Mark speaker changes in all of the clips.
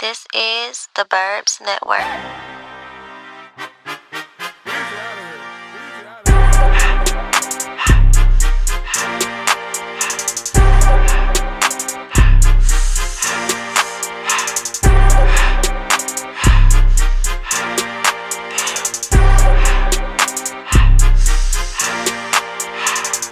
Speaker 1: This is the Burbs Network.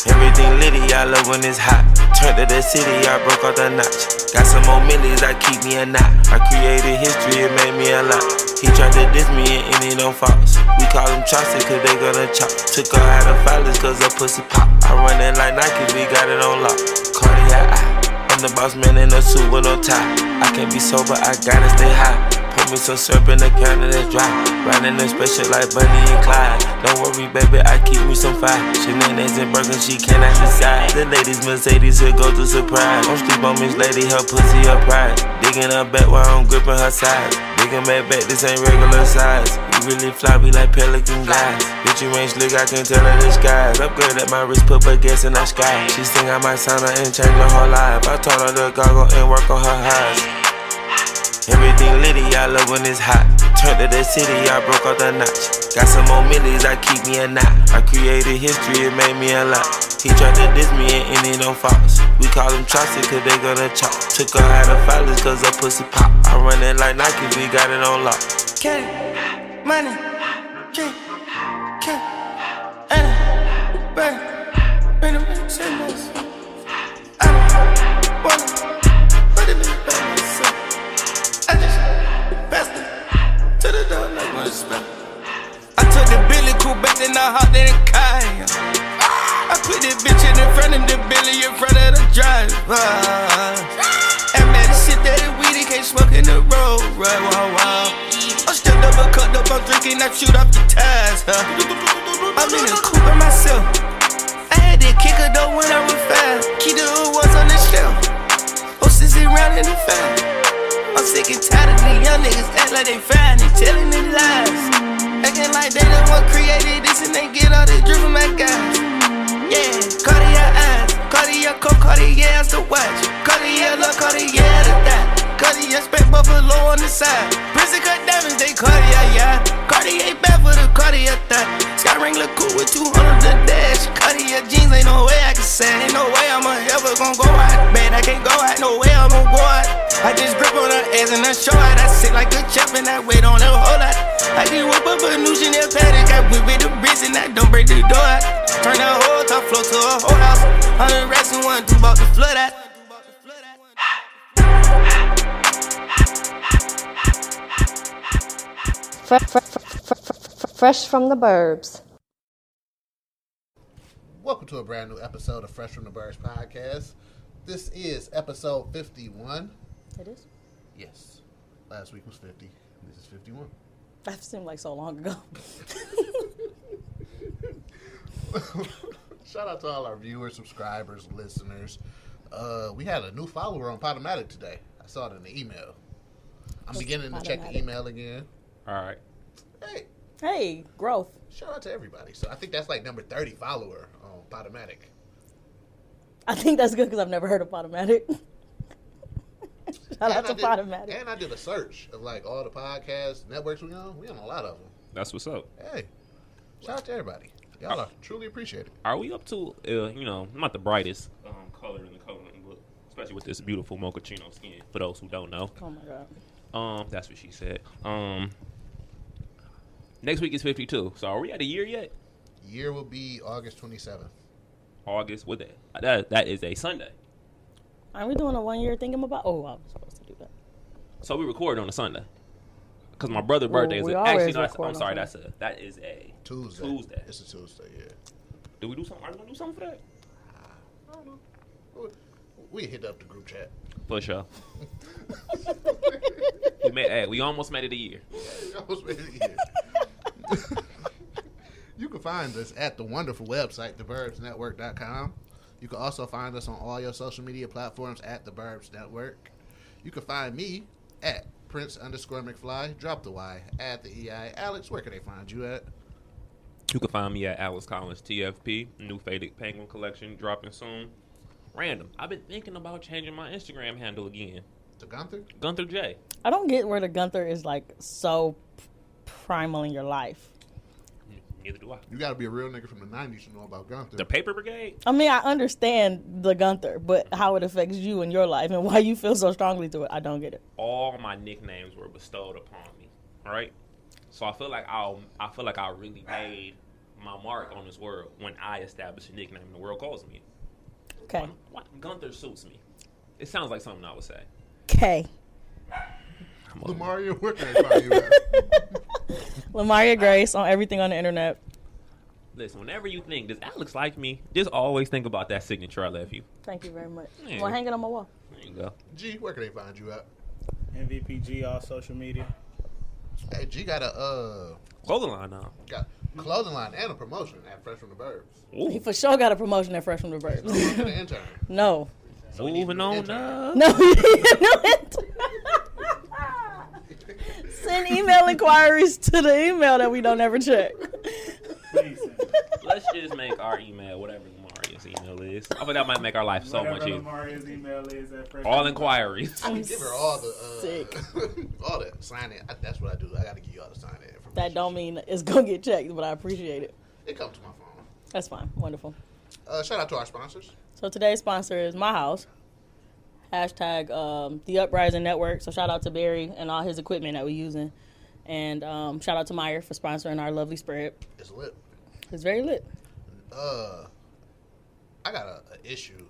Speaker 2: Everything litty, I love when it's hot. Turned to the city, I broke off the notch. Got some more millies, I keep me a knot. I created history, it made me a lot. He tried to diss me and ended on Fox. We call him Chaucer, cause they gonna chop. Took her out of filings, cause her pussy pop. I run it like Nike, we got it on lock. Cardiac, I- I'm the boss man in a suit with no tie. I can't be sober, I gotta stay high. Put me some syrup in the can of that dry. Riding in special like Bunny and Clyde. Don't worry, baby, I keep me some fire. Shenanigans and burgers, she cannot decide. The ladies, Mercedes, here goes the surprise. Don't sleep on this lady, her pussy, her pride. Digging her back while I'm gripping her sides. Digging back back, this ain't regular size. You really fly, be like pelican guys. Bitch, you ain't slick, I can tell her disguise. Upgrade at my wrist, put her guess in the sky. She sing I might sign her and change her whole life. I told her to goggle and work on her eyes. Everything litty, I love when it's hot. Turned to the city, I broke off the notch. Got some more millies, I keep me a knot. I created history, it made me a lot. He tried to diss me and ended on Fox. We call him Chaucer, cause they gonna chop. Took her out of filings, cause her pussy pop. I run it like Nike, we got it on lock.
Speaker 3: Kitty, money, kick, kick, and bang, bang, bang, sinners. I don't wanna put it in the bag, so I just passed it to the door like one spell. I took the Billy Cool back, then I hopped in the Cayenne. I put this bitch in the front of the Billy in front of the driver. And man, this shit that it weed, it can't smoke in the road, right? Wow, wow. I'm stepped up and cut up, I'm drinking, I shoot off the tires, huh? I'm in the coupe by myself. I had to kick her though when I was five. Keep the awards on the shelf. Horses and round in the five. I'm sick and tired of these young niggas act like they fine and telling them lies. Acting like they the one created this and they get all this drip from my guys. Yeah, Cartier eyes, Cartier coat, Cartier's the watch. Cartier look, Cartier the that. Cartier spent buffalo on the side. Prison cut diamonds, they Cartier, yeah. Cartier bad for the Cartier thought. Sky ring look cool with 200 the dash. Cartier jeans, ain't no way I can say. Ain't no way I'm ever gonna go out. Man, I can't go out, no way I'm gonna go out. I just grip on her ass and I show out. I sit like a champ and I wait on her whole lot. I just whip up a new Chanel paddock. I whip with the bricks and I don't break the door out. Turn the whole top floor to a whole house. Hundred racks and one, two bought the flood out.
Speaker 4: Fre- fre- fre- fre- fre- Fresh from the burbs.
Speaker 5: Welcome to a brand new episode of Fresh from the Birds podcast. This is episode 51.
Speaker 6: It is.
Speaker 5: Yes. Last week was 50. and This is 51.
Speaker 6: That seemed like so long ago.
Speaker 5: Shout out to all our viewers, subscribers, listeners. Uh, we had a new follower on Podomatic today. I saw it in the email. I'm beginning to check the
Speaker 6: Podomatic?
Speaker 5: email again.
Speaker 7: All right.
Speaker 5: Hey,
Speaker 6: hey, growth.
Speaker 5: shout out to everybody. So I think that's like number 30 follower on Podomatic.
Speaker 6: I think that's good because I've never heard of Podomatic. Shout out
Speaker 5: And I
Speaker 6: to
Speaker 5: did-
Speaker 6: Podomatic.
Speaker 5: And I did a search of like all the podcast networks we on. We on a lot of them.
Speaker 7: That's what's up.
Speaker 5: Hey, shout out to everybody. Y'all are truly appreciated.
Speaker 7: Are we up to, uh, you know, not the brightest um, color in the coloring book, especially with this beautiful mochaccino skin, for those who don't know.
Speaker 6: Oh my god.
Speaker 7: Um, That's what she said. Um, Next week is 52. So are we at a year yet?
Speaker 5: Year will be August 27th.
Speaker 7: August, what that? That, that is a Sunday.
Speaker 6: Aren't we doing a one year thinking about? Oh, I was supposed to do that.
Speaker 7: So we record on a Sunday. Because my brother's
Speaker 6: Well,
Speaker 7: birthday is
Speaker 6: we
Speaker 7: a,
Speaker 6: always
Speaker 7: actually, no, that's,
Speaker 6: record
Speaker 7: I'm
Speaker 6: on
Speaker 7: sorry, that's a, that is a,
Speaker 5: Tuesday.
Speaker 7: Tuesday.
Speaker 5: It's a Tuesday, yeah.
Speaker 7: do we do something? Are we going to do something for that?
Speaker 5: I don't know. We- We hit up the group chat.
Speaker 7: For sure. we, made, hey, we almost made it a year.
Speaker 5: We almost made it here. you can find us at the wonderful website, theburbsnetwork.com. You can also find us on all your social media platforms at the Burbs Network. You can find me at Prince underscore McFly, drop the Y, at the EI. Alex, where can they find you at?
Speaker 7: You can find me at Alice Collins TFP, new faded penguin collection dropping soon. Random. I've been thinking about changing my Instagram handle again.
Speaker 5: To Gunther?
Speaker 7: Gunther J.
Speaker 6: I don't get where the Gunther is like so p- primal in your life.
Speaker 7: Neither do I.
Speaker 5: You gotta be a real nigga from the 90s to know about Gunther.
Speaker 7: The Paper Brigade.
Speaker 6: I mean, I understand the Gunther, but how it affects you in your life and why you feel so strongly to it, I don't get it.
Speaker 7: All my nicknames were bestowed upon me. Right. So I feel like I I feel like I really made my mark on this world when I established a nickname and the world calls me. it.
Speaker 6: Okay.
Speaker 7: What Gunther suits me. It sounds like something I would say.
Speaker 6: K.
Speaker 7: I'm
Speaker 5: The
Speaker 7: old.
Speaker 5: Mario Wicker is probably you at.
Speaker 6: Lamaria Grace on everything on the internet.
Speaker 7: Listen, whenever you think does Alex like me, just always think about that signature I left you.
Speaker 6: Thank you very much.
Speaker 7: Yeah.
Speaker 6: Well, hang it on my wall.
Speaker 7: There you go.
Speaker 5: G, where can they find you at?
Speaker 8: MVPG all social media.
Speaker 5: Hey, G got a uh
Speaker 7: Clothing line now.
Speaker 5: got clothing line and a promotion at Fresh from the Burbs.
Speaker 6: He
Speaker 7: Ooh,
Speaker 6: for sure got a promotion at Fresh from the
Speaker 5: So
Speaker 6: Burbs.
Speaker 5: look at the intern.
Speaker 6: no.
Speaker 7: moving on up.
Speaker 6: No, you didn't know it. Send email inquiries to the email that we don't ever check.
Speaker 8: Please. send it.
Speaker 7: Let's just make our email whatever Maria's email is. I think that might make our life so
Speaker 8: Whatever
Speaker 7: much easier.
Speaker 8: Lamario's email is at first.
Speaker 7: All inquiries.
Speaker 5: I can give her all the uh,
Speaker 6: Sick.
Speaker 5: all the sign in. I, that's what I do. I gotta give you all the sign in. information.
Speaker 6: That don't mean it's gonna get checked, but I appreciate it.
Speaker 5: It comes to my phone.
Speaker 6: That's fine. Wonderful.
Speaker 5: Uh, shout out to our sponsors.
Speaker 6: So today's sponsor is my house. Hashtag um, the Uprising Network. So shout out to Barry and all his equipment that we're using, and um, shout out to Meyer for sponsoring our lovely spread.
Speaker 5: It's lit.
Speaker 6: It's very lit.
Speaker 5: Uh, I got a, a issue.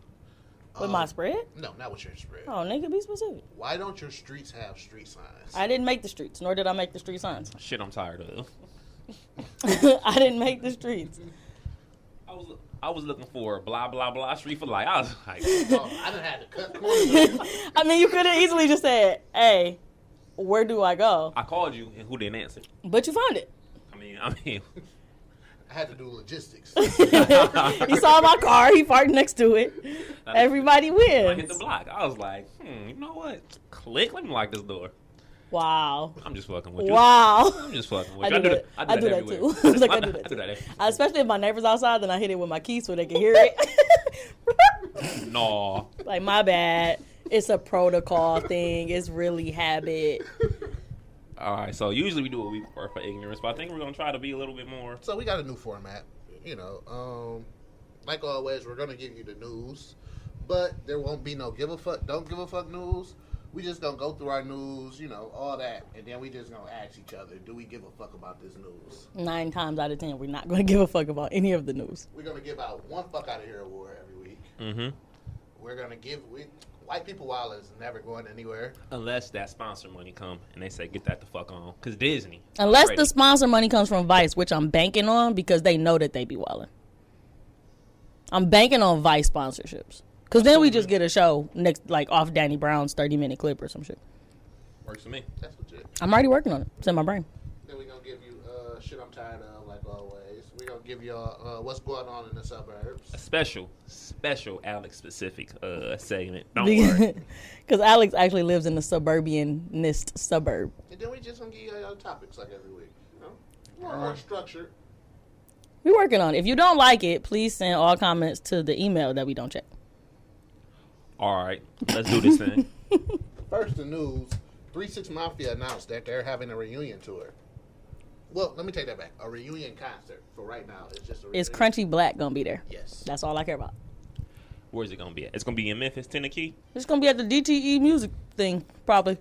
Speaker 6: With
Speaker 5: Um,
Speaker 6: my spread?
Speaker 5: No, not with your spread.
Speaker 6: Oh, nigga, be specific.
Speaker 5: Why don't your streets have street signs?
Speaker 6: I didn't make the streets, nor did I make the street signs.
Speaker 7: Shit, I'm tired of.
Speaker 6: I didn't make the streets.
Speaker 7: I was I was looking for blah blah blah street for life. I was like,
Speaker 5: oh, I done had to cut corners.
Speaker 6: I mean, you could have easily just said, "Hey, where do I go?"
Speaker 7: I called you and who didn't answer?
Speaker 6: But you found it.
Speaker 7: I mean, I mean,
Speaker 5: I had to do logistics.
Speaker 6: You saw my car. He parked next to it. Everybody
Speaker 7: I hit the
Speaker 6: wins.
Speaker 7: block. I was like, hmm, you know what? Click. Let me lock this door.
Speaker 6: Wow.
Speaker 7: I'm just fucking with you.
Speaker 6: Wow.
Speaker 7: I'm just fucking
Speaker 6: I
Speaker 7: with you.
Speaker 6: do that. I do that too.
Speaker 7: everywhere.
Speaker 6: Like I do
Speaker 7: I do that.
Speaker 6: that. too.
Speaker 7: everywhere.
Speaker 6: Especially if my neighbor's outside, then I hit it with my keys so they can hear it.
Speaker 7: No.
Speaker 6: Like my bad. It's a protocol thing. It's really habit.
Speaker 7: All right. So usually we do what we for for ignorance, but I think we're gonna try to be a little bit more.
Speaker 5: so we got a new format. You know, um, like always, we're gonna give you the news, but there won't be no give a fuck, don't give a fuck news. We just gonna go through our news, you know, all that, and then we just gonna ask each other, do we give a fuck about this news?
Speaker 6: Nine times out of ten, we're not going to give a fuck about any of the news.
Speaker 5: We're gonna give out one fuck out of here award every week.
Speaker 7: Mm-hmm.
Speaker 5: We're gonna give we, white people while is never going anywhere.
Speaker 7: Unless that sponsor money come and they say get that the fuck on, cause Disney.
Speaker 6: Unless
Speaker 7: Ready.
Speaker 6: the sponsor money comes from Vice, which I'm banking on because they know that they be wilding. I'm banking on Vice sponsorships because then we just get a show next, like off Danny Brown's 30 minute clip or some shit.
Speaker 7: Works for me.
Speaker 5: That's legit.
Speaker 6: I'm already working on it. It's in my brain.
Speaker 5: Then we gonna give you uh, shit I'm tired of, like always. We gonna give y'all uh, what's going on in the suburbs.
Speaker 7: A special, special Alex specific uh segment. Don't worry.
Speaker 6: Because Alex actually lives in the suburban nist suburb.
Speaker 5: And then we just gonna give you other topics like every week. You know, more, more structured.
Speaker 6: we working on it. If you don't like it, please send all comments to the email that we don't check.
Speaker 7: All right. Let's do this thing.
Speaker 5: First, the news: Three Six Mafia announced that they're having a reunion tour. Well, let me take that back. A reunion concert for right now. It's just a reunion.
Speaker 6: Is Crunchy Black going to be there?
Speaker 5: Yes.
Speaker 6: That's all I care about.
Speaker 7: Where's it gonna be at? It's gonna be in Memphis, Tennessee.
Speaker 6: It's going to be at the DTE music thing, probably.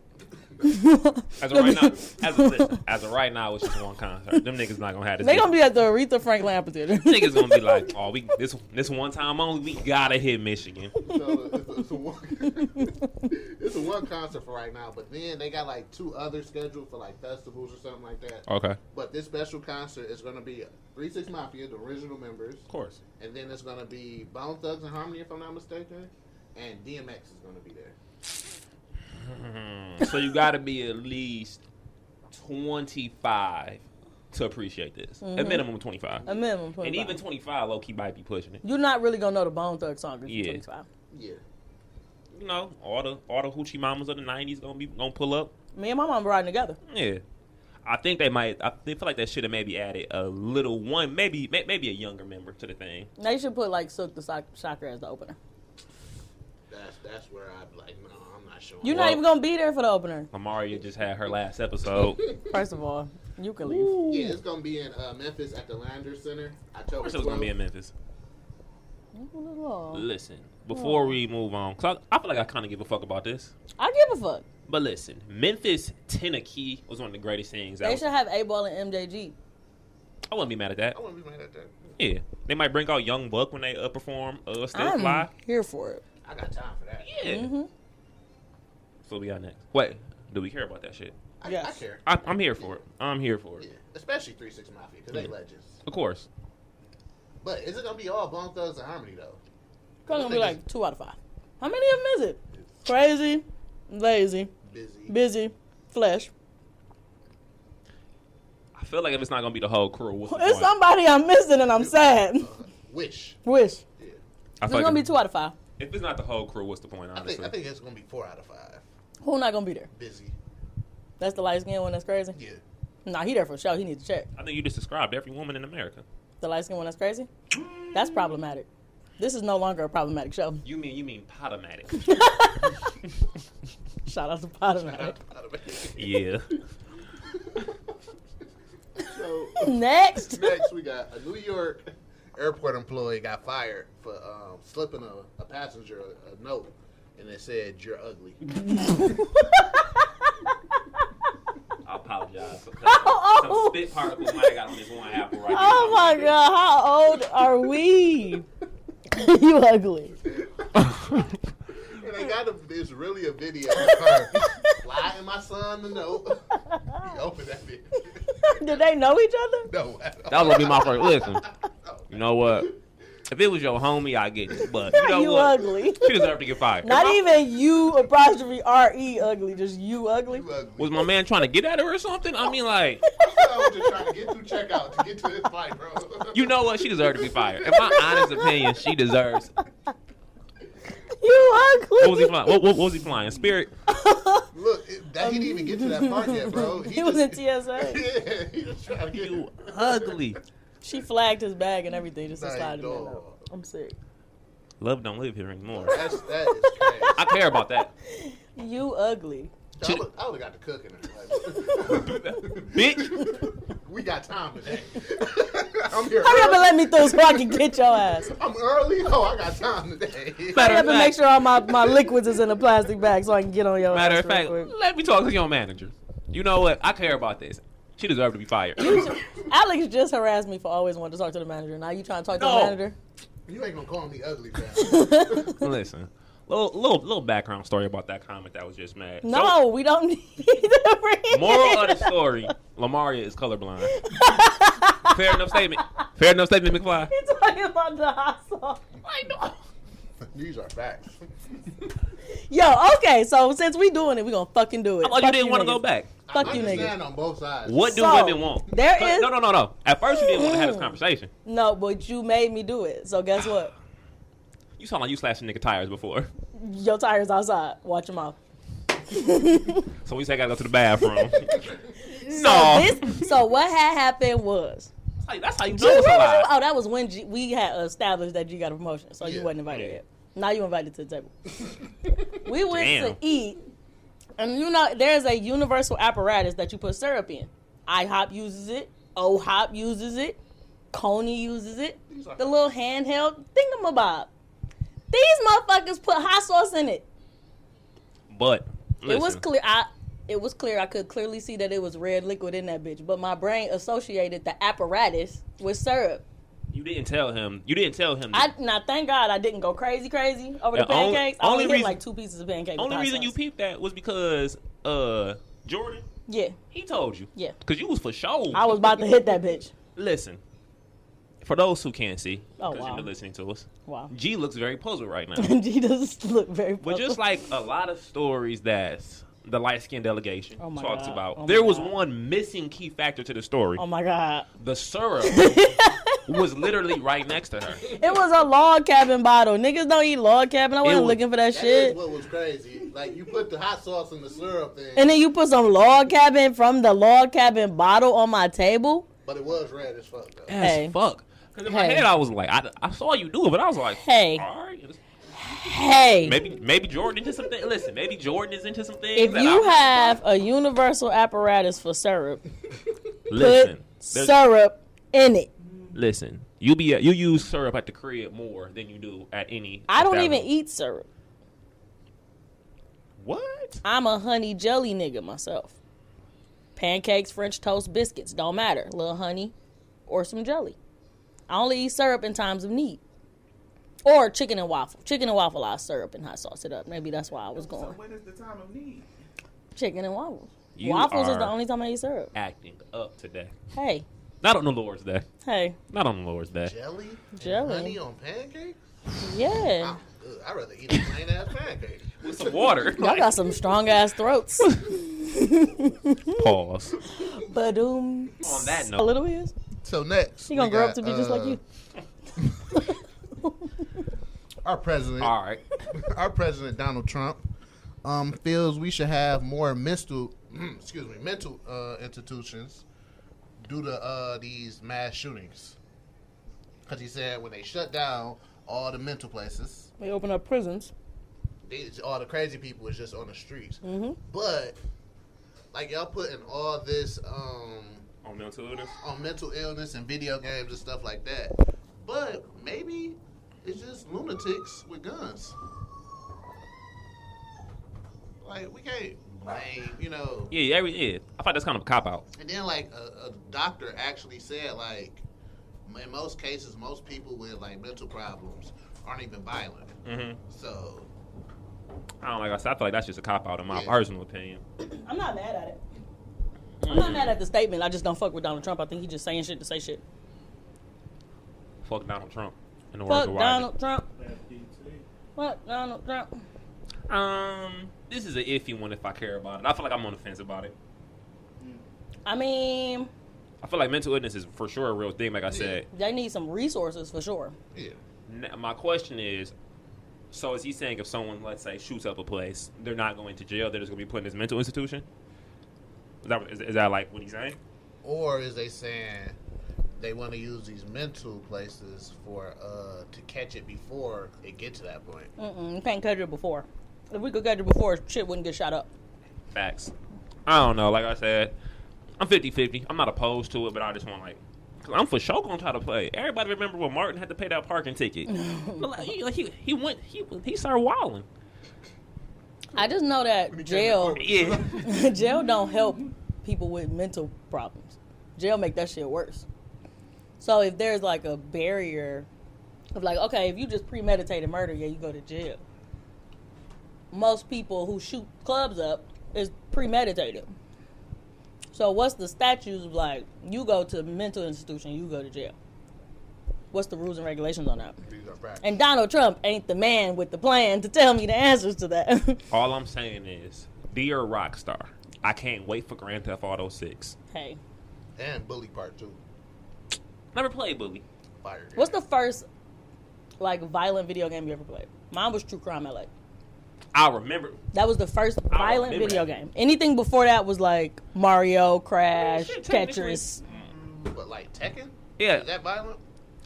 Speaker 7: As of right now, as of, listen, as of right now, it's just one concert. Them niggas not gonna have this.
Speaker 6: They
Speaker 7: big-
Speaker 6: gonna be at the Aretha Franklin Amphitheater.
Speaker 7: niggas gonna be like, oh, we this this one time only, we gotta hit Michigan.
Speaker 5: So it's, a, it's, a one, it's a one concert for right now, but then they got like two other scheduled for like festivals or something like that.
Speaker 7: Okay, of
Speaker 5: But this special concert is going to be Three Six Mafia, the original members,
Speaker 7: course.
Speaker 5: and then it's going to be Bone Thugs and Harmony, if I'm not mistaken, and DMX is going to be there.
Speaker 7: So you gotta be at least twenty five to appreciate this. A minimum twenty five,
Speaker 6: a Mm-hmm. minimum.
Speaker 7: and
Speaker 6: 25.
Speaker 7: even twenty five, low key might be pushing it.
Speaker 6: you're not really gonna know the Bone Thug song. if you're
Speaker 7: Yeah.
Speaker 6: 25.
Speaker 5: Yeah.
Speaker 7: You know, all the all the hoochie mamas of the nineties gonna be gonna pull up.
Speaker 6: Me and my mom riding together.
Speaker 7: Yeah. I think they might. I they feel like they should have maybe added a little one, maybe may- maybe a younger member to the thing.
Speaker 6: They should put like Sook the Sock- Shocker as the opener.
Speaker 5: That's that's where I'm like, no, I'm not
Speaker 3: not showing.
Speaker 6: You're
Speaker 7: Well-
Speaker 6: not even gonna be there for the opener.
Speaker 7: Amaria just had her last episode. of
Speaker 6: First of all, you can leave.
Speaker 5: Yeah, it's gonna be in uh, Memphis at the Lander Center. October
Speaker 7: course, it was gonna be
Speaker 5: 12th.
Speaker 7: in Memphis. Listen, before we move on, 'cause I, I feel like I kind of give a fuck about this.
Speaker 6: I give a fuck.
Speaker 7: But listen, Memphis Tennessee was one of the greatest things. I,
Speaker 6: They
Speaker 7: was,
Speaker 6: should
Speaker 7: I
Speaker 6: have A Ball and MJG.
Speaker 7: wouldn't be mad at that.
Speaker 5: I wouldn't be mad at that.
Speaker 7: Yeah, they might bring out Young Buck when they uh, perform. Uh, still
Speaker 6: I'm Mm-hmm.
Speaker 7: fly.
Speaker 6: here for it.
Speaker 5: I got time for that.
Speaker 7: Yeah. So we got next. Wait, do we care about that shit?
Speaker 5: I, I
Speaker 6: Yes.
Speaker 5: care.
Speaker 7: I, I'm here for it. I'm here for it.
Speaker 5: Yeah, especially Three Six Mafia because
Speaker 7: Mm.
Speaker 5: they legends.
Speaker 7: Of course.
Speaker 5: But is it gonna be all Bone Thugs and Harmony though?
Speaker 6: Probably gonna be like two out of five. How many of them is it? Crazy, lazy,
Speaker 5: Busy.
Speaker 6: busy, flesh.
Speaker 7: I feel like if it's not gonna be the whole crew, what's the
Speaker 6: It's
Speaker 7: point?
Speaker 6: somebody I'm missing and I'm sad.
Speaker 5: Uh, Wish.
Speaker 6: Wish.
Speaker 7: I
Speaker 6: It's
Speaker 7: feel like
Speaker 6: gonna be
Speaker 7: if-
Speaker 6: two out of five.
Speaker 7: If it's not the whole crew, what's the point?
Speaker 5: I think
Speaker 7: Honestly,
Speaker 5: I think it's gonna be four out of five.
Speaker 6: Who not gonna be there?
Speaker 5: Busy.
Speaker 6: That's the light skinned one that's crazy?
Speaker 5: Yeah.
Speaker 6: Nah, he there for sure. He needs to check.
Speaker 7: I think you just described every woman in America.
Speaker 6: The light skinned one that's crazy? That's problematic. This is no longer a problematic show.
Speaker 7: You mean you mean potomatic?
Speaker 6: Shout out to Potomac.
Speaker 7: yeah.
Speaker 5: so
Speaker 6: Next.
Speaker 5: next we got a New York airport employee got fired for um, slipping a, a passenger a, a note, and it said "You're ugly."
Speaker 7: I apologize. For
Speaker 6: Oh,
Speaker 7: some
Speaker 6: oh.
Speaker 7: spit particles might have got on this one apple right
Speaker 6: Oh my god, how old are we? you ugly.
Speaker 5: And I got a, there's really a video of her lying my son the note. he opened that bitch.
Speaker 6: Did they know each other?
Speaker 5: No, at all.
Speaker 7: That was gonna be my first. Listen, you know what? If it was your homie, I get it. But you know
Speaker 6: you
Speaker 7: what?
Speaker 6: ugly.
Speaker 7: She deserved to get fired.
Speaker 6: Not e-
Speaker 7: My-
Speaker 6: even you apostrophe R E ugly, just you ugly.
Speaker 5: You ugly.
Speaker 7: Was my man trying to get at her or something? I mean, like,
Speaker 5: I was just trying to get through checkout to get to this fight, bro.
Speaker 7: you know what? She deserved to be fired. In my honest opinion, she deserves.
Speaker 6: You ugly.
Speaker 7: What was he flying? What, what, what was he flying? Spirit.
Speaker 5: Look, it, that, he didn't even get to that part yet, bro.
Speaker 6: He was in
Speaker 5: just-
Speaker 6: TSA.
Speaker 5: Yeah, he was trying to get
Speaker 7: You ugly.
Speaker 6: She flagged his bag and everything just to
Speaker 5: Nice
Speaker 6: slide him in.
Speaker 5: dog.
Speaker 6: though. I'm sick.
Speaker 7: Love don't live here anymore.
Speaker 5: That's, that is crazy.
Speaker 7: I care about that.
Speaker 6: You ugly.
Speaker 5: I would have got the cook in her.
Speaker 7: Bitch.
Speaker 5: Like, we got time today. I'm here.
Speaker 6: Hurry up and
Speaker 5: early.
Speaker 6: let me through so I can get your ass.
Speaker 5: I'm early. Oh, I got time today.
Speaker 6: Hurry up
Speaker 7: Matter of
Speaker 6: and make
Speaker 7: fact,
Speaker 6: sure all my, my liquids is in a plastic bag so I can get on your
Speaker 7: matter
Speaker 6: ass.
Speaker 7: of fact
Speaker 6: real quick.
Speaker 7: let me talk to your manager. You know what? I care about this. She deserved to be fired.
Speaker 6: Alex just harassed me for always wanting to talk to the manager. Now you trying to talk to
Speaker 7: No.
Speaker 6: the manager?
Speaker 5: You ain't gonna call me ugly, fam.
Speaker 7: Listen, little little little background story about that comment that was just made.
Speaker 6: No, we don't need to bring it.
Speaker 7: So, moral of the story: Lamaria is colorblind. Fair enough statement. Fair enough statement, McFly.
Speaker 6: He's talking about the hot sauce.
Speaker 5: These are facts.
Speaker 6: Yo, okay, so since we doing it, we gonna fucking do it.
Speaker 7: Oh, you
Speaker 6: Fuck
Speaker 7: didn't want to
Speaker 6: niggas.
Speaker 7: go back.
Speaker 6: Fuck
Speaker 5: I
Speaker 6: you niggas.
Speaker 5: understand on both sides.
Speaker 7: What do
Speaker 6: So,
Speaker 7: women want?
Speaker 6: there
Speaker 7: But-
Speaker 6: is-
Speaker 7: no, no, no, no. At first, you didn't want to have this conversation.
Speaker 6: No, but you made me do it. So guess what?
Speaker 7: You sound like you slashing nigga tires before.
Speaker 6: Your tires outside. Watch them off.
Speaker 7: So we say I gotta go to the bathroom. no,
Speaker 6: This, so what had happened was.
Speaker 7: That's how- that's how you
Speaker 6: G-
Speaker 7: know it's a
Speaker 6: where was you-
Speaker 7: lie.
Speaker 6: Oh, that was when G, we had established that you got a promotion, so you
Speaker 5: Yeah.
Speaker 6: wasn't invited
Speaker 7: Yeah.
Speaker 6: yet. Now you invited to the table. we went
Speaker 7: Damn.
Speaker 6: to eat, and you know there's a universal apparatus that you put syrup in. IHOP uses it. OHOP uses it. Coney uses it.
Speaker 5: are-
Speaker 6: The little handheld thingamabob. These motherfuckers put hot sauce in it.
Speaker 7: But listen,
Speaker 6: It was clear. I it was clear. I could clearly see that it was red liquid in that bitch. But my brain associated the apparatus with syrup.
Speaker 7: You didn't tell him. You didn't tell him.
Speaker 6: I now thank God I didn't go crazy crazy over the,
Speaker 7: The only-
Speaker 6: pancakes. I
Speaker 7: only
Speaker 6: only hit
Speaker 7: reason-
Speaker 6: like two pieces of pancakes.
Speaker 7: Only
Speaker 6: with hot
Speaker 7: reason you
Speaker 6: sauce.
Speaker 7: peeped that was because uh Jordan,
Speaker 6: yeah,
Speaker 7: he told you.
Speaker 6: Yeah.
Speaker 7: Cause you was for sure.
Speaker 6: I was about to hit that bitch.
Speaker 7: listen. For those who can't see,
Speaker 6: Oh,
Speaker 7: because
Speaker 6: wow.
Speaker 7: you're listening to us,
Speaker 6: Wow,
Speaker 7: G looks very puzzled right now.
Speaker 6: he does look very.
Speaker 7: but
Speaker 6: puzzled.
Speaker 7: just like a lot of stories that the light skinned delegation
Speaker 6: Oh my
Speaker 7: talks
Speaker 6: God.
Speaker 7: about,
Speaker 6: Oh my
Speaker 7: there was
Speaker 6: God.
Speaker 7: one missing key factor to the story.
Speaker 6: oh my god,
Speaker 7: the syrup was literally right next to her.
Speaker 6: it was a log cabin bottle. Niggas don't eat log cabin. I wasn't
Speaker 7: was-
Speaker 6: looking for that,
Speaker 5: That is
Speaker 6: shit.
Speaker 5: what was crazy. Like you put the hot sauce in the syrup thing,
Speaker 6: And then you put some log cabin from the log cabin bottle on my table.
Speaker 5: but it was red as fuck though.
Speaker 7: As
Speaker 6: Hey.
Speaker 7: fuck. Because in my
Speaker 6: Hey.
Speaker 7: head, I was like, I, I saw you do it, but I was like,
Speaker 6: Hey.
Speaker 7: all right.
Speaker 6: Hey,
Speaker 7: Maybe maybe Jordan into something. Listen, maybe Jordan is into some things.
Speaker 6: if
Speaker 7: that
Speaker 6: you
Speaker 7: I-
Speaker 6: have a universal apparatus for syrup,
Speaker 7: listen,
Speaker 6: put
Speaker 7: there's-
Speaker 6: syrup in it.
Speaker 7: listen, you be you use syrup at the crib more than you do at any.
Speaker 6: I don't even
Speaker 7: establishment.
Speaker 6: eat syrup.
Speaker 7: What?
Speaker 6: I'm a honey jelly nigga myself. Pancakes, French toast, biscuits, don't matter. Little honey or some jelly. I only eat syrup in times of need. Or chicken and waffle. Chicken and waffle, I syrup and hot sauce it up. Maybe that's why I was
Speaker 8: So
Speaker 6: going.
Speaker 8: when is the time of need?
Speaker 6: Chicken and waffles.
Speaker 7: You
Speaker 6: waffles is the
Speaker 7: are-
Speaker 6: only time I eat syrup.
Speaker 7: Acting up today.
Speaker 6: Hey,
Speaker 7: Not on the Lord's Day.
Speaker 6: hey,
Speaker 7: Not on the Lord's Day.
Speaker 5: Jelly? and
Speaker 6: Jelly.
Speaker 5: Honey on pancakes?
Speaker 6: yeah.
Speaker 5: I'm good. I'd rather eat a plain ass pancake.
Speaker 7: With some water.
Speaker 6: Y'all got some strong ass throats.
Speaker 7: Pause.
Speaker 6: But um,
Speaker 7: On that
Speaker 6: a
Speaker 7: note,
Speaker 6: little is.
Speaker 5: So next.
Speaker 6: She gonna
Speaker 5: we
Speaker 6: grow
Speaker 5: got,
Speaker 6: up to be just like
Speaker 5: uh,
Speaker 6: you.
Speaker 5: Our president.
Speaker 7: all right.
Speaker 5: our president Donald Trump um, feels we should have more mental, excuse me, mental uh, institutions due to uh, these mass shootings. Because he said when they shut down all the mental places,
Speaker 6: They open up prisons.
Speaker 5: these, all the crazy people is just on the streets. But like y'all putting all this um,
Speaker 7: On mental illness.
Speaker 5: on mental illness and video games and stuff like that, but maybe it's just lunatics with guns. Like we can't blame, you know.
Speaker 7: Yeah, every yeah. I thought that's kind of a cop out.
Speaker 5: And then like a, a doctor actually said like, in most cases, most people with like mental problems aren't even violent.
Speaker 7: Mm-hmm.
Speaker 5: So
Speaker 7: I don't like I said. I feel like that's just a cop out in my
Speaker 5: Yeah.
Speaker 7: personal opinion.
Speaker 6: I'm not mad at it. I'm not mad at the statement. I just don't fuck with Donald Trump. I think he's just saying shit to say shit.
Speaker 7: Fuck Donald Trump. In the words
Speaker 6: Fuck
Speaker 7: of
Speaker 6: Donald Trump.
Speaker 8: Left DT.
Speaker 6: Fuck Donald Trump.
Speaker 7: Rodney. Um, this is an iffy one if I care about it. I feel like I'm on the fence about it.
Speaker 6: I mean,
Speaker 7: I feel like mental illness is for sure a real thing. Like I said,
Speaker 6: they need some resources for sure.
Speaker 5: yeah,
Speaker 7: N- my question is, so is he saying if someone, let's say, shoots up a place, they're not going to jail? They're just going to be put in this mental institution? Is that, is, is that like what he's saying?
Speaker 5: or is they saying they want to use these mental places for uh to catch it before it get to that point?
Speaker 6: Mm-mm, you can't cut it before. If we could cut it before, shit wouldn't get shot up.
Speaker 7: Facts. I don't know. Like I said, I'm 50 50. I'm not opposed to it, but I just want, like, i I'm for sure going to try to play. Everybody remember when Martin had to pay that parking ticket. but like, he, like, he, he went, he, he started wilding.
Speaker 6: I just know that jail,
Speaker 7: Yeah.
Speaker 6: jail don't help people with mental problems. Jail make that shit worse. So if there's like a barrier of like, okay, if you just premeditated murder, yeah, you go to jail. Most people who shoot clubs up is premeditated. So what's the statutes of, like? You go to mental institution, you go to jail. What's the rules and regulations on that?
Speaker 5: These are facts.
Speaker 6: And Donald Trump ain't the man with the plan to tell me the answers to that.
Speaker 7: All I'm saying is, dear Rockstar, I can't wait for Grand Theft Auto 6.
Speaker 6: hey.
Speaker 5: and Bully Part Two.
Speaker 7: Never played Bully.
Speaker 5: Fire.
Speaker 6: What's the first like violent video game you ever played? Mine was True Crime LA.
Speaker 7: I remember.
Speaker 6: That was the first violent
Speaker 7: remember
Speaker 6: video
Speaker 7: that.
Speaker 6: game. Anything before that was like Mario, Crash,
Speaker 7: Shit, technically-
Speaker 6: Tetris.
Speaker 5: But like Tekken?
Speaker 7: Yeah.
Speaker 5: Is that violent?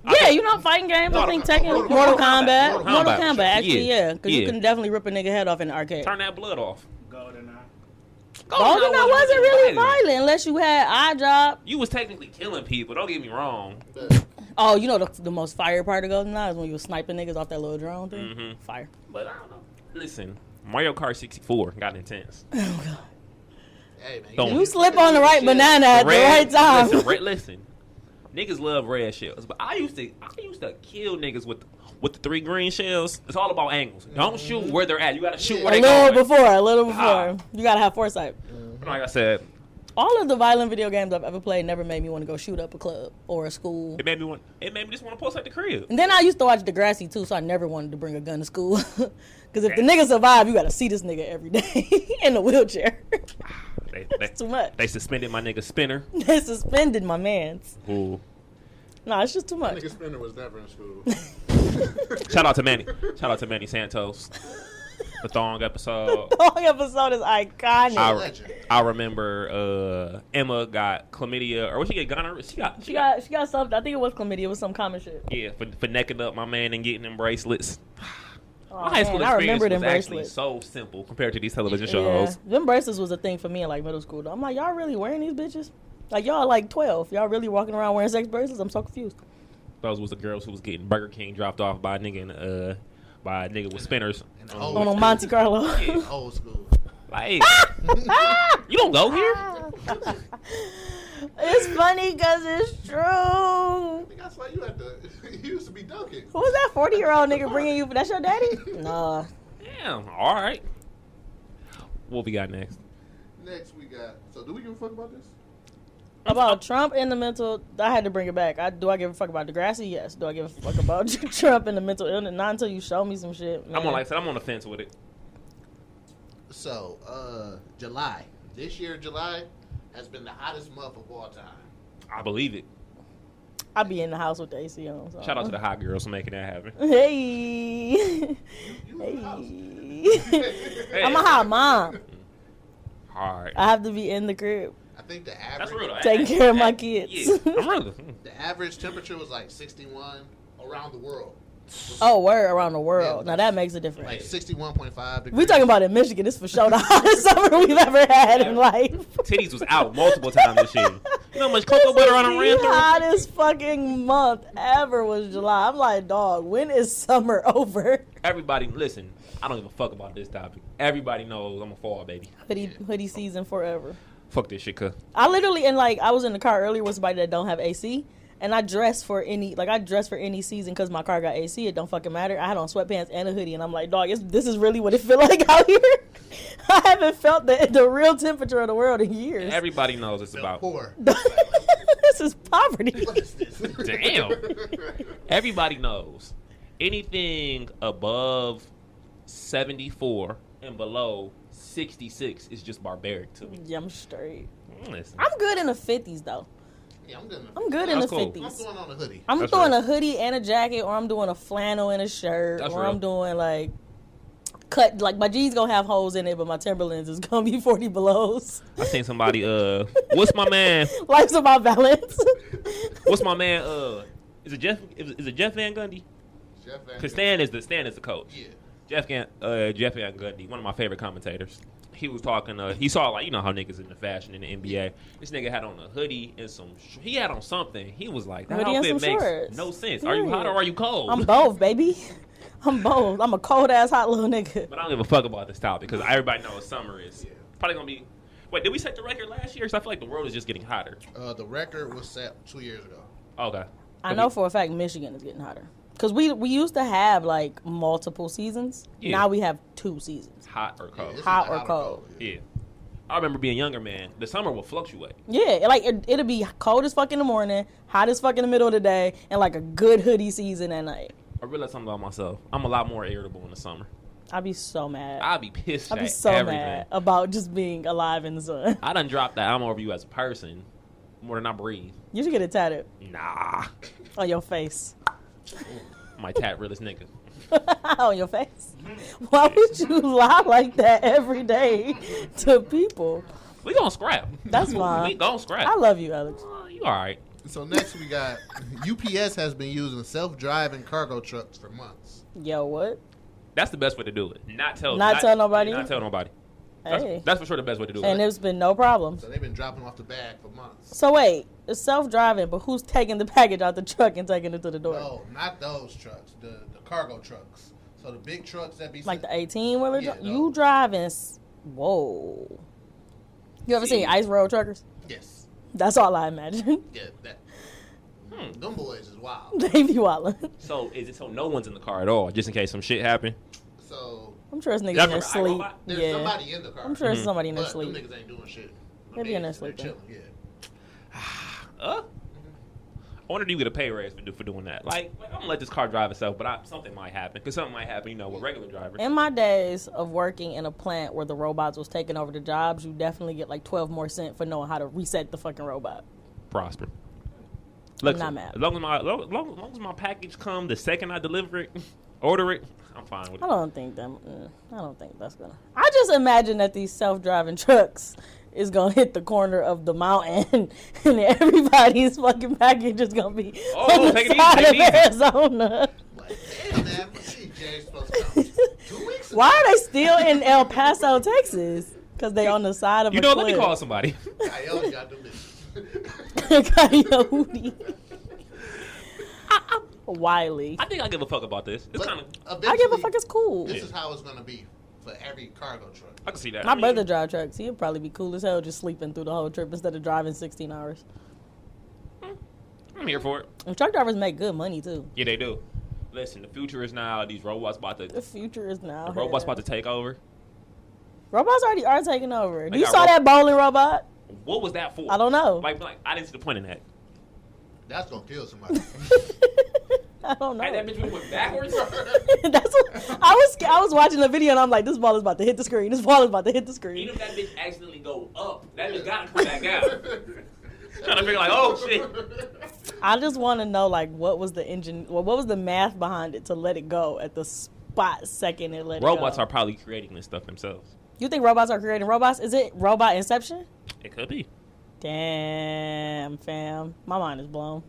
Speaker 7: I
Speaker 6: yeah,
Speaker 7: think-
Speaker 6: you know fighting games. I
Speaker 7: Mortal
Speaker 6: think
Speaker 7: Kombat.
Speaker 6: Tekken, Mortal,
Speaker 5: Mortal
Speaker 6: Kombat,
Speaker 5: Kombat.
Speaker 6: Mortal,
Speaker 5: Mortal
Speaker 7: Kombat.
Speaker 6: Kombat. Actually,
Speaker 7: Yeah.
Speaker 6: yeah, because you
Speaker 7: Yeah.
Speaker 6: can definitely rip a nigga head off in the arcade.
Speaker 7: Turn that blood off.
Speaker 8: Golden Eye.
Speaker 6: Golden Eye wasn't really
Speaker 7: violent.
Speaker 6: violent unless you had eye job.
Speaker 7: You was technically killing people. Don't get me wrong.
Speaker 5: But
Speaker 6: Oh, you know the, the most fire part of Golden Eye is when you were sniping niggas off that little drone thing.
Speaker 7: Mm-hmm.
Speaker 6: Fire.
Speaker 7: But I don't know. Listen, Mario Kart 64 got intense.
Speaker 5: hey man,
Speaker 7: Don't-
Speaker 5: you
Speaker 6: You
Speaker 5: just-
Speaker 6: slip on the right banana at the right time.
Speaker 7: Listen, red, listen, niggas love red shells, but I used to, I used to kill niggas with, with the three green shells. It's all about angles.
Speaker 6: Mm-hmm.
Speaker 7: Don't shoot where they're at. You gotta shoot where
Speaker 6: a
Speaker 7: they
Speaker 6: little
Speaker 7: going.
Speaker 6: before, a little before.
Speaker 7: Ah.
Speaker 6: You gotta have foresight.
Speaker 7: Like I said,
Speaker 6: All of the violent video games I've ever played never made me want to go shoot up a club or a school.
Speaker 7: it made me want, it made me just want to post at the crib.
Speaker 6: And then I used to watch Degrassi too, so I never wanted to bring a gun to school. Because if the nigga survive, you gotta see this nigga every day in a wheelchair.
Speaker 7: They, they,
Speaker 6: Too much.
Speaker 7: they suspended my nigga Spinner.
Speaker 6: They suspended my man's.
Speaker 7: Ooh.
Speaker 6: Nah, it's just too much.
Speaker 5: Nigga Spinner was never in school.
Speaker 7: Shout out to Manny. Shout out to Manny Santos. The thong episode.
Speaker 6: The whole episode is iconic.
Speaker 7: I,
Speaker 5: Legend.
Speaker 7: I remember uh, Emma got chlamydia, or what she get gonorrhea. She got,
Speaker 6: she got she got something. I think it was chlamydia. It was some common shit.
Speaker 7: yeah for, for necking up my man and getting them bracelets.
Speaker 6: Aw,
Speaker 7: My high school
Speaker 6: Oh, man, I
Speaker 7: experience
Speaker 6: remember
Speaker 7: was
Speaker 6: them
Speaker 7: actually
Speaker 6: bracelets.
Speaker 7: so simple compared to these television
Speaker 6: Yeah.
Speaker 7: shows.
Speaker 6: Them bracelets was a thing for me in like middle school. Though. I'm like, y'all really wearing these bitches? Like y'all like 12. Y'all really walking around wearing sex bracelets? I'm so confused.
Speaker 7: Those was the girls who was getting Burger King dropped off by a nigga and uh by a nigga with spinners.
Speaker 5: And
Speaker 7: Um,
Speaker 5: old,
Speaker 6: On a Monte Carlo.
Speaker 5: old school.
Speaker 7: Like you don't go here.
Speaker 6: it's funny because it's true.
Speaker 5: Nigga, That's why you had to. You used to be dunking.
Speaker 6: Who was that 40 year old nigga bringing you? That's your daddy? Nah.
Speaker 7: Damn. All right. What we got next?
Speaker 5: Next we got. So do we give a fuck about this?
Speaker 6: About Trump and the mental, I had to bring it back. I do I give a fuck about Degrassi? Yes. Do I give a fuck about Trump and the mental illness? Not until you show me some shit.
Speaker 7: I'm
Speaker 6: man.
Speaker 7: on like I said, I'm on the fence with it.
Speaker 5: So uh, July this year, July has been the hottest month of all time.
Speaker 7: I believe it.
Speaker 6: I be in the house with the AC on. So.
Speaker 7: Shout out to the hot girls for making that happen.
Speaker 6: Hey.
Speaker 5: You in the house.
Speaker 6: hey.
Speaker 7: Hey,
Speaker 6: I'm a hot Ah, mom.
Speaker 7: All right.
Speaker 6: I have to be in the crib.
Speaker 5: I think the average
Speaker 7: That's real. though.
Speaker 6: Taking
Speaker 7: Hey,
Speaker 6: care of my
Speaker 7: hey,
Speaker 6: kids.
Speaker 7: Yeah. I'm real. Mm.
Speaker 5: the average temperature was like 61 around the world.
Speaker 6: Oh, word around the world.
Speaker 5: Yeah.
Speaker 6: Now that makes a difference.
Speaker 5: Like 61.5 degrees.
Speaker 6: we talking about in Michigan. This for sure the hottest summer we've ever had in life.
Speaker 7: Titties was out multiple times this year. You know how much cocoa butter on a
Speaker 6: the
Speaker 7: ran through?
Speaker 6: hottest fucking month ever was July. I'm like, dog, when is summer over?
Speaker 7: Everybody, listen. I don't give a fuck about this topic. Everybody knows I'm a fall baby.
Speaker 6: Hoodie, hoodie season forever.
Speaker 7: Fuck this shit, cuz.
Speaker 6: I literally and like I was in the car earlier with somebody that don't have AC, and I dress for any like I dress for any season because my car got AC. It don't fucking matter. I had on sweatpants and a hoodie, and I'm like, dog, it's, this is really what it feel like out here. I haven't felt the the real temperature of the world in years.
Speaker 7: Everybody knows it's
Speaker 5: Felt
Speaker 7: about.
Speaker 5: poor.
Speaker 6: this is poverty.
Speaker 5: What is this?
Speaker 7: Damn. Everybody knows anything above 74 and below 66 is just barbaric to me.
Speaker 6: yeah, I'm straight.
Speaker 7: Listen,
Speaker 6: I'm good in the fifties though.
Speaker 5: yeah, I'm gonna.
Speaker 6: I'm good in
Speaker 7: That's
Speaker 6: the
Speaker 7: cool.
Speaker 5: I'm
Speaker 6: fifties.
Speaker 5: throwing on a hoodie.
Speaker 6: I'm
Speaker 7: That's
Speaker 6: throwing
Speaker 7: right.
Speaker 6: a hoodie and a jacket, or I'm doing a flannel and a shirt,
Speaker 7: That's
Speaker 6: or
Speaker 7: real.
Speaker 6: I'm doing like cut. Like my jeans gonna have holes in it, but my Timberlands is gonna be forty belows.
Speaker 7: I seen somebody, uh, what's my man?
Speaker 6: Life's about balance.
Speaker 7: What's my man? Uh, is it Jeff? Is is it Jeff Van Gundy?
Speaker 5: Jeff Van
Speaker 7: Cause
Speaker 5: Gundy.
Speaker 7: Stan is the Stan is the coach.
Speaker 5: Yeah.
Speaker 7: Jeff Gan, uh, Jeff Van Gundy, one of my favorite commentators. He was talking. Uh, he saw like you know how niggas in the fashion in the NBA. This nigga had on a hoodie and some. Sh- he had on something. He was like, that
Speaker 6: Hoodie and
Speaker 7: outfit
Speaker 6: some
Speaker 7: makes
Speaker 6: shorts.
Speaker 7: no sense. Are you hot or are you cold?
Speaker 6: I'm both, baby. I'm both. I'm a cold ass hot little nigga.
Speaker 7: but I don't give a fuck about this topic because everybody knows summer is probably gonna be. Wait, did we set the record last year? Because I feel like the world is just getting hotter.
Speaker 5: Uh, the record was set two years ago.
Speaker 7: Okay.
Speaker 6: I know for a fact Michigan is getting hotter because we we used to have like multiple seasons.
Speaker 7: Yeah.
Speaker 6: Now we have two seasons.
Speaker 7: Hot or cold.
Speaker 5: This is
Speaker 6: Hot
Speaker 5: the
Speaker 6: or
Speaker 5: hotter
Speaker 6: cold?
Speaker 5: color,
Speaker 7: Yeah. I remember being younger, man. The summer will fluctuate.
Speaker 6: Yeah, like it, it'll be cold as fuck in the morning, hot as fuck in the middle of the day, and like a good hoodie season at night.
Speaker 7: I realized something about myself. I'm a lot more irritable in the summer.
Speaker 6: I'd be so mad.
Speaker 7: I'll be pissed
Speaker 6: I'd be
Speaker 7: at
Speaker 6: so
Speaker 7: everything.
Speaker 6: mad about just being alive in the sun.
Speaker 7: I done dropped that I'm over you as a person more than I breathe.
Speaker 6: You should get it tattooed
Speaker 7: Nah.
Speaker 6: on your face.
Speaker 7: My tat realest nigga.
Speaker 6: on your face. Why would you lie like that every day to people?
Speaker 7: We gon' scrap.
Speaker 6: That's
Speaker 7: We
Speaker 6: fine.
Speaker 7: gon' scrap.
Speaker 6: I love you, Alex.
Speaker 7: Uh, you alright.
Speaker 5: So next we got UPS has been using self-driving cargo trucks for months.
Speaker 6: Yo, what?
Speaker 7: That's the best way to do it. Not tell
Speaker 6: Not tell nobody?
Speaker 7: Not tell nobody. That's,
Speaker 6: Hey.
Speaker 7: that's for sure the best way to do
Speaker 6: And
Speaker 7: it.
Speaker 6: there's been no problem.
Speaker 5: So they've been dropping off the bag for months.
Speaker 6: So wait, it's self-driving, but who's taking the package out the truck and taking it to the door?
Speaker 5: No, Oh, not those trucks. The the cargo trucks. So the big trucks that be
Speaker 6: Like the 18 wheeler?
Speaker 5: Yeah, no.
Speaker 6: You driving. s- Whoa. You ever seen
Speaker 7: Jeez.
Speaker 6: Ice Road Truckers?
Speaker 5: yes,
Speaker 6: That's all I imagine.
Speaker 5: yeah, that. hmm, Them boys is wild.
Speaker 6: they be wildin'.
Speaker 7: so is it so no one's in the car at all, just in case some shit happen?
Speaker 5: So
Speaker 6: I'm sure it's niggas
Speaker 7: Y'all
Speaker 6: in their
Speaker 7: remember
Speaker 6: sleep.
Speaker 7: iRobot?
Speaker 5: there's
Speaker 6: yeah.
Speaker 5: somebody in the car.
Speaker 6: I'm sure it's somebody in
Speaker 5: but
Speaker 6: their
Speaker 5: them
Speaker 6: sleep.
Speaker 5: niggas ain't doing shit.
Speaker 6: They be in their sleep,
Speaker 5: They're
Speaker 6: though.
Speaker 5: chilling. Yeah.
Speaker 7: Huh? I wonder do you get a pay raise for, do, for doing that? Like, like, I'm gonna let this car drive itself, but I, something might happen. Cause something might happen, you know, with regular drivers.
Speaker 6: In my days of working in a plant where the robots was taking over the jobs, you definitely get like 12 more cent for knowing how to reset the fucking robot.
Speaker 7: prosper. Look,
Speaker 6: not mad.
Speaker 7: As long as my as long, as long- as long as my package come the second I deliver it, order it, I'm fine with
Speaker 6: I
Speaker 7: it.
Speaker 6: don't think that. mm, I don't think that's gonna. I just imagine that these self-driving trucks is gonna hit the corner of the mountain, and everybody's fucking package is gonna be
Speaker 7: Oh,
Speaker 6: on the
Speaker 7: take it easy,
Speaker 6: side
Speaker 7: take it
Speaker 6: of
Speaker 7: easy.
Speaker 6: Arizona.
Speaker 5: Like, damn, man, what she Jay's supposed to come.
Speaker 6: Why are they still in El Paso, Texas? Because they on the side of
Speaker 7: You
Speaker 6: a
Speaker 7: know,
Speaker 6: cliff.
Speaker 7: let me call somebody.
Speaker 5: Coyote got delicious.
Speaker 6: Coyote. Wiley.
Speaker 7: I think I give a fuck about this. It's
Speaker 5: But
Speaker 7: kind of.
Speaker 6: I give a
Speaker 5: eventually,
Speaker 6: fuck. It's cool.
Speaker 5: This is how it's gonna be for every cargo truck.
Speaker 7: I can see that.
Speaker 6: My brother drive trucks. He'd probably be cool as hell just sleeping through the whole trip instead of driving 16 hours.
Speaker 7: I'm here for it.
Speaker 6: And truck drivers make good money too.
Speaker 7: Yeah, they do. Listen, the future is now. These robots about to.
Speaker 6: The
Speaker 7: The
Speaker 6: future is now. here.
Speaker 7: robots about to take over.
Speaker 6: Robots already are taking over.
Speaker 7: They
Speaker 6: You
Speaker 7: got
Speaker 6: saw
Speaker 7: ro-
Speaker 6: that bowling robot?
Speaker 7: What was that for?
Speaker 6: I don't know.
Speaker 7: Like, like I didn't see the point in that.
Speaker 5: That's gonna kill somebody.
Speaker 6: I don't know.
Speaker 7: Hey, that bitch went backwards.
Speaker 6: That's what I was. sca- I was watching the video and I'm like, this ball is about to hit the screen. This ball is about to hit the
Speaker 7: Even
Speaker 6: screen.
Speaker 7: if that bitch accidentally go up, that bitch gotta come back down. Trying to figure like, oh shit.
Speaker 6: I just want to know like what was the engine? Well, what was the math behind it to let it go at the spot second it let it
Speaker 7: Robots
Speaker 6: go?
Speaker 7: are probably creating this stuff themselves.
Speaker 6: You think robots are creating robots? Is it robot inception?
Speaker 7: It could be.
Speaker 6: Damn, fam, my mind is blown.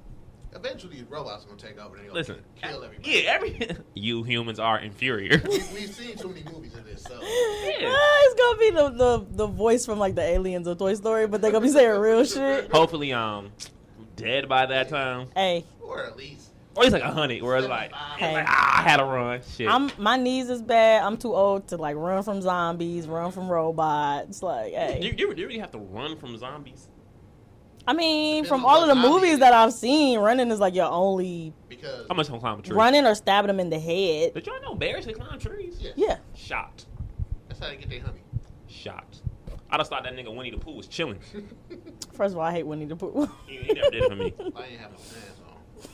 Speaker 5: Eventually, these robots are gonna take over. and They're gonna
Speaker 7: Listen,
Speaker 5: kill everybody.
Speaker 7: yeah, every you humans are inferior.
Speaker 5: We've seen too many movies of this, so
Speaker 7: yeah.
Speaker 6: Ah, it's gonna be the, the the voice from like the aliens of Toy Story, but they're gonna be saying real shit.
Speaker 7: Hopefully, um, dead by that time,
Speaker 6: Hey,
Speaker 5: or at least
Speaker 7: or he's like a hundred, where it's like, it's like, ah, I had a run. Shit.
Speaker 6: I'm my knees is bad. I'm too old to like run from zombies, run from robots. Like, hey,
Speaker 7: you, you, you really have to run from zombies.
Speaker 6: I mean,
Speaker 5: Depends
Speaker 6: from
Speaker 5: on
Speaker 6: all of the
Speaker 5: what zombie it
Speaker 6: movies
Speaker 5: is.
Speaker 6: that I've seen, running is like your only
Speaker 5: because
Speaker 7: I'm just gonna climb a tree.
Speaker 6: running or stabbing them in the head.
Speaker 7: Did y'all know bears can climb trees?
Speaker 5: Yeah.
Speaker 6: Yeah,
Speaker 7: Shocked.
Speaker 5: that's how they get their honey.
Speaker 7: Shocked. I just thought that nigga Winnie the Pooh was chilling.
Speaker 6: first of all, I hate Winnie the Pooh.
Speaker 7: He, he never did it for me.
Speaker 5: I ain't have no pants on.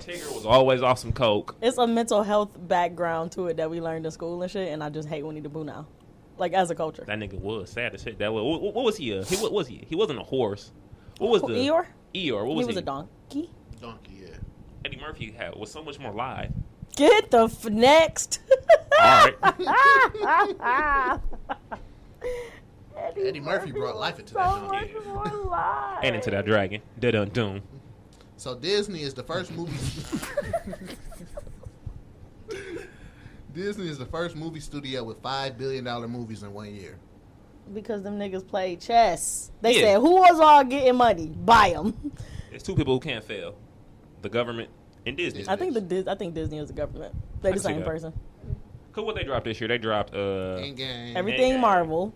Speaker 7: Tigger was always off some coke.
Speaker 6: it's a mental health background to it that we learned in school and shit, and I just hate Winnie the Pooh now, like as a culture.
Speaker 7: That nigga was sad as shit. That was, what, what was he? Uh, he what was he? He wasn't a horse. What was
Speaker 6: Who,
Speaker 7: the
Speaker 6: Eeyore?
Speaker 7: Eeyore. What
Speaker 6: He
Speaker 7: was
Speaker 6: was
Speaker 7: he?
Speaker 6: a donkey.
Speaker 5: Donkey, yeah.
Speaker 7: Eddie Murphy had was so much more live.
Speaker 6: Get the f- next.
Speaker 7: All right.
Speaker 5: Ah. Eddie Murphy brought life into that donkey.
Speaker 7: and into that dragon. Da dun doom.
Speaker 5: So Disney is the first movie. Disney is the first movie studio with five billion dollar movies in one year.
Speaker 6: Because them niggas play chess. They
Speaker 7: Yeah.
Speaker 6: said, who was all getting money? Buy them.
Speaker 7: It's two people who can't fail: the government and Disney.
Speaker 6: I think the Dis- I think Disney is the government. They
Speaker 7: can
Speaker 6: the
Speaker 7: see
Speaker 6: same
Speaker 7: that.
Speaker 6: person.
Speaker 7: Cause what they dropped this year, they dropped uh.
Speaker 5: Endgame.
Speaker 6: Everything
Speaker 7: yeah.
Speaker 6: Marvel,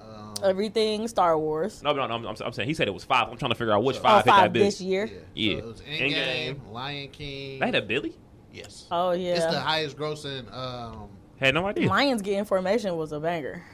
Speaker 5: um,
Speaker 6: everything Star Wars.
Speaker 7: No, no, no. I'm, I'm, I'm saying he said it was five. I'm trying to figure out which
Speaker 5: So-
Speaker 6: All
Speaker 7: five hit
Speaker 6: Oh, five
Speaker 7: that bitch.
Speaker 6: this year.
Speaker 5: yeah.
Speaker 7: Yeah.
Speaker 5: So it was Endgame,
Speaker 7: Endgame.
Speaker 5: Lion King.
Speaker 7: They had a Billy.
Speaker 5: yes.
Speaker 6: Oh
Speaker 5: It's the
Speaker 6: yeah.
Speaker 5: highest grossing. Um,
Speaker 7: Had no idea.
Speaker 6: Lions getting formation was a banger.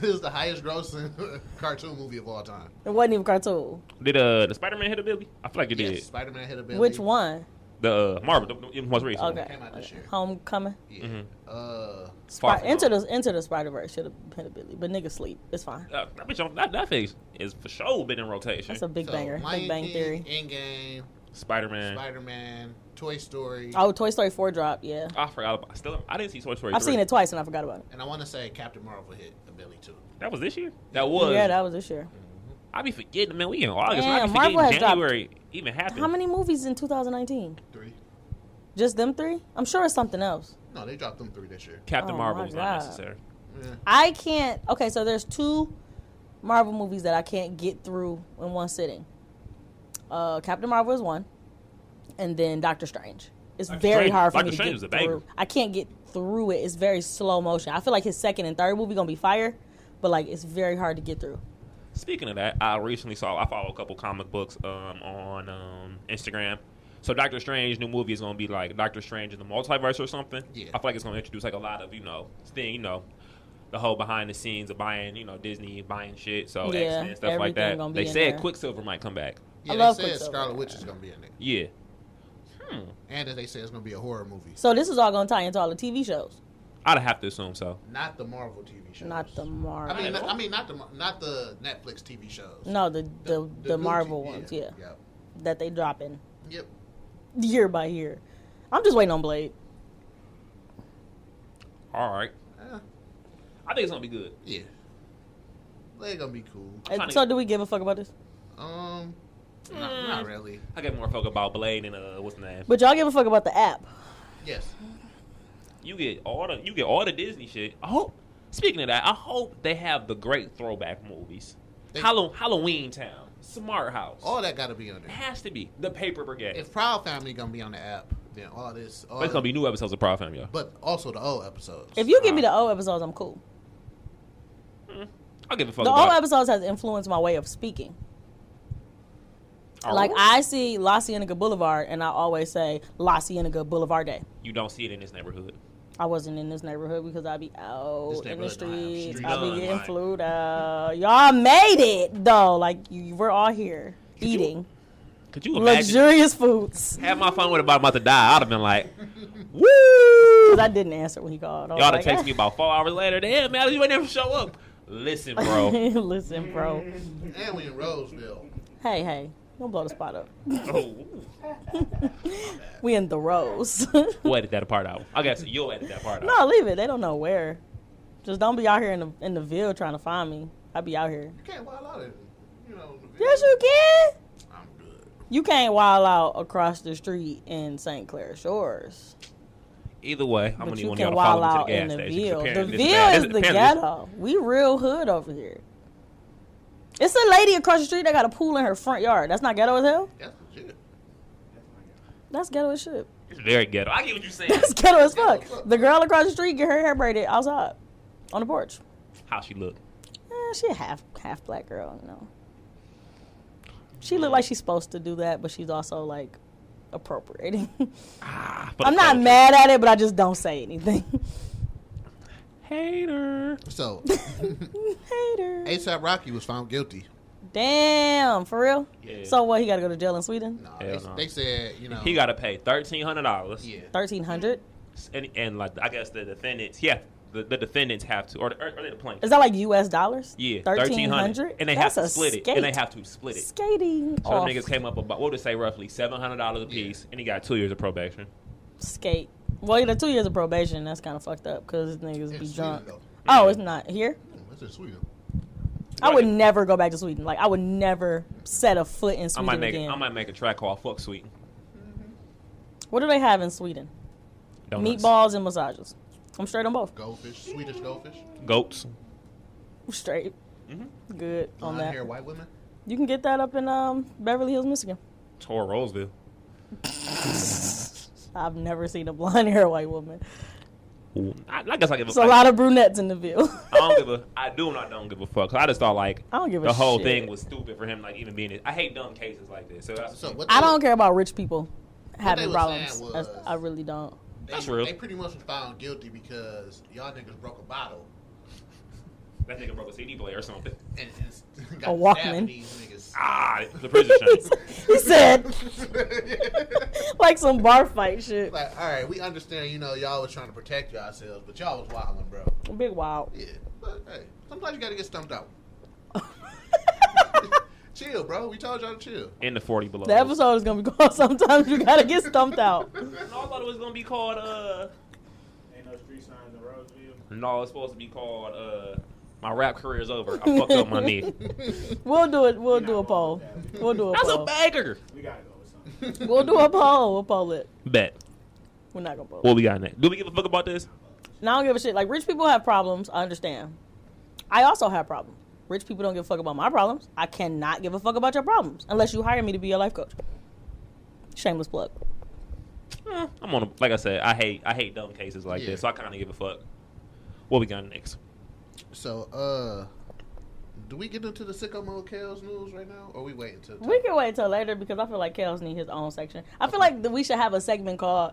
Speaker 5: it's the highest grossing cartoon movie of all time.
Speaker 6: It wasn't even cartoon.
Speaker 7: Did uh the Spider Man hit a Billy? I feel like it did.
Speaker 5: Spider Man hit a bill.
Speaker 6: Which one?
Speaker 7: The uh, Marvel, the, the most recent. one.
Speaker 6: Okay.
Speaker 5: Came out this year.
Speaker 6: Homecoming.
Speaker 5: Yeah.
Speaker 7: Mm-hmm.
Speaker 5: Uh,
Speaker 7: Far
Speaker 6: Spy-
Speaker 7: From
Speaker 6: Enter
Speaker 7: Home.
Speaker 6: the Enter the Spider Verse should have been a Billy, but niggas sleep. It's fine.
Speaker 7: Uh, that bitch, on- that, that face is for sure been in rotation.
Speaker 6: That's a big
Speaker 5: so
Speaker 6: banger.
Speaker 5: Lion
Speaker 6: big Bang
Speaker 5: King,
Speaker 6: Theory.
Speaker 5: Endgame,
Speaker 7: Spider Man.
Speaker 5: Spider Man, Toy Story,
Speaker 6: Oh, Toy Story 4 dropped, yeah.
Speaker 7: I forgot about. Still, I didn't see Toy Story.
Speaker 6: I've
Speaker 7: 3.
Speaker 6: seen it twice and I forgot about it.
Speaker 5: and I want to say Captain Marvel hit a Billy too.
Speaker 7: That was this year. That was.
Speaker 6: Yeah, that was this year.
Speaker 7: I be forgetting, man. We in August. I be
Speaker 6: Damn, Marvel
Speaker 7: forgetting
Speaker 6: has dropped-
Speaker 7: January even happened.
Speaker 6: How many movies in 2019?
Speaker 5: Three.
Speaker 6: Just them three? I'm sure it's something else.
Speaker 5: No, they dropped them three this year.
Speaker 7: Captain
Speaker 6: Oh,
Speaker 7: Marvel
Speaker 6: my
Speaker 7: was
Speaker 6: God.
Speaker 7: not necessary.
Speaker 6: I can't. Okay, so there's two Marvel movies that I can't get through in one sitting. Uh, Captain Marvel is one, and then Doctor Strange. It's
Speaker 7: Doctor
Speaker 6: very
Speaker 7: Strange-
Speaker 6: hard for
Speaker 7: Doctor
Speaker 6: me to
Speaker 7: Strange
Speaker 6: get
Speaker 7: is a banger.
Speaker 6: through. I can't get through it. It's very slow motion. I feel like his second and third movie gonna be fire, but like it's very hard to get through.
Speaker 7: Speaking of that, I recently saw. I follow a couple comic books um, on um, Instagram. So Doctor Strange new movie is gonna be like Doctor Strange in the multiverse or something.
Speaker 5: Yeah.
Speaker 7: I feel like it's gonna introduce like a lot of you know thing you know. The whole behind the scenes of buying, you know, Disney buying shit, so
Speaker 6: Yeah,
Speaker 7: X Men stuff like
Speaker 6: everything
Speaker 7: that.
Speaker 6: gonna be
Speaker 7: They
Speaker 6: in
Speaker 7: said
Speaker 6: there.
Speaker 7: Quicksilver might come back.
Speaker 5: Yeah,
Speaker 6: love
Speaker 5: they said
Speaker 6: Quicksilver.
Speaker 5: Scarlet Witch is gonna be in it,
Speaker 7: Yeah,
Speaker 5: and that they said it's gonna be a horror movie,
Speaker 6: So this is all gonna tie into all the TV shows,
Speaker 7: I'd have to assume so.
Speaker 5: not the Marvel TV shows.
Speaker 6: not the Marvel.
Speaker 5: I mean,
Speaker 7: Not at
Speaker 5: I mean, not the Mar- not the Netflix TV shows.
Speaker 6: no, the the, the,
Speaker 5: new
Speaker 6: Marvel
Speaker 5: T-
Speaker 6: ones, yeah,
Speaker 5: Yep.
Speaker 6: that they drop in
Speaker 5: Yep.
Speaker 6: year by year. I'm just waiting on Blade.
Speaker 7: All right,
Speaker 5: Uh,
Speaker 7: I think it's gonna be good.
Speaker 5: yeah. They're gonna be cool.
Speaker 6: And
Speaker 7: Honey.
Speaker 6: so do we give a fuck about this?
Speaker 5: Um, not,
Speaker 6: Mm.
Speaker 5: not really.
Speaker 7: I get more fuck about Blade and uh, what's the name?
Speaker 6: But y'all give a fuck about the app.
Speaker 5: Yes.
Speaker 7: You get all the you get all the Disney shit. I hope. Speaking of that, I hope they have the great throwback movies.
Speaker 5: They-
Speaker 7: Hallow- Halloween Town, Smart House.
Speaker 5: All that got to be on
Speaker 7: it
Speaker 5: there.
Speaker 7: has to be the Paper Brigade.
Speaker 5: If Proud Family gonna be on the app, then all this. All
Speaker 7: but it's gonna be new episodes of Proud Family.
Speaker 5: But also the old episodes.
Speaker 6: If you give me the old episodes, I'm cool.
Speaker 7: I'll give a fuck.
Speaker 6: The
Speaker 7: about
Speaker 6: old
Speaker 7: it.
Speaker 6: episodes has influenced my way of speaking. Like
Speaker 7: Oh.
Speaker 6: I see La Cienega Boulevard, and I always say La Cienega Boulevard Day.
Speaker 7: you don't see it in this neighborhood.
Speaker 6: I wasn't in this neighborhood because I be out
Speaker 5: This
Speaker 6: in the
Speaker 5: neighborhood lying.
Speaker 6: streets.
Speaker 5: Street
Speaker 6: I be
Speaker 7: lying.
Speaker 6: getting flued out. Y'all made it though. Like you, you we're all here
Speaker 7: you
Speaker 6: eating
Speaker 7: Could you imagine?
Speaker 6: luxurious foods.
Speaker 7: Had my phone with about about to die, I'd have been like, "Woo!"
Speaker 6: 'Cause I didn't answer when he called. I was
Speaker 7: Y'all done
Speaker 6: like,
Speaker 7: text me about four hours later. Damn, man, you ain't never show up. Listen, bro.
Speaker 6: Listen, bro.
Speaker 5: and we in Roseville.
Speaker 6: Hey, hey. Don't blow the spot up.
Speaker 7: oh,
Speaker 6: We in the rose.
Speaker 7: we'll edit that part out. I guess you'll edit that part out.
Speaker 6: no, leave it. They don't know where. Just don't be out here in the in the ville trying to find me. I be out here.
Speaker 5: You can't wild out at you know. the
Speaker 6: Yes, you can.
Speaker 5: I'm good.
Speaker 6: You can't wild out across the street in St. Clair Shores.
Speaker 7: Either way, I'm gonna
Speaker 6: But
Speaker 7: need
Speaker 6: you
Speaker 7: one of y'all
Speaker 6: can
Speaker 7: to
Speaker 6: wild
Speaker 7: follow
Speaker 6: out
Speaker 7: me to
Speaker 6: in
Speaker 7: the
Speaker 6: the
Speaker 7: gas
Speaker 6: Ville.
Speaker 7: station.
Speaker 6: The
Speaker 7: Apparently this
Speaker 6: Ville
Speaker 7: bad.
Speaker 6: is
Speaker 7: This-
Speaker 6: the
Speaker 7: apparently this-
Speaker 6: ghetto. We real hood over here. It's a lady across the street that got a pool in her front yard. That's not ghetto as hell.
Speaker 5: That's legit.
Speaker 6: That's ghetto as shit.
Speaker 7: It's very ghetto. I get what you're saying.
Speaker 6: That's ghetto as fuck. The girl across the street get her hair braided outside on the porch.
Speaker 7: How she look?
Speaker 6: Eh, she a half half black girl, you know. She look like she's supposed to do that, but she's also like appropriating.
Speaker 7: Ah, for the
Speaker 6: I'm not
Speaker 7: culture.
Speaker 6: mad at it, but I just don't say anything.
Speaker 7: Hater.
Speaker 5: So
Speaker 6: Hater.
Speaker 5: ASAP Rocky was found guilty.
Speaker 6: Damn, for real?
Speaker 7: Yeah.
Speaker 6: So what? He got to go to jail in Sweden?
Speaker 5: No,
Speaker 7: Hell
Speaker 5: Uh, they,
Speaker 7: no.
Speaker 5: they said you know
Speaker 7: He got to pay thirteen hundred dollars.
Speaker 5: yeah.
Speaker 6: Thirteen hundred?
Speaker 7: And, and like I guess the defendants, yeah, the, the defendants have to, or, the- or, or they the plaintiffs.
Speaker 6: Is that like U.S. dollars?
Speaker 7: Yeah, thirteen
Speaker 6: thirteen
Speaker 7: hundred,
Speaker 6: hundred.
Speaker 7: and they have to split it, and they have to split it.
Speaker 6: skating
Speaker 7: So
Speaker 6: off.
Speaker 7: niggas came up about what would it say roughly seven hundred dollars a piece, and he got two years of probation.
Speaker 6: skate. Well, you know, two years of probation. That's kind of fucked up because niggas
Speaker 5: It's
Speaker 6: be
Speaker 5: Sweden,
Speaker 6: drunk.
Speaker 5: though.
Speaker 6: Oh,
Speaker 7: Yeah.
Speaker 6: it's not here.
Speaker 5: Hmm, That's in Sweden.
Speaker 6: I would
Speaker 7: Right.
Speaker 6: never go back to Sweden. Like I would never set a foot in
Speaker 7: I
Speaker 6: Sweden
Speaker 7: might make
Speaker 6: again.
Speaker 7: I might make a track called "Fuck Sweden."
Speaker 6: What do they have in Sweden?
Speaker 7: Donuts.
Speaker 6: Meatballs and massages. I'm straight on both.
Speaker 5: Goldfish, Swedish goldfish,
Speaker 7: goats.
Speaker 6: I'm straight.
Speaker 7: Mm-hmm.
Speaker 6: Good on
Speaker 5: blonde
Speaker 6: that.
Speaker 5: hair, white women.
Speaker 6: You can get that up in um, Beverly Hills, Michigan.
Speaker 7: Tor Roseville.
Speaker 6: I've never seen a blonde hair white woman.
Speaker 7: I, I guess I give a.
Speaker 6: It's a lot of brunettes in the Ville.
Speaker 7: I don't give a. I do not don't give a fuck. 'Cause I just thought like
Speaker 6: I don't give a
Speaker 7: the whole
Speaker 6: shit.
Speaker 7: thing was stupid for him. Like even being. I hate dumb cases like this. So that's
Speaker 5: So what?
Speaker 6: I
Speaker 5: they-
Speaker 6: don't care about rich people having
Speaker 5: was
Speaker 6: problems.
Speaker 5: saying
Speaker 6: That's-
Speaker 5: was-
Speaker 6: I really don't.
Speaker 5: They,
Speaker 7: That's real.
Speaker 5: They pretty much was found guilty because y'all niggas broke a bottle
Speaker 7: that nigga broke a CD player or something.
Speaker 5: and, and got
Speaker 6: A
Speaker 5: a
Speaker 6: Walkman.
Speaker 5: Walkman. These
Speaker 7: Ah, it was a prison shot.
Speaker 6: He said,
Speaker 7: Ah.
Speaker 5: niggas.
Speaker 6: like some bar fight shit.
Speaker 5: like, all right, we understand. You know, y'all was trying to protect yourselves, but y'all was wilding, bro.
Speaker 6: Big wild.
Speaker 5: Yeah, but hey, sometimes you gotta get stumped out. chill, bro. We told y'all to chill.
Speaker 7: In the forty below.
Speaker 6: The episode is gonna be called. Sometimes you gotta get stumped out.
Speaker 7: I thought it was gonna be called. Uh,
Speaker 8: Ain't no street signs in Roseville.
Speaker 7: no, it's supposed to be called. Uh, my rap career's over. I fucked up my knee.
Speaker 6: We'll do it. We'll do a poll. We'll do a
Speaker 7: That's a
Speaker 6: poll.
Speaker 7: bagger.
Speaker 8: We gotta go with something.
Speaker 6: We'll do a poll. We'll poll it.
Speaker 7: Bet.
Speaker 6: We're not gonna poll.
Speaker 7: What we got next? Do we give a fuck about this?
Speaker 6: And I don't give a shit. Like rich people have problems. I understand. I also have problems. Rich people don't give a fuck about my problems. I cannot give a fuck about your problems unless you hire me to be your life coach. Shameless plug.
Speaker 7: Eh, I'm on. A, like I said, I hate I hate dumb cases like
Speaker 5: Yeah.
Speaker 7: this. So I kind of give a fuck. What we got next?
Speaker 5: So, uh, do we get into the sicko mode Kels news right now, or we wait until?
Speaker 6: We can wait till later because I feel like Kels need his own section. I feel like that we should have a segment called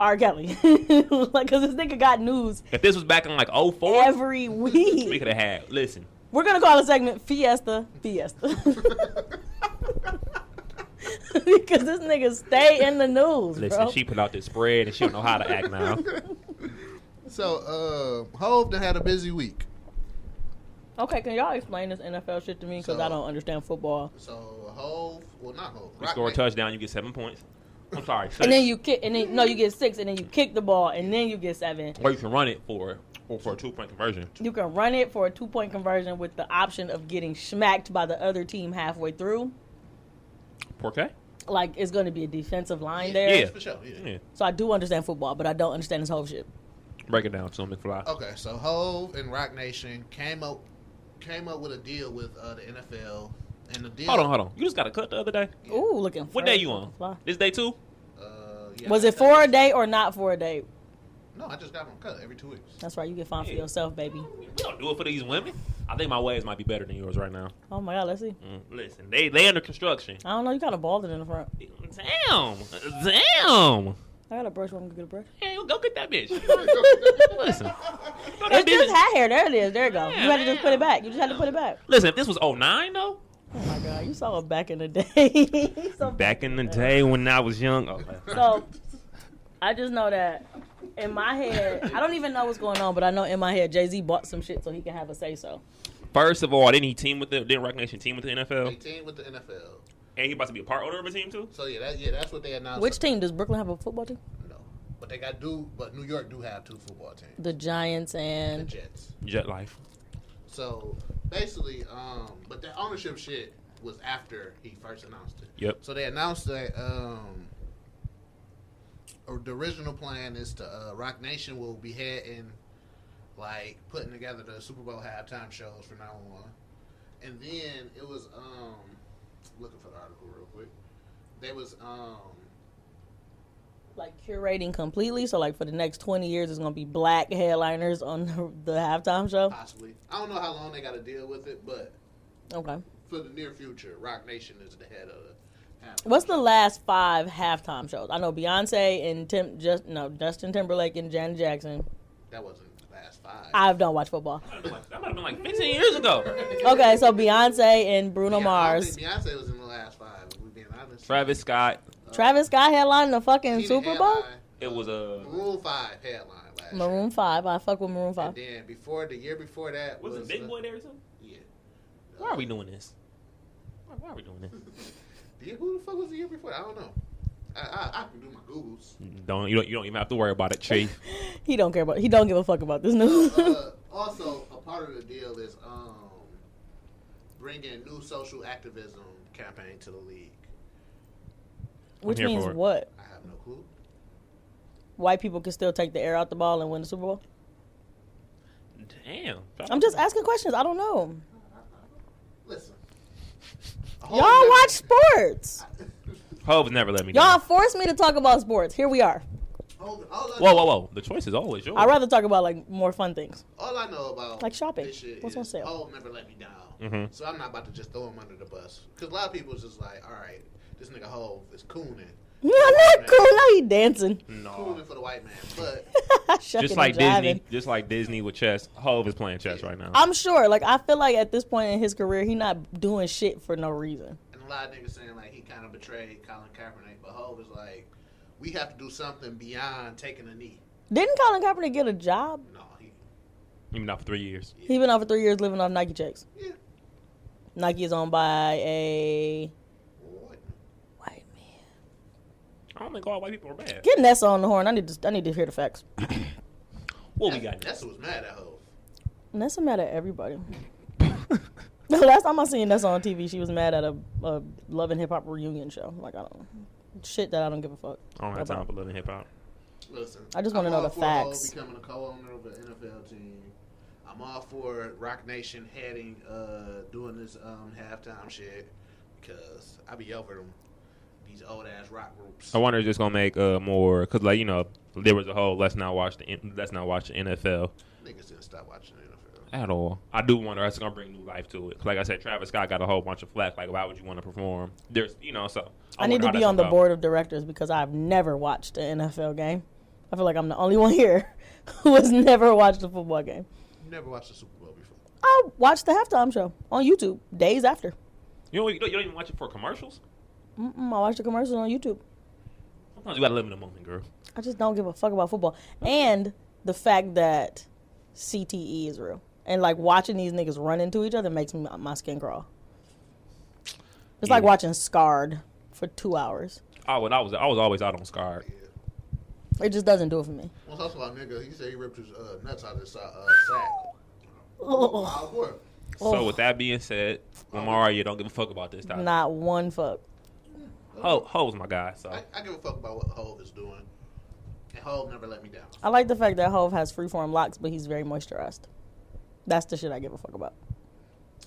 Speaker 6: R. Kelly, like because this nigga got news
Speaker 7: If this was back in like 04,
Speaker 6: every
Speaker 7: we
Speaker 6: week.
Speaker 7: could have had. Listen,
Speaker 6: We're gonna call the segment Fiesta Fiesta because this nigga stay in the news,
Speaker 7: listen.
Speaker 6: bro.
Speaker 7: She put out this spread and she don't know how to act now.
Speaker 5: so, uh, Hove done had a busy week.
Speaker 6: Okay, can y'all explain this NFL shit to me? Because
Speaker 5: So-
Speaker 6: I don't understand football.
Speaker 5: So Hove, well not Hove.
Speaker 7: You score a
Speaker 5: Rockman-
Speaker 7: touchdown, you get seven points. I'm sorry. Six.
Speaker 6: And then you kick, and then no, you get six, and then you kick the ball, and then you get seven.
Speaker 7: or you can run it for or for a two point conversion.
Speaker 6: You can run it for a two point conversion with the option of getting smacked by the other team halfway through.
Speaker 7: Porque?
Speaker 6: Like it's going to be a defensive line
Speaker 5: Yeah,
Speaker 6: there.
Speaker 7: Yeah.
Speaker 5: for sure. Yeah.
Speaker 7: Yeah.
Speaker 6: So I do understand football, but I don't understand this whole shit.
Speaker 7: Break it down to him, McFly.
Speaker 5: Okay, so Hove and Rock Nation came up came up with a deal with uh, the NFL, and the deal.
Speaker 7: Hold on, hold on. You just got a cut the other day.
Speaker 6: Ooh, looking.
Speaker 7: What
Speaker 6: fresh.
Speaker 7: day you on?
Speaker 6: Fly.
Speaker 7: This day two?
Speaker 5: Uh, yeah,
Speaker 6: Was
Speaker 5: I
Speaker 6: it
Speaker 5: think-
Speaker 6: for a day or not for a day?
Speaker 5: No, I just got them cut every two weeks.
Speaker 6: That's right. You get fine for
Speaker 7: Yeah.
Speaker 6: yourself, baby.
Speaker 7: We don't do it for these women. I think my ways might be better than yours right now.
Speaker 6: Oh my God, let's see.
Speaker 7: Mm, listen, they they under construction.
Speaker 6: I don't know. You got a bald in the front.
Speaker 7: Damn, damn.
Speaker 6: I got a brush. I'm gonna get a brush.
Speaker 7: Hey, go get that bitch. listen, Go that
Speaker 6: It's
Speaker 7: bitch.
Speaker 6: just hat hair. There it is. There you go. You
Speaker 7: Yeah,
Speaker 6: had to just put it
Speaker 7: yeah.
Speaker 6: back. You just had to put it back.
Speaker 7: listen. If this was 09 though,
Speaker 6: Oh my God, you saw it back in the day. You saw
Speaker 7: back in the day when I was young. Oh,
Speaker 6: So I just know that in my head, I don't even know what's going on, but I know in my head Jay Z bought some shit so he can have a say so.
Speaker 7: First of all, didn't he team with the didn't Rock Nation team with the NFL?
Speaker 5: Eighteen with the NFL.
Speaker 7: And he about to be a part owner of a team too.
Speaker 5: So yeah, that, yeah, that's what they announced.
Speaker 6: Which team does Brooklyn have a football team?
Speaker 5: No, but they got do. But New York do have two football teams,
Speaker 6: The Giants
Speaker 5: the
Speaker 6: and
Speaker 5: Jets.
Speaker 7: Jet life.
Speaker 5: So basically, um, but the ownership shit was after he first announced it.
Speaker 7: Yep.
Speaker 5: So they announced that um, or the original plan is to uh, Rock Nation will be heading, like putting together the Super Bowl halftime shows from now on, and then it was um, looking for the article real quick. They was um,
Speaker 6: like curating completely. So like for the next twenty years, it's gonna be black headliners on the, the halftime show.
Speaker 5: possibly I don't know how long they got to deal with it, but
Speaker 6: Okay.
Speaker 5: for the near future, Rock Nation is the head of the.
Speaker 6: What's the last five halftime shows? I know Beyonce and Tim just no Justin Timberlake and Janet Jackson.
Speaker 5: That wasn't the last five.
Speaker 6: I don't watch football.
Speaker 7: That might have been like 15 years ago.
Speaker 6: Okay, so Beyonce and Bruno
Speaker 5: Yeah, I don't
Speaker 6: Mars.
Speaker 5: think Beyonce was in the last five. If we're being honest.
Speaker 7: Travis Scott.
Speaker 6: Travis Scott headlined the fucking
Speaker 5: He the
Speaker 6: Super Bowl.
Speaker 5: headline,
Speaker 7: It was a.
Speaker 5: Maroon Five headline last year.
Speaker 6: Maroon Five. I fuck with Maroon
Speaker 5: And
Speaker 6: Five.
Speaker 5: then before the year before that was,
Speaker 7: Was it
Speaker 5: uh,
Speaker 7: Big Boy there or something?
Speaker 5: Yeah.
Speaker 7: Why are we doing this? Why, why are we doing this?
Speaker 5: Yeah, who the fuck was the year before? I don't know. I, I, I can do my googles.
Speaker 7: Don't you don't you don't even have to worry about it, Chief.
Speaker 6: He don't care about. He don't give a fuck about this news.
Speaker 5: uh, also, a part of the deal is um, bringing new social activism campaign to the league.
Speaker 6: Which
Speaker 7: here
Speaker 6: means
Speaker 7: for it.
Speaker 6: what?
Speaker 5: I have no clue.
Speaker 6: White people can still take the air out the ball and win the Super Bowl.
Speaker 7: Damn.
Speaker 6: I'm just asking questions. I don't know.
Speaker 5: Listen. Oh,
Speaker 6: Y'all watch sports.
Speaker 7: Hove never let me.
Speaker 6: Y'all
Speaker 7: down.
Speaker 6: forced me to talk about sports. Here we are.
Speaker 5: All, all, I,
Speaker 7: Whoa, whoa, whoa! The choice is always yours.
Speaker 6: I'd rather talk about like more fun things.
Speaker 5: all I know about
Speaker 6: Like shopping.
Speaker 5: This shit
Speaker 6: What's
Speaker 5: is,
Speaker 6: on sale?
Speaker 5: Oh, never let me down.
Speaker 7: Mhm.
Speaker 5: So I'm not about to just throw him under the bus because a lot of people is just like, all right, this nigga Hove is cooning,
Speaker 6: No, not cool. No, he dancing.
Speaker 7: No.
Speaker 5: cooning for the white man, but.
Speaker 6: Shucking
Speaker 7: Just
Speaker 6: and
Speaker 7: like
Speaker 6: jiving.
Speaker 7: Disney, just like Disney with chess. Hove is playing chess right now.
Speaker 6: I'm sure. Like I feel like at this point in his career, he not doing shit for no reason.
Speaker 5: And a lot of niggas saying like he kind of betrayed Colin Kaepernick, but Hov is like, we have to do something beyond taking a knee.
Speaker 6: Didn't Colin Kaepernick get a job?
Speaker 5: No, he,
Speaker 7: Even out for three years.
Speaker 6: He been out for three years living off Nike checks.
Speaker 5: yeah,
Speaker 6: Nike is owned by a
Speaker 5: what?
Speaker 6: white man.
Speaker 7: I don't think all white people are bad.
Speaker 6: Get Nessa on the horn. I need to. I need to hear the facts.
Speaker 7: What we
Speaker 5: That's-
Speaker 7: got? next?
Speaker 5: That's what was mad at Hov.
Speaker 6: Nessa mad at everybody. the last time I seen Nessa on TV, she was mad at a, a Love and Hip Hop reunion show. Like I don't shit that I don't give a fuck.
Speaker 7: I don't have
Speaker 6: about.
Speaker 7: time for loving hip hop.
Speaker 5: Listen,
Speaker 6: I just wanna
Speaker 5: I'm
Speaker 6: know
Speaker 5: all
Speaker 6: the
Speaker 5: for
Speaker 6: facts.
Speaker 5: Hov becoming a co-owner of an NFL team. I'm all for Rock Nation heading, uh, doing this um, halftime shit because I be over them these old ass rock groups.
Speaker 7: I wonder if it's gonna make uh more because like you know there was a whole let's not watch the N- let's not watch the NFL
Speaker 5: Niggas didn't stop watching the NFL.
Speaker 7: at all. I do wonder it's gonna bring new life to it. 'Cause Like I said, Travis Scott got a whole bunch of flack. Like why would you want to perform? There's you know so
Speaker 6: I need
Speaker 7: wonder
Speaker 6: to
Speaker 7: how
Speaker 6: be
Speaker 7: that's
Speaker 6: on the
Speaker 7: gonna go.
Speaker 6: board of directors because I've never watched an NFL game. I feel like I'm the only one here who has never watched a football game.
Speaker 5: You never watched the Super Bowl before.
Speaker 6: I watched the halftime show on YouTube days after.
Speaker 7: You don't, you don't even watch it for commercials.
Speaker 6: Mm-mm, I watched the commercials on YouTube.
Speaker 7: Sometimes you gotta live in the moment, girl.
Speaker 6: I just don't give a fuck about football. And the fact that CTE is real. And like watching these niggas run into each other makes me, my skin crawl. It's like
Speaker 7: Yeah.
Speaker 6: watching Scarred for two hours.
Speaker 7: Oh, well, I was I was always out on Scar.
Speaker 5: Yeah.
Speaker 6: It just doesn't do it for me.
Speaker 5: Once I saw a nigga, he said he ripped his uh, nuts out of his uh, sack.
Speaker 6: Oh.
Speaker 5: Wild boy.
Speaker 7: So with that being said, Lamar, you don't give a fuck about this time.
Speaker 6: Not one fuck.
Speaker 7: Ho, ho's my guy. So Oh.
Speaker 5: I, I give a fuck about what Hov is doing. And Hov never let me down.
Speaker 6: I like the fact that Hove has freeform locks, but he's very moisturized. That's the shit I give a fuck about.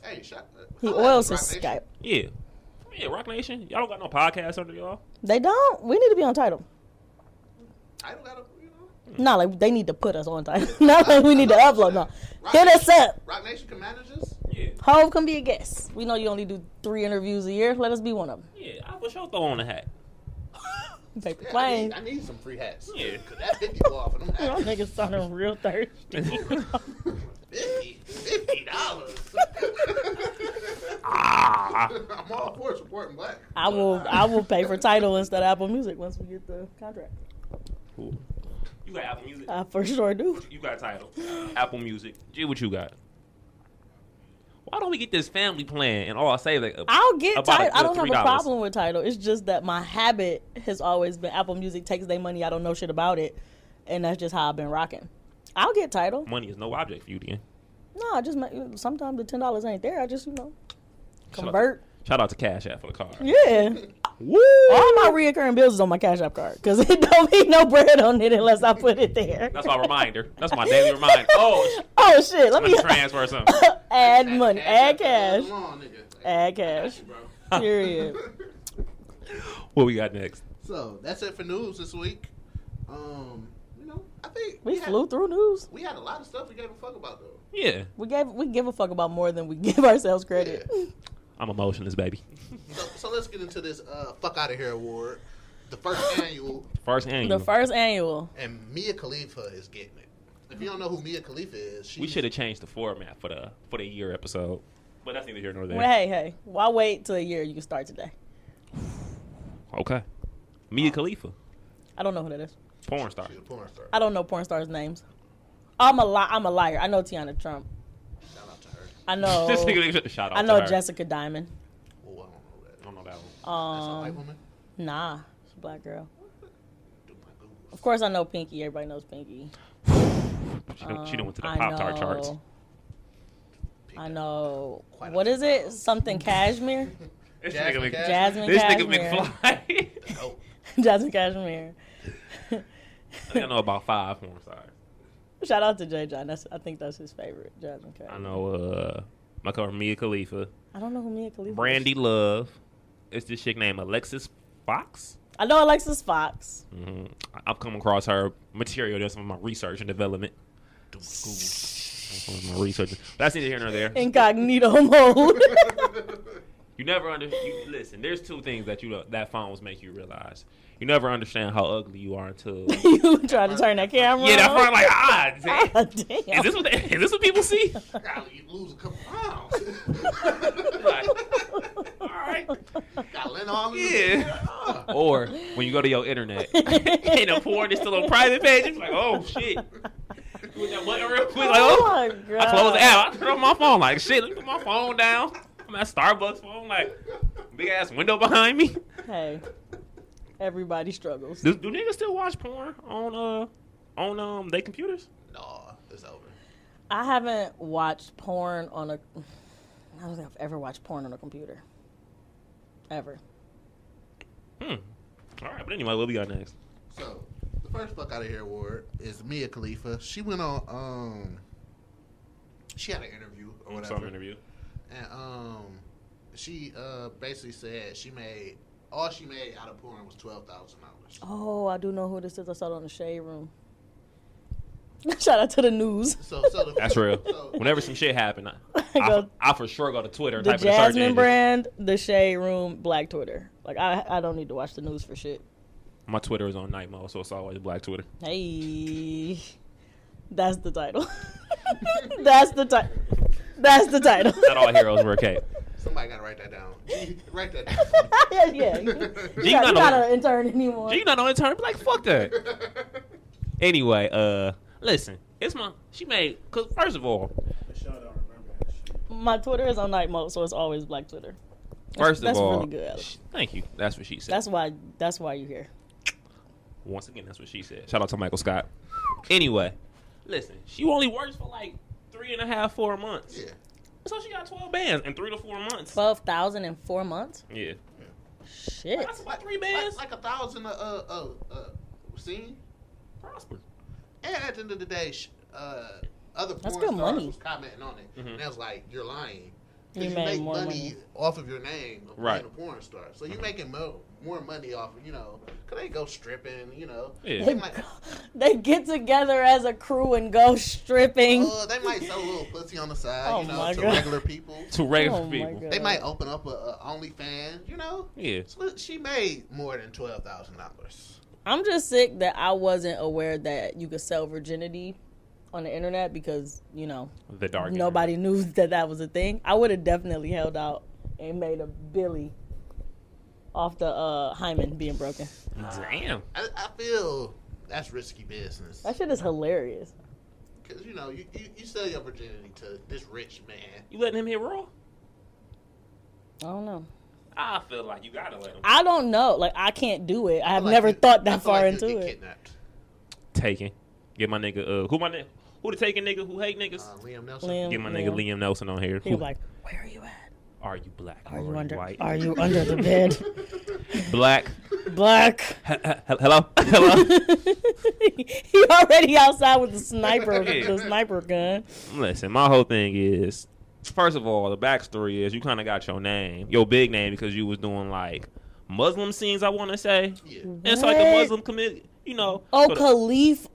Speaker 5: Hey, shut
Speaker 6: He
Speaker 5: holla at
Speaker 6: oils
Speaker 5: Roc
Speaker 6: his
Speaker 5: Nation.
Speaker 6: scalp.
Speaker 7: Yeah. Yeah, Rock Nation. Y'all don't got no podcast under y'all.
Speaker 6: They don't. We need to be on title.
Speaker 5: I don't gotta, you know.
Speaker 6: Not like they need to put us on title. Not like we need to upload. No, hit us up.
Speaker 5: Rock Nation can manage us.
Speaker 7: Yeah.
Speaker 6: Hove can be a guest. We know you only do three interviews a year. Let us be one of them.
Speaker 7: Yeah. I for sure throw on a hat.
Speaker 6: Paper
Speaker 5: Yeah, I,
Speaker 6: plane.
Speaker 5: need, I need some free hats.
Speaker 7: Yeah.
Speaker 5: Cause that 50 go off and I'm
Speaker 6: Y'all
Speaker 5: happy.
Speaker 6: niggas sounding real thirsty.
Speaker 5: 50 dollars.
Speaker 7: Ah.
Speaker 5: I'm all for supporting black.
Speaker 6: I will. I will pay for title instead of Apple Music once we get the contract.
Speaker 7: Cool. You got Apple Music.
Speaker 6: I for sure do.
Speaker 7: You got title. Apple Music. Gee, what you got? Why don't we get this family plan and all I say like
Speaker 6: I'll get
Speaker 7: About a
Speaker 6: title. I don't
Speaker 7: good
Speaker 6: have a
Speaker 7: $3.
Speaker 6: problem with title. It's just that my habit has always been Apple Music takes their money. I don't know shit about it, and that's just how I've been rocking. I'll get title.
Speaker 7: money is no object for you then.
Speaker 6: No, I just ma- sometimes the ten dollars ain't there. I just you know
Speaker 7: Shout out-
Speaker 6: convert.
Speaker 7: Shout out to Cash App for the car.
Speaker 6: Yeah,
Speaker 7: Woo!
Speaker 6: all my reoccurring bills is on my Cash App card because it don't be no bread on it unless I put it there.
Speaker 7: That's my reminder. That's my daily reminder. Oh,
Speaker 6: Oh shit, let
Speaker 7: I'm
Speaker 6: me
Speaker 7: gonna transfer or something.
Speaker 6: add money, add
Speaker 5: up,
Speaker 6: cash,
Speaker 5: Come on, nigga.
Speaker 6: add cash.
Speaker 5: Bro.
Speaker 6: Period.
Speaker 7: What we got next?
Speaker 5: So that's it for news this week. Um, you know, I think
Speaker 6: We
Speaker 5: had-
Speaker 6: flew through news.
Speaker 5: We had a lot of stuff we gave a fuck about though.
Speaker 7: Yeah,
Speaker 6: We gave we give a fuck about more than we give ourselves credit.
Speaker 7: I'm emotionless, baby.
Speaker 5: So, so let's get into this uh, fuck out of here award, the first annual,
Speaker 7: First annual.
Speaker 6: The first annual.
Speaker 5: and Mia Khalifa is getting it. If you don't know who Mia Khalifa is, she
Speaker 7: we should have changed the format for the for the year episode, but that's neither here nor there.
Speaker 6: Well, hey, hey, why wait till a year? You can start today.
Speaker 7: Okay, Mia Khalifa,
Speaker 6: I don't know who that is.
Speaker 7: porn star.
Speaker 5: She's a porn star.
Speaker 6: I don't know porn stars' names. I'm a li- I'm a liar. I know Tiana Trump.
Speaker 5: Shout out to her.
Speaker 6: I know.
Speaker 7: This nigga shout out.
Speaker 6: Oh. I know
Speaker 7: to her.
Speaker 6: Jessica Diamond.
Speaker 5: Oh, I don't know that.
Speaker 7: I don't know that one.
Speaker 5: That's a
Speaker 6: Um,
Speaker 5: white woman.
Speaker 6: nah, she's a black girl.
Speaker 5: Do my Google.
Speaker 6: Of course, I know Pinky. Everybody knows Pinky.
Speaker 7: She done, she done went to the
Speaker 6: I
Speaker 7: Pop Tart charts.
Speaker 6: know- I know.
Speaker 5: Quite
Speaker 6: what
Speaker 5: a-
Speaker 6: is it? Something cashmere.
Speaker 7: This
Speaker 5: Jasmine
Speaker 7: nigga, Mc-
Speaker 5: Cash-
Speaker 6: Jasmine
Speaker 7: this nigga
Speaker 6: Cashmere.
Speaker 7: McFly.
Speaker 5: Oh,
Speaker 6: Jasmine Cashmere.
Speaker 7: I think I know about five porn stars.
Speaker 6: Shout out to J. John. That's I think that's his favorite. Jasmine Cashmere.
Speaker 7: I know uh, my cover Mia Khalifa,
Speaker 6: I don't know who Mia Khalifa. is.
Speaker 7: Brandy Love. It's this chick named Alexis Fox.
Speaker 6: I know Alexis Fox.
Speaker 7: hmm I've come across her material. That's some of my research and development.
Speaker 5: do my Google.
Speaker 7: Some of my research. That's neither here nor there.
Speaker 6: incognito mode.
Speaker 7: You never under. You, listen, there's two things that you that phones make you realize. You never understand how ugly you are until
Speaker 6: you try to turn that camera.
Speaker 7: yeah, that
Speaker 6: on.
Speaker 7: phone like ah. damn.
Speaker 6: Ah, damn.
Speaker 7: Is this what they, is this what people see?
Speaker 5: Golly, you lose a couple pounds.
Speaker 7: Like, all right.
Speaker 5: Got Lynn all in the-
Speaker 7: Yeah. Or when you go to your internet and the porn is still on private page, it's like, oh shit. You with that button real quick, like,
Speaker 6: oh
Speaker 7: oh,
Speaker 6: my god!
Speaker 7: I close the app. I turn on my phone. Like, shit, let me put my phone down. I'm at Starbucks phone, like, big ass window behind me.
Speaker 6: Hey, everybody struggles.
Speaker 7: Do, do niggas still watch porn on uh on um they computers?
Speaker 5: Nah, it's over.
Speaker 6: I haven't watched porn on a. I don't think I've ever watched porn on a computer. Ever.
Speaker 7: Hmm. All right, but anyway, what we got next?
Speaker 5: So, the first fuck out of here award is Mia Khalifa. She went on, um, she had an interview or whatever.
Speaker 7: Some interview.
Speaker 5: And, um, she, uh, basically said she made, all she made out of porn was $12,000.
Speaker 6: Oh, I do know who this is. I saw it on the shade room. Shout out to the news.
Speaker 5: So, so the,
Speaker 7: That's real.
Speaker 5: So,
Speaker 7: Whenever some shit happen, I, I,
Speaker 6: Go-
Speaker 7: I for sure go to Twitter and
Speaker 6: The
Speaker 7: type in a search
Speaker 6: Jasmine
Speaker 7: engine.
Speaker 6: brand, the Shade Room, Black Twitter. Like I, I don't need to watch the news for shit.
Speaker 7: My Twitter is on night mode, so it's always black Twitter.
Speaker 6: Hey, that's the title. that's the title. That's the title.
Speaker 7: Not all heroes wear a cape.
Speaker 5: somebody gotta write that down. write that down.
Speaker 6: yeah, yeah. You,
Speaker 7: G
Speaker 6: got, you
Speaker 7: not
Speaker 6: not
Speaker 7: on
Speaker 6: an intern anymore.
Speaker 7: G not on intern. Like fuck that. Anyway, uh, listen, it's my she made. Cause first of all,
Speaker 8: Michelle don't remember that shit.
Speaker 6: My Twitter is on night mode, so it's always Black Twitter.
Speaker 7: first
Speaker 6: that's
Speaker 7: of all,
Speaker 6: really good, Alex.
Speaker 7: sh- thank you. That's what she said.
Speaker 6: That's why. That's why you here.
Speaker 7: Once again, that's what she said. Shout out to Michael Scott. Anyway, listen, she only works for like three and a half, four months.
Speaker 5: yeah.
Speaker 7: So she got twelve bands in three to four months.
Speaker 6: Twelve thousand in four months.
Speaker 7: Yeah,
Speaker 6: Shit.
Speaker 7: that's about three
Speaker 5: Like,
Speaker 7: bands.
Speaker 5: like a thousand, uh, uh, uh, uh, scene.
Speaker 7: prosper.
Speaker 5: And at the end of the day, sh- uh, other porn
Speaker 6: That's
Speaker 5: stars
Speaker 6: good money.
Speaker 5: was commenting on it,
Speaker 7: Mm-hmm.
Speaker 5: and I was like, "You're lying." 'Cause
Speaker 6: You
Speaker 5: You,
Speaker 6: made
Speaker 5: make
Speaker 6: more
Speaker 5: money,
Speaker 6: money.
Speaker 5: off of your name, of
Speaker 7: Right. Mm-hmm.
Speaker 5: being a porn star. So you're making mo- more money off, of, you know, because they go stripping, you know.
Speaker 7: Yeah.
Speaker 5: They might,
Speaker 6: They get together as a crew and go stripping.
Speaker 7: Oh.
Speaker 5: uh, they might sell a little pussy on the side,
Speaker 6: Oh
Speaker 5: you know,
Speaker 6: my
Speaker 5: to
Speaker 6: God.
Speaker 5: regular people.
Speaker 7: To rave
Speaker 6: Oh my
Speaker 7: people.
Speaker 6: God.
Speaker 5: They might open up a, a OnlyFans, you know.
Speaker 7: Yeah.
Speaker 5: So she made more than twelve thousand dollars.
Speaker 6: I'm just sick that I wasn't aware that you could sell virginity on the internet because, you know,
Speaker 7: The dark. internet.
Speaker 6: nobody knew that that was a thing. I would have definitely held out and made a Billy off the uh, hymen being broken.
Speaker 7: Damn.
Speaker 5: I, I feel that's risky business.
Speaker 6: That shit is hilarious.
Speaker 5: Because you know, you, you, you sell your virginity to this rich man.
Speaker 7: You letting him hit raw?
Speaker 6: I don't know.
Speaker 7: I feel like you gotta let him.
Speaker 6: I don't know. Like, I can't do it. I have
Speaker 5: feel like
Speaker 6: never
Speaker 5: you-
Speaker 6: thought
Speaker 5: I
Speaker 6: that
Speaker 5: feel
Speaker 6: far
Speaker 5: like you'll
Speaker 6: into
Speaker 5: get
Speaker 6: it.
Speaker 5: Kidnapped.
Speaker 7: Taking. Get my nigga. Uh, who my nigga? Who the taking nigga? Who hate niggas?
Speaker 5: Uh, Liam Nelson.
Speaker 6: Liam.
Speaker 7: Get my nigga Liam Nelson on here.
Speaker 6: Um, He was like, Where are you at?
Speaker 7: are you black?
Speaker 6: Are you under
Speaker 7: white?
Speaker 6: Are you under the bed?
Speaker 7: black?
Speaker 6: Black.
Speaker 7: He- he- Hello, hello.
Speaker 6: he already outside with the sniper
Speaker 7: Yeah.
Speaker 6: the sniper gun.
Speaker 7: Listen, my whole thing is, first of all, the backstory is you kind of got your name, your big name, because you was doing like Muslim scenes. I want to say,
Speaker 5: Yeah.
Speaker 6: Mm-hmm.
Speaker 7: and it's like the
Speaker 6: What?
Speaker 7: Muslim committee. You know,
Speaker 6: Oh,
Speaker 7: so the-
Speaker 6: Khalif.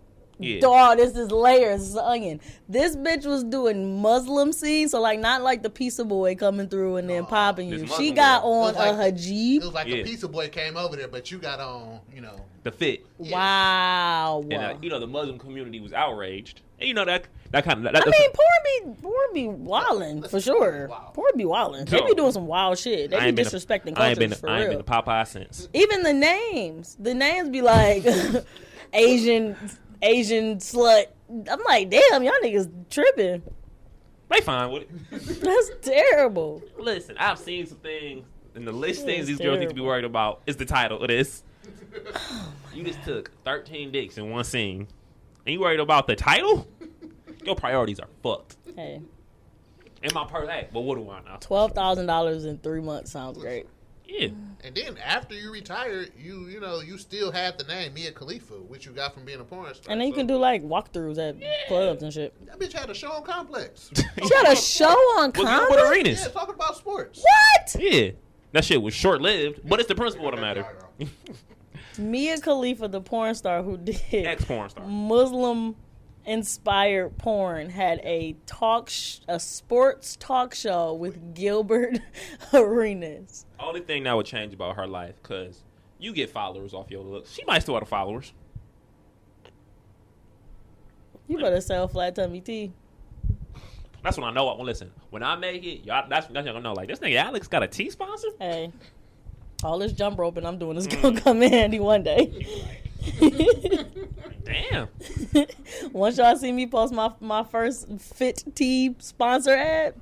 Speaker 7: Yeah.
Speaker 6: Dog, this is layers, this is onion. This bitch was doing Muslim scenes, so like not like the pizza boy coming through and then
Speaker 5: Oh,
Speaker 6: popping
Speaker 7: this
Speaker 6: you. She
Speaker 7: Muslim
Speaker 6: got
Speaker 7: girl.
Speaker 6: on
Speaker 5: It was
Speaker 6: a
Speaker 5: like- It
Speaker 6: hijab.
Speaker 5: was like
Speaker 7: Yeah.
Speaker 5: the pizza boy came over there, but you got on, you know.
Speaker 7: the fit.
Speaker 5: yeah.
Speaker 6: Wow.
Speaker 7: And uh, you know the Muslim community was outraged, and you know that that kind of. That,
Speaker 6: I
Speaker 7: that's-
Speaker 6: mean, poor be poor be wildin' for sure.
Speaker 5: Wow.
Speaker 6: Poor be wildin'. They be
Speaker 7: Yo.
Speaker 6: doing some wild shit.
Speaker 7: I
Speaker 6: They
Speaker 7: ain't
Speaker 6: be
Speaker 7: been to-
Speaker 6: disrespecting
Speaker 7: I ain't been.
Speaker 6: cultures
Speaker 7: to-
Speaker 6: for
Speaker 7: I ain't
Speaker 6: real.
Speaker 7: been to Popeye since.
Speaker 6: Even the names, the names be like Asian, Asian slut. I'm like, damn, y'all niggas tripping.
Speaker 7: They fine with it.
Speaker 6: That's terrible.
Speaker 7: Listen, I've seen some things, and the least things
Speaker 6: is
Speaker 7: these girls need to be
Speaker 6: terrible.
Speaker 7: worried about is the title of this. you just took 13 dicks in one scene, and you worried about the title? Your priorities are fucked.
Speaker 6: Hey,
Speaker 7: In my per hey, but what do I know?
Speaker 6: twelve thousand dollars in three months sounds great.
Speaker 7: Yeah,
Speaker 5: And then after you retired, you you know you still had the name Mia Khalifa, which you got from being a porn star.
Speaker 6: And then you
Speaker 5: So,
Speaker 6: can do like walkthroughs at clubs and shit.
Speaker 5: that bitch had a show on Complex.
Speaker 6: She had a show on
Speaker 7: was it with
Speaker 6: Comedy.
Speaker 5: yeah,
Speaker 7: arenas?
Speaker 5: talking about sports.
Speaker 6: What?
Speaker 7: Yeah, that shit was short lived, but it's the principle of the matter.
Speaker 6: Mia Khalifa, the porn star who did
Speaker 7: Ex porn star.
Speaker 6: Mm. Muslim inspired porn had a talk sh- a sports talk show with Gilbert Arenas.
Speaker 7: Only thing that would change about her life, cause you get followers off your looks. She might still have the followers.
Speaker 6: You better sell flat tummy tea.
Speaker 7: That's when I know. I well, listen. When I make it, y'all. That's that's y'all gonna know. Like this nigga Alex got a T sponsor.
Speaker 6: Hey, all this jump roping I'm doing is gonna come in handy one day.
Speaker 7: Damn.
Speaker 6: Once y'all see me post my my first fit tea sponsor ad,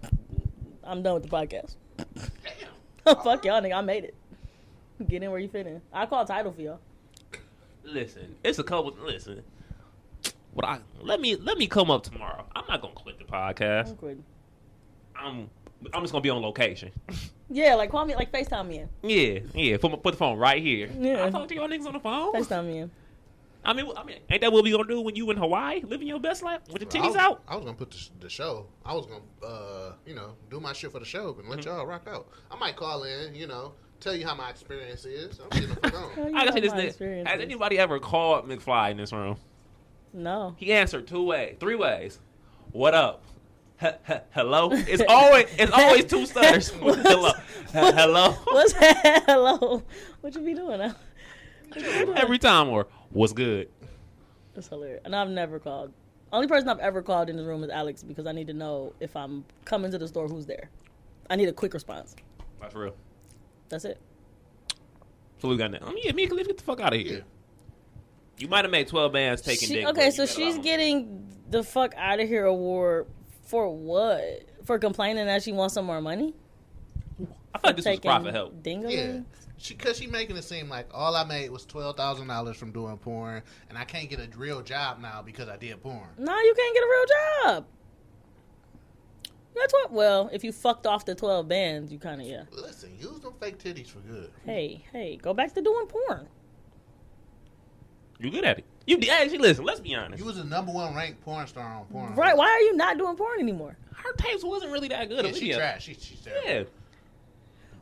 Speaker 6: I'm done with the podcast. Fuck y'all, nigga. I made it. Get in where you fit in. I call title for y'all.
Speaker 7: Listen, it's a couple. Listen, what I let me let me come up tomorrow. I'm not gonna quit the
Speaker 6: I'm
Speaker 7: podcast.
Speaker 6: quitting.
Speaker 7: I'm I'm just gonna be on location.
Speaker 6: Yeah, like call me, like Facetime me in.
Speaker 7: Yeah, yeah. Put my, put the phone right here.
Speaker 6: Yeah.
Speaker 7: I talk to y'all niggas on the phone.
Speaker 6: FaceTime me in.
Speaker 7: I mean, I mean, ain't that what we gonna do when you in Hawaii, living your best life with your
Speaker 5: I was,
Speaker 7: titties out?
Speaker 5: I was gonna put the, sh- the show. I was gonna, uh, you know, do my shit for the show and let y'all rock out. I might call in, you know, tell you how my experience is. I'm getting the fuck on.
Speaker 6: Tell you
Speaker 7: I gotta
Speaker 6: how
Speaker 7: say this
Speaker 6: my
Speaker 7: nigga.
Speaker 6: experience
Speaker 7: Has
Speaker 6: is.
Speaker 7: anybody ever called McFly in this room?
Speaker 6: No.
Speaker 7: He answered two ways, three ways. What up? He- he- hello. It's always it's always two stutters. hello. He- hello.
Speaker 6: What's that? Hello. What you be doing now?
Speaker 7: Every time or what's good?
Speaker 6: That's hilarious. And I've never called. Only person I've ever called in this room is Alex because I need to know if I'm coming to the store, who's there. I need a quick response.
Speaker 7: That's real.
Speaker 6: That's it.
Speaker 7: So we got that. I mean, yeah, Mia Khalifa, get the fuck out of here. You might have made twelve bands taking
Speaker 6: She-
Speaker 7: dick.
Speaker 6: okay,
Speaker 7: but
Speaker 6: so
Speaker 7: you better
Speaker 6: she's
Speaker 7: allow-
Speaker 6: getting the fuck out of here award for what? For complaining that she wants some more money?
Speaker 7: I thought this was
Speaker 6: Taking
Speaker 7: profit help.
Speaker 6: Dingo?
Speaker 5: Yeah, she cause she making it seem like all I made was twelve thousand dollars from doing porn, and I can't get a real job now because I did porn.
Speaker 6: No, you can't get a real job. That's what. Well, if you fucked off the twelve bands, you kind of yeah.
Speaker 5: Listen, use them fake titties for good.
Speaker 6: Hey, hey, go back to doing porn.
Speaker 7: You good at it? You did. Actually, listen. Let's be honest.
Speaker 5: You was the number one ranked porn star on porn.
Speaker 6: Right? Why are you not doing porn anymore?
Speaker 7: Her tapes wasn't really that good.
Speaker 5: Yeah, she
Speaker 7: Aaliyah.
Speaker 5: trash. She, she's terrible.
Speaker 7: Yeah.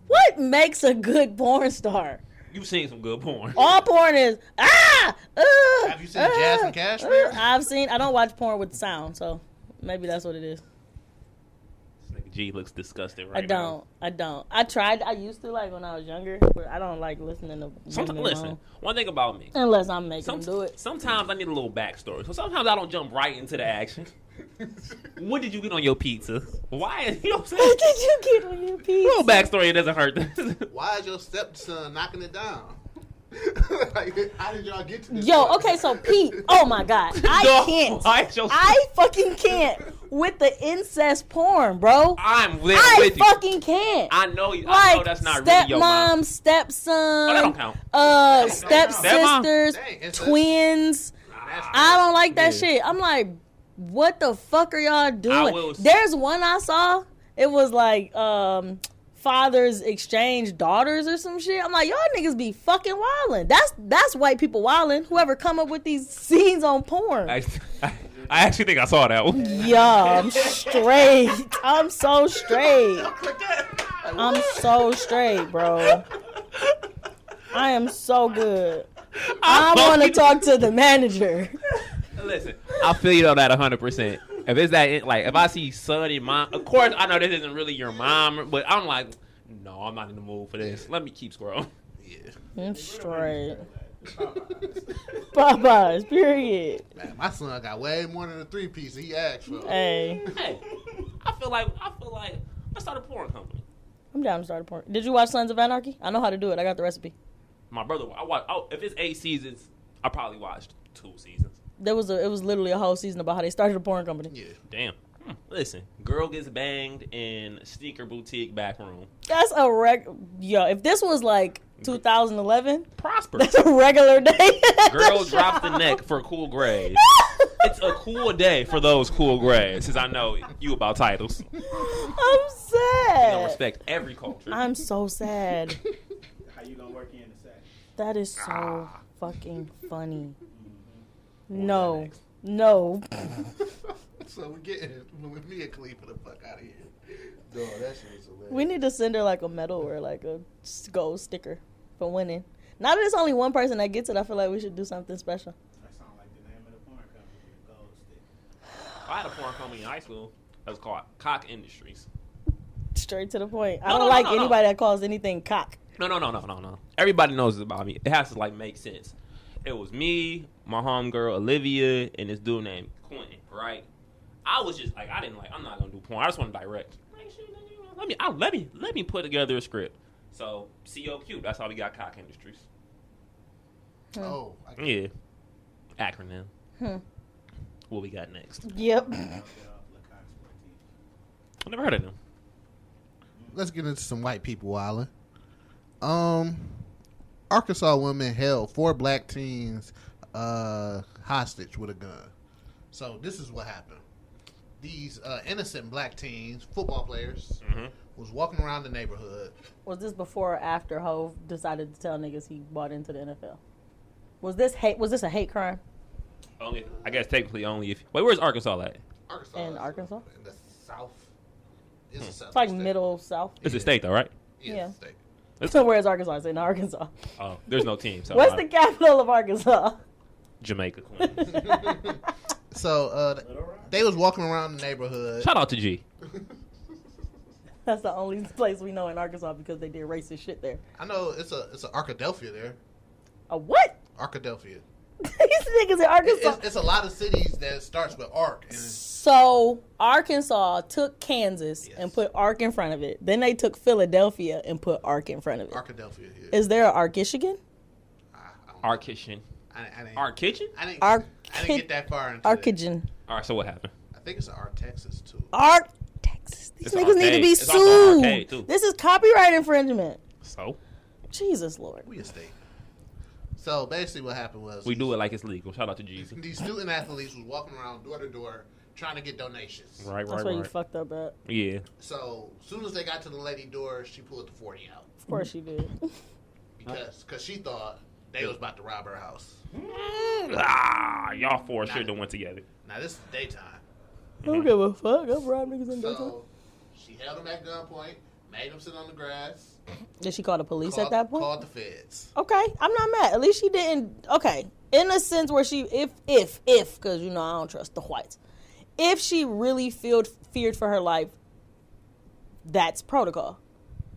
Speaker 6: What makes a good porn star?
Speaker 7: You've seen some good porn.
Speaker 6: All porn is ah. Uh,
Speaker 5: Have you seen Jasmine Cashmere?
Speaker 6: I've seen. I don't watch porn with sound, so maybe that's what it is.
Speaker 7: This nigga G looks disgusted right
Speaker 6: I don't.
Speaker 7: now.
Speaker 6: I don't. I tried. I used to like when I was younger, but I don't like listening to.
Speaker 7: Sometimes,
Speaker 6: women
Speaker 7: listen.
Speaker 6: moan.
Speaker 7: One thing about me.
Speaker 6: Unless I'm making
Speaker 7: Some,
Speaker 6: them do it.
Speaker 7: Sometimes I need a little backstory. So sometimes I don't jump right into the action. when did you get on your pizza? Why? You know what I'm saying?
Speaker 6: What did you get on your
Speaker 7: A
Speaker 6: piece?
Speaker 7: little backstory. It doesn't hurt.
Speaker 5: Why is your stepson knocking it down? like, how did y'all get to this?
Speaker 6: Yo,
Speaker 5: point?
Speaker 6: okay, so Pete. Oh my God, I
Speaker 7: No,
Speaker 6: can't.
Speaker 7: why is your-
Speaker 6: I fucking can't with the incest porn, bro. I,
Speaker 7: I'm there with you.
Speaker 6: fucking can't.
Speaker 7: I know you.
Speaker 6: like
Speaker 7: I know that's not
Speaker 6: stepmom,
Speaker 7: really your mom.
Speaker 6: stepson,
Speaker 7: Oh, that don't count.
Speaker 5: That
Speaker 6: uh,
Speaker 7: don't count.
Speaker 6: stepsisters,
Speaker 5: Dang, it's a-
Speaker 6: twins.
Speaker 5: That's-
Speaker 6: I don't like that
Speaker 7: Yeah.
Speaker 6: shit. I'm like, what the fuck are y'all
Speaker 7: will
Speaker 6: doing?
Speaker 7: s-
Speaker 6: There's one I saw. It was like um fathers exchange daughters or some shit. I'm like, y'all niggas be fucking wildin'. That's that's white people wildin'. Whoever come up with these scenes on porn.
Speaker 7: I, I, I actually think I saw that one.
Speaker 6: yeah, I'm straight. I'm so straight.
Speaker 5: Click that. Like,
Speaker 6: I'm so straight, bro. I am so good. I want to talk to the manager.
Speaker 7: Listen, I feel you on that 100. percent If it's that, like, if I see son and mom, of course I know this isn't really your mom, but I'm like, no, I'm not in the mood for this. Let me keep scrolling.
Speaker 6: I'm straight. Popeyes, period.
Speaker 5: man, my son got way more than a three piece. He asked for. it.
Speaker 6: Hey,
Speaker 7: Hey, I feel like I feel like I started a porn company.
Speaker 6: I'm down to start a porn. Did you watch Sons of Anarchy? I know how to do it. I got the recipe.
Speaker 7: My brother, I watch. Oh, if it's eight seasons, I probably watched two seasons.
Speaker 6: There was a, it was literally a whole season about how they started a porn company.
Speaker 5: Yeah.
Speaker 7: Damn. Hmm. Listen, girl gets banged in sneaker boutique back room.
Speaker 6: That's a reg. Yo, if this was like 2011,
Speaker 7: Prosper.
Speaker 6: that's a regular day.
Speaker 7: Girl drops the neck for cool grades. It's a cool day for those cool grades, since I know you about titles.
Speaker 6: I'm
Speaker 7: I don't
Speaker 6: sad.
Speaker 7: respect every culture.
Speaker 6: I'm so sad.
Speaker 8: How you gonna work in the sack?
Speaker 6: That is so fucking funny. No, no.
Speaker 5: So we getting with me and Khalifa the fuck out of here. Dude, that shit is hilarious.
Speaker 6: We need to send her like a medal or like a s- gold sticker for winning. Now that it's only one person that gets it, I feel like we should do something special.
Speaker 8: That sound like the name of the porn company, the Gold Stick.
Speaker 7: I had a porn company in high school that was called Cock Industries.
Speaker 6: Straight to the point. I don't
Speaker 7: No, no, no,
Speaker 6: like
Speaker 7: no, no.
Speaker 6: anybody that calls anything cock.
Speaker 7: No, no, no, no, no, no. Everybody knows this about me. It has to like make sense. It was me, my homegirl Olivia, and this dude named Quentin. Right? I was just like, I didn't like. I'm not gonna do porn. I just want to direct. Like, shoot, let me- Let me, I, let me, let me put together a script. So COQ. That's how we got Cock Industries.
Speaker 5: Oh, I can't.
Speaker 7: Yeah. Acronym.
Speaker 6: Hmm.
Speaker 7: What we got next?
Speaker 6: Yep.
Speaker 7: I never heard of them.
Speaker 5: Let's get into some white people wilding. Um, Arkansas woman held four black teens uh, hostage with a gun. So this is what happened. These uh, innocent black teens, football players, was walking around the neighborhood.
Speaker 6: Was this before or after Hove decided to tell niggas he bought into the NFL? Was this hate? Was this a hate crime
Speaker 7: Only, I guess technically only if. Wait, where's Arkansas at?
Speaker 5: Arkansas
Speaker 6: in
Speaker 5: is
Speaker 6: Arkansas?
Speaker 5: in the south. It's, a southern
Speaker 6: It's like
Speaker 5: state.
Speaker 6: middle south.
Speaker 7: It's a state though, right?
Speaker 5: Yeah,
Speaker 6: yeah.
Speaker 5: state.
Speaker 6: So where is Arkansas? It's in Arkansas.
Speaker 7: Oh, there's no team. So
Speaker 6: What's
Speaker 7: uh,
Speaker 6: the capital of Arkansas?
Speaker 7: Jamaica? Queens.
Speaker 5: So uh, they was walking around the neighborhood.
Speaker 7: Shout out to G.
Speaker 6: That's the only place we know in Arkansas because they did racist shit there.
Speaker 5: I know it's a it's a Arkadelphia there.
Speaker 6: A what?
Speaker 5: Arkadelphia.
Speaker 6: These niggas in Arkansas.
Speaker 5: It's, it's a lot of cities that starts with Ark. And it's-
Speaker 6: so Arkansas took Kansas
Speaker 5: Yes.
Speaker 6: and put Ark in front of it. Then they took Philadelphia and put Ark in front of it. Is
Speaker 5: Arkadelphia. Yeah.
Speaker 6: there an Arkishigan?
Speaker 7: Our kitchen.
Speaker 5: I, I didn't,
Speaker 7: Our kitchen?
Speaker 5: I didn't,
Speaker 6: Ark-
Speaker 5: I didn't get that far into it.
Speaker 6: Arkigen.
Speaker 7: All right, so what happened?
Speaker 5: I think it's Ark Texas too.
Speaker 6: Ark, Texas. These
Speaker 7: It's
Speaker 6: niggas need to
Speaker 7: arcade.
Speaker 6: be
Speaker 7: It's also arcade, too.
Speaker 6: sued. This is copyright infringement.
Speaker 7: So
Speaker 6: Jesus Lord.
Speaker 5: We a state. So basically, what happened was
Speaker 7: we do it like it's legal. Shout out to Jeezy.
Speaker 5: These student athletes was walking around door to door trying to get donations.
Speaker 7: Right,
Speaker 6: That's
Speaker 7: right,
Speaker 6: where you
Speaker 7: right.
Speaker 6: fucked up at.
Speaker 7: yeah.
Speaker 5: So soon as they got to the lady door, she pulled the forty out
Speaker 7: Mm-hmm.
Speaker 6: Of course you did.
Speaker 5: because cause she thought They was about to rob her house.
Speaker 7: Ah, y'all four sure done went together.
Speaker 5: Now this is daytime.
Speaker 6: I
Speaker 7: Mm-hmm.
Speaker 6: don't give a fuck. I'm robbing niggas in daytime.
Speaker 5: So
Speaker 6: Mm-hmm.
Speaker 5: she held him at gunpoint, made him sit on the grass.
Speaker 6: Did she call the police
Speaker 5: called,
Speaker 6: at that point?
Speaker 5: called the feds.
Speaker 6: Okay, I'm not mad. At least she didn't. Okay, in a sense where she, if if if, because you know I don't trust the whites. If she really feared feared for her life, that's protocol.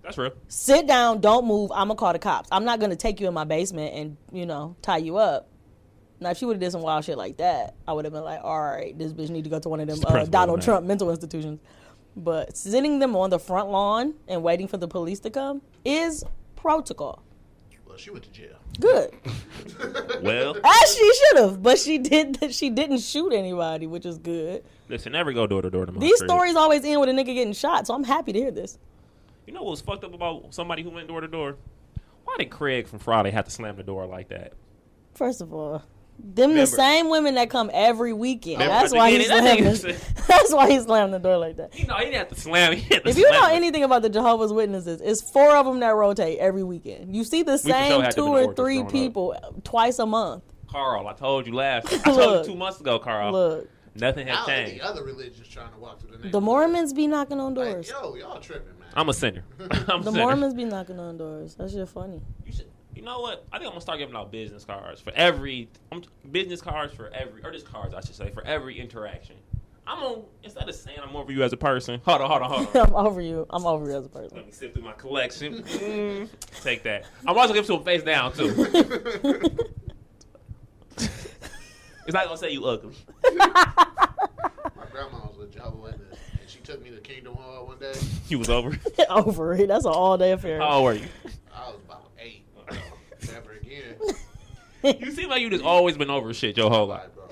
Speaker 7: That's real.
Speaker 6: Sit down, don't move. I'm gonna call the cops. I'm not gonna take you in my basement and you know tie you up. Now, if she would have did some wild shit like that, I would have been like, all right, this bitch need to go to one of them
Speaker 7: the
Speaker 6: uh,
Speaker 7: principal,
Speaker 6: Donald
Speaker 7: man.
Speaker 6: Trump mental institutions. But sitting them on the front lawn and waiting for the police to come is protocol.
Speaker 5: Well, she went to jail.
Speaker 6: Good.
Speaker 7: Well,
Speaker 6: As she should have, but she did. She didn't shoot anybody, which is good.
Speaker 7: listen, never go door to door to my
Speaker 6: These
Speaker 7: crib.
Speaker 6: stories always end with a nigga getting shot, so I'm happy to hear this.
Speaker 7: You know what was fucked up about somebody who went door to door? Why did Craig from Friday have to slam the door like that?
Speaker 6: First of all, them the
Speaker 7: Remember-
Speaker 6: same women that come every weekend.
Speaker 7: Remember
Speaker 6: that's
Speaker 7: at the
Speaker 6: why he
Speaker 7: beginning,
Speaker 6: slammed.
Speaker 7: that nigga
Speaker 6: The, that's why he slammed the door like that.
Speaker 7: No, he didn't have to slam. He had to
Speaker 6: If you know
Speaker 7: slam it.
Speaker 6: anything about the Jehovah's Witnesses, it's four of them that rotate every weekend. You see the
Speaker 7: sure
Speaker 6: same
Speaker 7: had them
Speaker 6: two
Speaker 7: in the
Speaker 6: or
Speaker 7: orchestra
Speaker 6: three
Speaker 7: growing up.
Speaker 6: people twice a month.
Speaker 7: Carl, I told you last. I told
Speaker 6: Look.
Speaker 7: you two months ago, Carl.
Speaker 6: Look,
Speaker 7: Nothing has
Speaker 5: Now the
Speaker 7: changed.
Speaker 5: other religions trying to walk through the neighborhood.
Speaker 6: the Mormons be knocking on
Speaker 5: Like,
Speaker 6: doors.
Speaker 5: yo, y'all tripping, man.
Speaker 7: I'm a sinner. I'm a
Speaker 6: The
Speaker 7: sinner.
Speaker 6: Mormons be knocking on doors. That shit funny.
Speaker 7: You, should, you know what? I think I'm gonna start giving out business cards for every um, business cards for every or just cards I should say for every interaction. I'm on instead of saying I'm over you as a person. Hold on, hold on, hold on.
Speaker 6: I'm over you. I'm over you as a person.
Speaker 7: Let me sift through my collection. Mm,
Speaker 6: Mm-hmm.
Speaker 7: take that. I'm also giving to a face down too. it's not gonna say you ugly.
Speaker 5: My grandma was a Jehovah's Witness, and she took me to Kingdom Hall one day.
Speaker 7: You was over.
Speaker 6: over it. That's an all day affair.
Speaker 7: How old were you?
Speaker 5: I was about eight. Never again.
Speaker 7: You seem like you just always been over shit your whole life.
Speaker 5: Like, bro,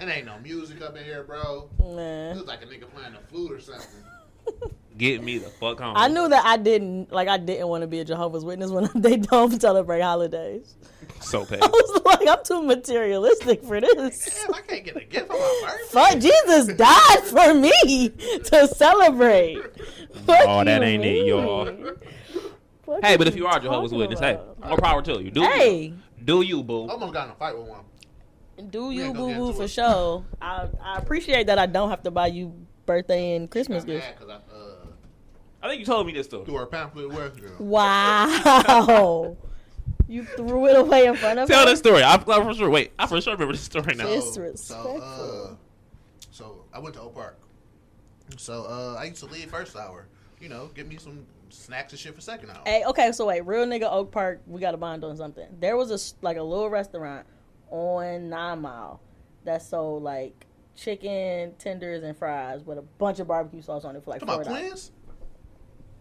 Speaker 5: it ain't no music up in here, bro.
Speaker 7: Oh.
Speaker 5: It
Speaker 6: Nah.
Speaker 5: was like a nigga playing the flute or something.
Speaker 7: Get me the fuck home.
Speaker 6: I knew that I didn't like. I didn't want to be a Jehovah's Witness when they don't celebrate holidays.
Speaker 7: so bad.
Speaker 6: I was like, I'm too materialistic for this.
Speaker 5: Damn, I can't get a gift for my birthday.
Speaker 6: Fuck, Jesus died for me to celebrate. Fuck
Speaker 7: Oh, that
Speaker 6: you,
Speaker 7: ain't it, y'all.
Speaker 6: man. Fuck
Speaker 7: Hey, but
Speaker 6: you
Speaker 7: if you are a Jehovah's
Speaker 6: talking
Speaker 7: Witness,
Speaker 6: about?
Speaker 7: hey, more power to you. Do
Speaker 6: Hey,
Speaker 7: you. Do you, boo.
Speaker 5: I almost got in a fight with one.
Speaker 6: do
Speaker 5: We
Speaker 6: you
Speaker 5: ain't gonna
Speaker 6: boo
Speaker 5: get
Speaker 6: boo
Speaker 5: into
Speaker 6: for
Speaker 5: it.
Speaker 6: sure? I I appreciate that I don't have to buy you birthday and Christmas
Speaker 5: Got
Speaker 6: gifts.
Speaker 5: mad because I uh,
Speaker 7: I think you told me this though.
Speaker 5: threw her pamphlet away. Girl.
Speaker 6: Wow. you threw it away in front of
Speaker 7: Tell
Speaker 6: her?
Speaker 7: this story. I, I for sure. Wait, I for sure remember this story now.
Speaker 6: Sis.
Speaker 5: So, uh,
Speaker 6: Disrespectful.
Speaker 5: so I went to Oak Park. So uh, I used to leave first hour. You know, get me some snacks and shit for second hour.
Speaker 6: Hey, okay, so wait, real nigga Oak Park, we got to bond on something. There was a s- like a little restaurant on Nine Mile that sold like chicken tenders and fries with a bunch of barbecue sauce on it for like
Speaker 5: Come on,
Speaker 6: four dollars.
Speaker 5: Queens.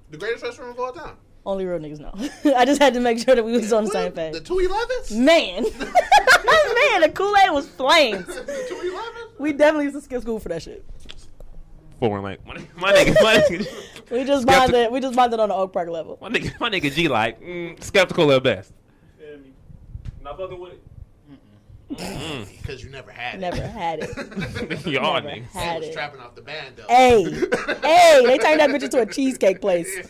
Speaker 5: The greatest restaurant of all time.
Speaker 6: Only real niggas know. I just had to make sure that we was on the
Speaker 5: What?
Speaker 6: same page.
Speaker 5: The two elevens.
Speaker 6: Man, man, the Kool Aid was flames.
Speaker 5: the two elevens.
Speaker 6: We definitely used to skip school for that shit.
Speaker 7: Foreign like my, my nigga, my nigga,
Speaker 6: We just
Speaker 7: Skeptic-
Speaker 6: bonded. We just bonded on the Oak Park level.
Speaker 7: my nigga, my nigga G like mm, skeptical at best.
Speaker 8: Feel me?
Speaker 7: Not fucking with
Speaker 5: Because you never had
Speaker 6: Never had it.
Speaker 7: it.
Speaker 5: it.
Speaker 7: Y'all
Speaker 6: Never
Speaker 7: niggas.
Speaker 5: I
Speaker 6: Had
Speaker 5: was
Speaker 6: it.
Speaker 5: trapping off the band though.
Speaker 6: Hey, hey, they turned that bitch into a cheesecake place.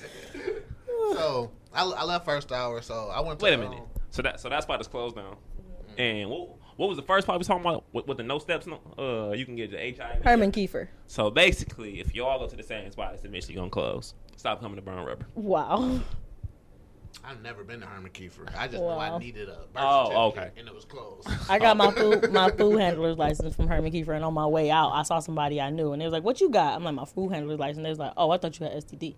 Speaker 5: So I, I left first hour. So I went. To,
Speaker 7: Wait a minute.
Speaker 5: um,
Speaker 7: So that so that spot is closed down.
Speaker 6: Mm-hmm.
Speaker 7: And what what was the first part we was talking about with, with the no steps? No, uh, you can get the HIV.
Speaker 6: Herman Kiefer.
Speaker 7: So basically, if y'all go to the same spot, it's eventually gonna close. Stop coming to Brown Rubber.
Speaker 6: Wow.
Speaker 5: I've never been to Herman Kiefer. I just knew I
Speaker 6: Wow.
Speaker 5: needed a birth
Speaker 7: Oh,
Speaker 5: certificate,
Speaker 7: okay.
Speaker 5: and it was closed.
Speaker 6: I got my food my food handler's license from Herman Kiefer, and on my way out, I saw somebody I knew, and they was like, "What you got?" I'm like, "My food handler's license." They was like, "Oh, I thought you had STD."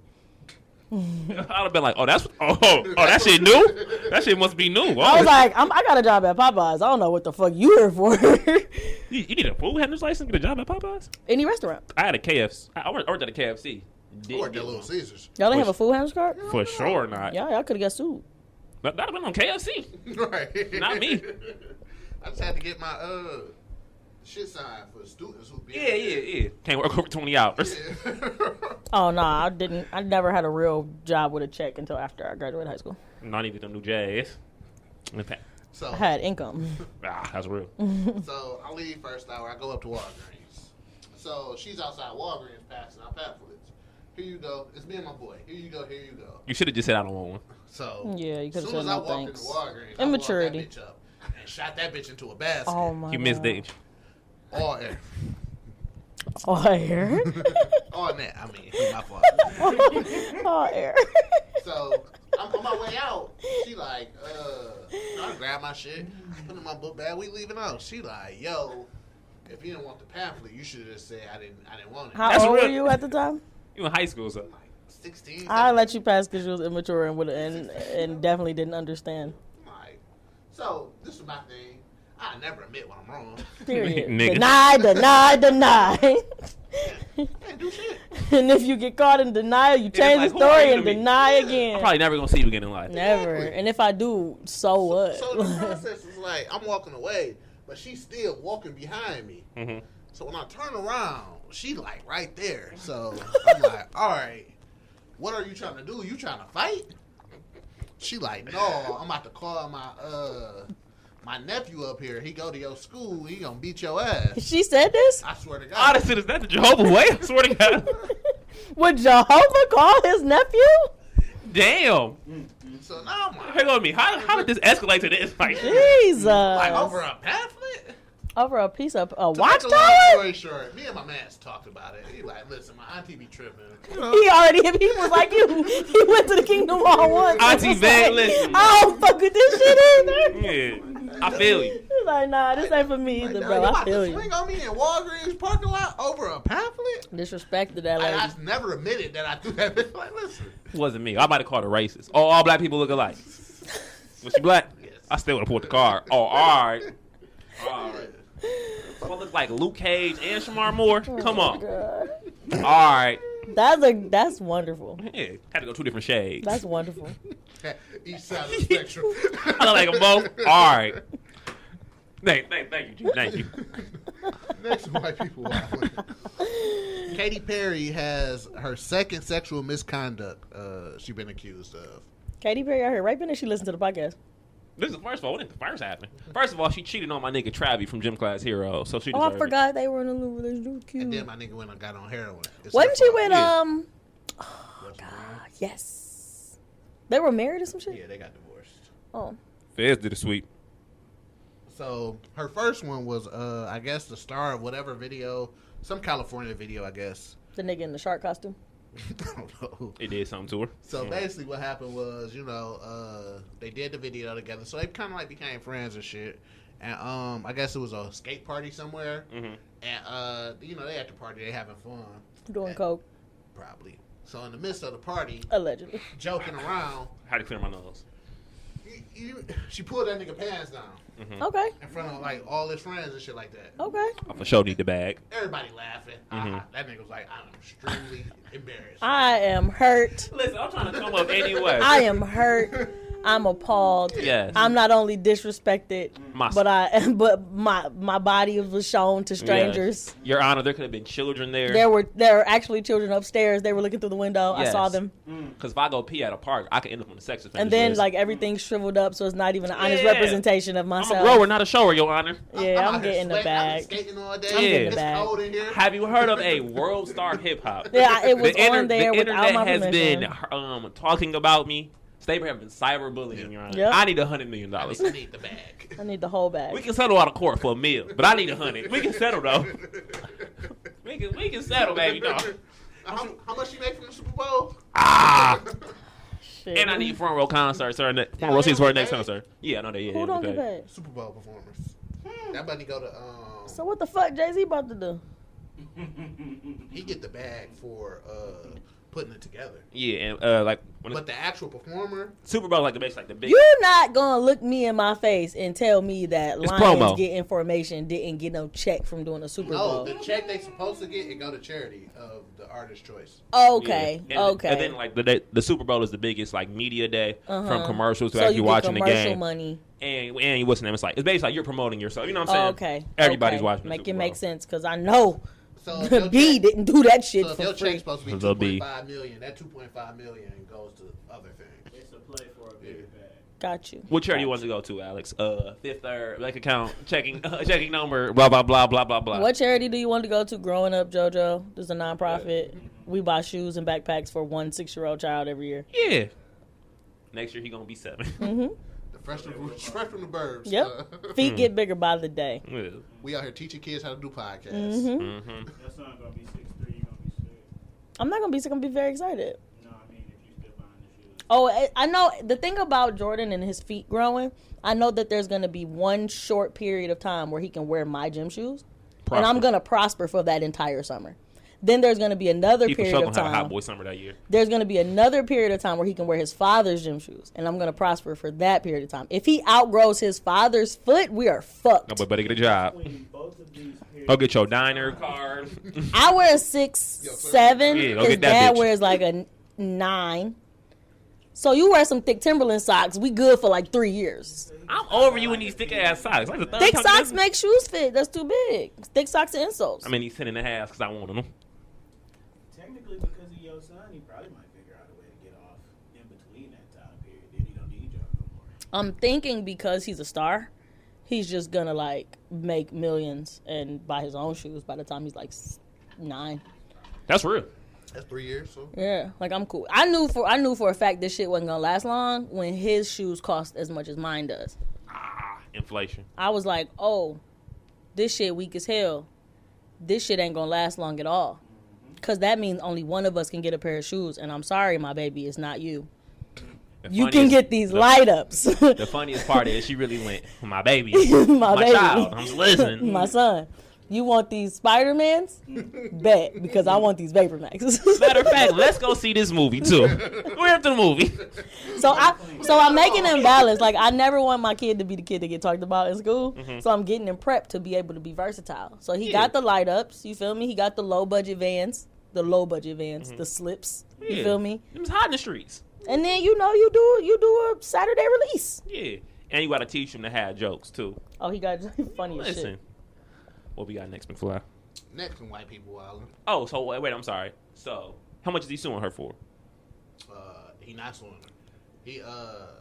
Speaker 7: I'd have been like, oh, that's oh, oh, oh, that shit new. That shit must be new.
Speaker 6: I
Speaker 7: Oh,
Speaker 6: was like, I'm, "I got a job at Popeyes. I don't know what the fuck you here for."
Speaker 7: you, you need a food handler's license to get a job at Popeyes.
Speaker 6: Any restaurant,
Speaker 7: I had a KFC. I I worked, I worked at a KFC. Didn't
Speaker 5: Or
Speaker 7: get
Speaker 5: the Little
Speaker 7: one.
Speaker 5: Caesars.
Speaker 6: y'all didn't have a food handler's card?
Speaker 7: For sure not.
Speaker 6: Y'all, y'all could have got sued.
Speaker 7: That would have been on KFC.
Speaker 5: Right.
Speaker 7: Not me.
Speaker 5: I just had to get my uh shit sign for students who be.
Speaker 7: Yeah, yeah, yeah. Can't work over twenty hours.
Speaker 6: Oh no, I didn't. I never had a real job with a check until after I graduated high school.
Speaker 7: Not even them new jazz. In fact,
Speaker 5: so
Speaker 6: I had income.
Speaker 7: ah, that's real.
Speaker 5: so I leave first hour. I go up to Walgreens. So she's outside Walgreens passing out pamphlets. Here you go. It's me and my boy. Here you go. Here you go.
Speaker 7: You should have just said I don't want one.
Speaker 5: So
Speaker 6: Yeah, Mm, you
Speaker 5: as soon
Speaker 6: could've said
Speaker 5: as
Speaker 6: no
Speaker 5: I walked
Speaker 6: thanks.
Speaker 5: into Walgreens, I
Speaker 6: Immaturity.
Speaker 5: walked that bitch up and shot that bitch into a basket.
Speaker 6: Oh my.
Speaker 7: You missed it.
Speaker 5: All air.
Speaker 6: Oh air.
Speaker 5: All net. I mean, it's my fault.
Speaker 6: oh air.
Speaker 5: So I'm on my way out. She like, uh, I grab my shit, put it in my book bag. We leaving out. She like, yo, if you didn't want the pamphlet, you should have just said I didn't. I didn't want it.
Speaker 6: How
Speaker 7: That's
Speaker 6: old
Speaker 7: real-
Speaker 6: were you at the time?
Speaker 7: You in high school, so
Speaker 5: Sixteen.
Speaker 6: I let you pass because you was immature and would and and definitely didn't understand.
Speaker 5: Like, so this is my thing. I never admit when I'm wrong.
Speaker 6: Period.
Speaker 7: Nigga.
Speaker 6: deny, deny, deny.
Speaker 5: Can't do shit.
Speaker 6: and if you get caught in denial, you
Speaker 7: It's
Speaker 6: change
Speaker 7: like,
Speaker 6: the
Speaker 7: who are
Speaker 6: story
Speaker 7: you
Speaker 6: and
Speaker 7: to me?
Speaker 6: deny
Speaker 7: I'm
Speaker 6: again.
Speaker 7: probably never gonna see you again in life.
Speaker 6: Never. And if I do, so what?
Speaker 5: So the process is like I'm walking away, but she's still walking behind me.
Speaker 7: Mhm.
Speaker 5: So when I turn around, she like right there. So I'm like, all right, what are you trying to do? You trying to fight? She like, no, I'm about to call my uh my nephew up here. He go to your school. He gonna beat your ass.
Speaker 6: she said this?
Speaker 5: I swear to God.
Speaker 7: Honestly, is that the Jehovah way? I swear to God.
Speaker 6: Would Jehovah call his nephew?
Speaker 7: Damn.
Speaker 5: So now I'm like,
Speaker 7: Hang on me. How, how did this escalate to this? Like,
Speaker 6: Jesus.
Speaker 5: like over a pamphlet.
Speaker 6: uh, Over a piece of
Speaker 5: To
Speaker 6: a
Speaker 5: make a long
Speaker 6: watchtower?
Speaker 5: story short, me and my man's talked about it. He like, listen, my auntie be tripping. You know,
Speaker 6: He already he was like you. He went to the Kingdom Hall once.
Speaker 7: Auntie Van, listen.
Speaker 6: I don't fuck with this shit either.
Speaker 7: yeah. I feel you.
Speaker 6: He's like, nah, this ain't for me
Speaker 5: Like,
Speaker 6: either,
Speaker 5: nah,
Speaker 6: bro.
Speaker 5: you
Speaker 6: I
Speaker 5: about to
Speaker 6: feel you.
Speaker 5: Swing on me in Walgreens parking lot over a pamphlet.
Speaker 6: Disrespected that
Speaker 5: I,
Speaker 6: lady.
Speaker 5: I never admitted that I do that. Bitch, like, listen,
Speaker 7: Wasn't me. I might have called her racist. Oh, all black people look alike. Was she black?
Speaker 5: Yes.
Speaker 7: I still would have pulled the car. Oh, all right. All right. Well, look like Luke Cage and Shamar Moore. Come on. All right.
Speaker 6: That's a that's wonderful.
Speaker 7: Yeah, had to go two different shades.
Speaker 6: That's wonderful.
Speaker 5: each side of the spectrum.
Speaker 7: I look like them both. All right. Thank, thank, thank you, G. Thank you.
Speaker 5: Next, white people. waffling. Katy Perry has her second sexual misconduct. Uh, she been accused of.
Speaker 6: Katy Perry out here right minute she listened to the podcast.
Speaker 7: This is first of all, when did the first happen? First of all, she cheated on my nigga Travi from Gym Class Hero, so she.
Speaker 6: Oh, I
Speaker 7: deserved it.
Speaker 6: forgot they were in a new relationship.
Speaker 5: And then
Speaker 6: Cute.
Speaker 5: my nigga went and got on heroin. It's
Speaker 6: Wasn't
Speaker 5: her
Speaker 6: she
Speaker 5: fault.
Speaker 6: with
Speaker 7: Yeah.
Speaker 6: um? Yes. They were married or some shit.
Speaker 5: Yeah, they got divorced.
Speaker 6: Oh,
Speaker 7: Fez did a sweep.
Speaker 5: So her first one was, uh, I guess, the star of whatever video, some California video, I guess.
Speaker 6: the nigga in the shark costume.
Speaker 5: I don't know.
Speaker 7: It did something to her.
Speaker 5: So
Speaker 7: Yeah.
Speaker 5: basically, what happened was, you know, uh, they did the video together, so they kind of like became friends and shit. And um, I guess it was a skate party somewhere,
Speaker 7: Mhm.
Speaker 5: and uh, you know, they at the party, they having fun,
Speaker 6: Doing coke
Speaker 5: probably. So in the midst of the party,
Speaker 6: allegedly.
Speaker 5: joking around,
Speaker 7: How to clear my nose?
Speaker 5: you, you, she pulled that nigga pants down
Speaker 6: Okay.
Speaker 5: in front of like all his friends and shit like that.
Speaker 6: Okay.
Speaker 7: I for sure need the bag.
Speaker 5: Everybody laughing.
Speaker 7: Mm-hmm.
Speaker 5: Ah, that nigga was like, I'm extremely embarrassed.
Speaker 6: I am hurt.
Speaker 7: Listen, I'm trying to come up anyway.
Speaker 6: I am hurt. I'm appalled.
Speaker 7: Yes.
Speaker 6: I'm not only disrespected,
Speaker 7: My-
Speaker 6: but I but my my body was shown to strangers.
Speaker 7: Yes. Your Honor, there could have been children
Speaker 6: There
Speaker 7: there.
Speaker 6: were there were actually children upstairs. They were looking through the window. I saw
Speaker 7: Yes.
Speaker 6: them.
Speaker 8: Mm.
Speaker 7: Because if I go pee at a park, I could end up on the sex offender.
Speaker 6: And then
Speaker 7: list.
Speaker 6: like everything shriveled up, so it's not even an honest
Speaker 7: Yeah.
Speaker 6: representation of
Speaker 7: I'm a
Speaker 6: myself.
Speaker 7: grower, not a shower, Your Honor.
Speaker 6: Yeah, I'm,
Speaker 5: out here
Speaker 6: getting the
Speaker 5: sweating. I've been
Speaker 6: bag.
Speaker 5: skating all day.
Speaker 7: getting the
Speaker 5: it's
Speaker 6: bag.
Speaker 5: cold in here.
Speaker 7: Have you heard of a world star hip hop?
Speaker 6: Yeah, it was
Speaker 7: the inter-
Speaker 6: on there
Speaker 7: the
Speaker 6: without
Speaker 7: internet
Speaker 6: my
Speaker 7: has
Speaker 6: permission.
Speaker 7: been um, talking about me. Staber have been cyberbullying, Your Honor.
Speaker 6: Yep.
Speaker 7: I need a hundred million
Speaker 5: I
Speaker 7: dollars.
Speaker 5: need- I need the bag.
Speaker 6: I need the whole bag.
Speaker 7: We can settle out of court for a meal, but I need a hundred. We can settle though. We can we can settle, baby. No.
Speaker 5: How, how much you make from the Super Bowl?
Speaker 7: Ah,
Speaker 6: Shit.
Speaker 7: and I need front row concerts, sir. Ne- front row seats for our next concert. Yeah, I know they. Yeah,
Speaker 6: Who
Speaker 7: they
Speaker 6: don't get
Speaker 7: paid.
Speaker 6: paid?
Speaker 5: Super Bowl performers. That buddy go to um.
Speaker 6: Hmm. So what the fuck Jay Z about to do?
Speaker 5: he get the bag for uh putting it together,
Speaker 7: Yeah, and uh, like when
Speaker 5: but
Speaker 7: it's
Speaker 5: the actual performer,
Speaker 7: Super Bowl, like the base, like the big.
Speaker 6: You not gonna look me in my face and tell me that
Speaker 7: It's
Speaker 6: Lions
Speaker 7: promo.
Speaker 6: get information didn't get no check from doing a Super
Speaker 5: no,
Speaker 6: Bowl.
Speaker 5: oh, the check they supposed to get it go to charity of the artist choice.
Speaker 6: okay,
Speaker 7: Yeah. And,
Speaker 6: okay.
Speaker 7: And then like the day, the Super Bowl is the biggest like media day from
Speaker 6: Uh-huh.
Speaker 7: commercials to
Speaker 6: so
Speaker 7: actually
Speaker 6: you get
Speaker 7: watching the
Speaker 6: commercial
Speaker 7: game.
Speaker 6: money.
Speaker 7: And and what's the name? It's like it's basically like you're promoting yourself. You know what I'm saying?
Speaker 6: Oh, okay.
Speaker 7: Everybody's
Speaker 6: okay.
Speaker 7: watching. the
Speaker 6: Make
Speaker 7: Super
Speaker 6: it make
Speaker 7: Bowl.
Speaker 6: sense because I know
Speaker 5: So if your
Speaker 6: the B
Speaker 5: check-
Speaker 6: didn't do that shit
Speaker 5: So if
Speaker 6: for
Speaker 5: your
Speaker 6: free.
Speaker 5: check's supposed to be
Speaker 7: The
Speaker 5: two
Speaker 7: B.
Speaker 5: point five million, that two point five million goes to other things.
Speaker 8: It's a play for a bigger bag.
Speaker 6: Got you.
Speaker 7: What charity you want to go to, Alex? Uh, fifth third bank account checking uh, checking number. Blah blah blah blah blah blah.
Speaker 6: What charity do you want to go to? Growing Up JoJo. This is a
Speaker 5: Mm-hmm.
Speaker 6: nonprofit. We buy shoes and backpacks for one six year old child every year.
Speaker 7: Yeah. Next year he gonna be seven.
Speaker 6: Mm-hmm.
Speaker 5: The fresh from, fresh from the burbs.
Speaker 6: Yep.
Speaker 5: Uh,
Speaker 6: Feet get bigger by the day.
Speaker 7: Yeah.
Speaker 5: we out here teaching kids how to do podcasts.
Speaker 6: Mm-hmm.
Speaker 7: Mhm.
Speaker 8: That son gonna be six three. You gonna be sick.
Speaker 6: I'm not gonna be sick. I'm gonna be very excited.
Speaker 8: No, I mean if you still behind the shoes.
Speaker 6: Oh, I- I know the thing about Jordan and his feet growing. I know that there's going to be one short period of time where he can wear my gym shoes, and I'm
Speaker 7: Prosper.
Speaker 6: going to prosper for that entire summer. Then there's going to be another
Speaker 7: He for
Speaker 6: period
Speaker 7: sure
Speaker 6: of
Speaker 7: gonna have a hot
Speaker 6: time.
Speaker 7: boy summer that year.
Speaker 6: There's going to be another period of time where he can wear his father's gym shoes, and I'm going to prosper for that period of time. If he outgrows his father's foot, we are fucked.
Speaker 7: No, but better get a job.
Speaker 8: Between both of these periods,
Speaker 7: Go get your diner card.
Speaker 6: I wear a six,
Speaker 5: Yo, sir.
Speaker 6: seven.
Speaker 7: Yeah, go
Speaker 6: His
Speaker 7: get that
Speaker 6: dad
Speaker 7: bitch.
Speaker 6: wears like a n- nine. So you wear some thick Timberland socks. We good for like three years.
Speaker 7: I'm over you in these thick ass socks. Like the third
Speaker 6: Thick
Speaker 7: time
Speaker 6: socks
Speaker 7: this-
Speaker 6: make shoes fit. That's too big. Thick socks and insoles.
Speaker 7: I'm in these ten and a half because I wanted them.
Speaker 8: technically because of your son, he probably might figure out a way to get off in between that time period. Then he don't need y'all no more.
Speaker 6: I'm thinking because he's a star, he's just gonna like make millions and buy his own shoes by the time he's like s- nine.
Speaker 7: That's real.
Speaker 5: That's three years. So
Speaker 6: Yeah, like I'm cool. I knew for I knew for a fact this shit wasn't gonna last long when his shoes cost as much as mine does.
Speaker 7: Inflation.
Speaker 6: I was like, oh, this shit weak as hell. This shit ain't gonna last long at all. Cause that means only one of us can get a pair of shoes, and I'm sorry, my baby, it's not you.
Speaker 7: The
Speaker 6: You can
Speaker 7: funniest-
Speaker 6: get these
Speaker 7: the-
Speaker 6: light ups.
Speaker 7: The funniest part is she really went, my baby,
Speaker 6: My
Speaker 7: my,
Speaker 6: baby.
Speaker 7: child. I'm listening.
Speaker 6: my son, you want these Spider Mans? Bet, because I want these Vapor Maxes.
Speaker 7: Matter of fact, let's go see this movie too. We're at the movie.
Speaker 6: So I so I'm making them balance. Like I never want my kid to be the kid that get talked about in school. So I'm getting him prepped to be able to be versatile. So he
Speaker 7: Mm-hmm. Yeah.
Speaker 6: got the light ups, you feel me? He got the low budget vans, the low budget vans, the slips. You
Speaker 7: Mm-hmm. Yeah.
Speaker 6: feel me?
Speaker 7: It was hot in the streets.
Speaker 6: And then you know you do you do a Saturday release.
Speaker 7: Yeah. And you gotta teach him to have jokes too.
Speaker 6: Oh, he got funny as
Speaker 7: Listen.
Speaker 6: shit.
Speaker 7: What we got next, McFly?
Speaker 5: next one, white people wilding.
Speaker 7: Oh, so wait, wait, I'm sorry. So how much is he suing her for?
Speaker 5: Uh, he not suing her. He uh,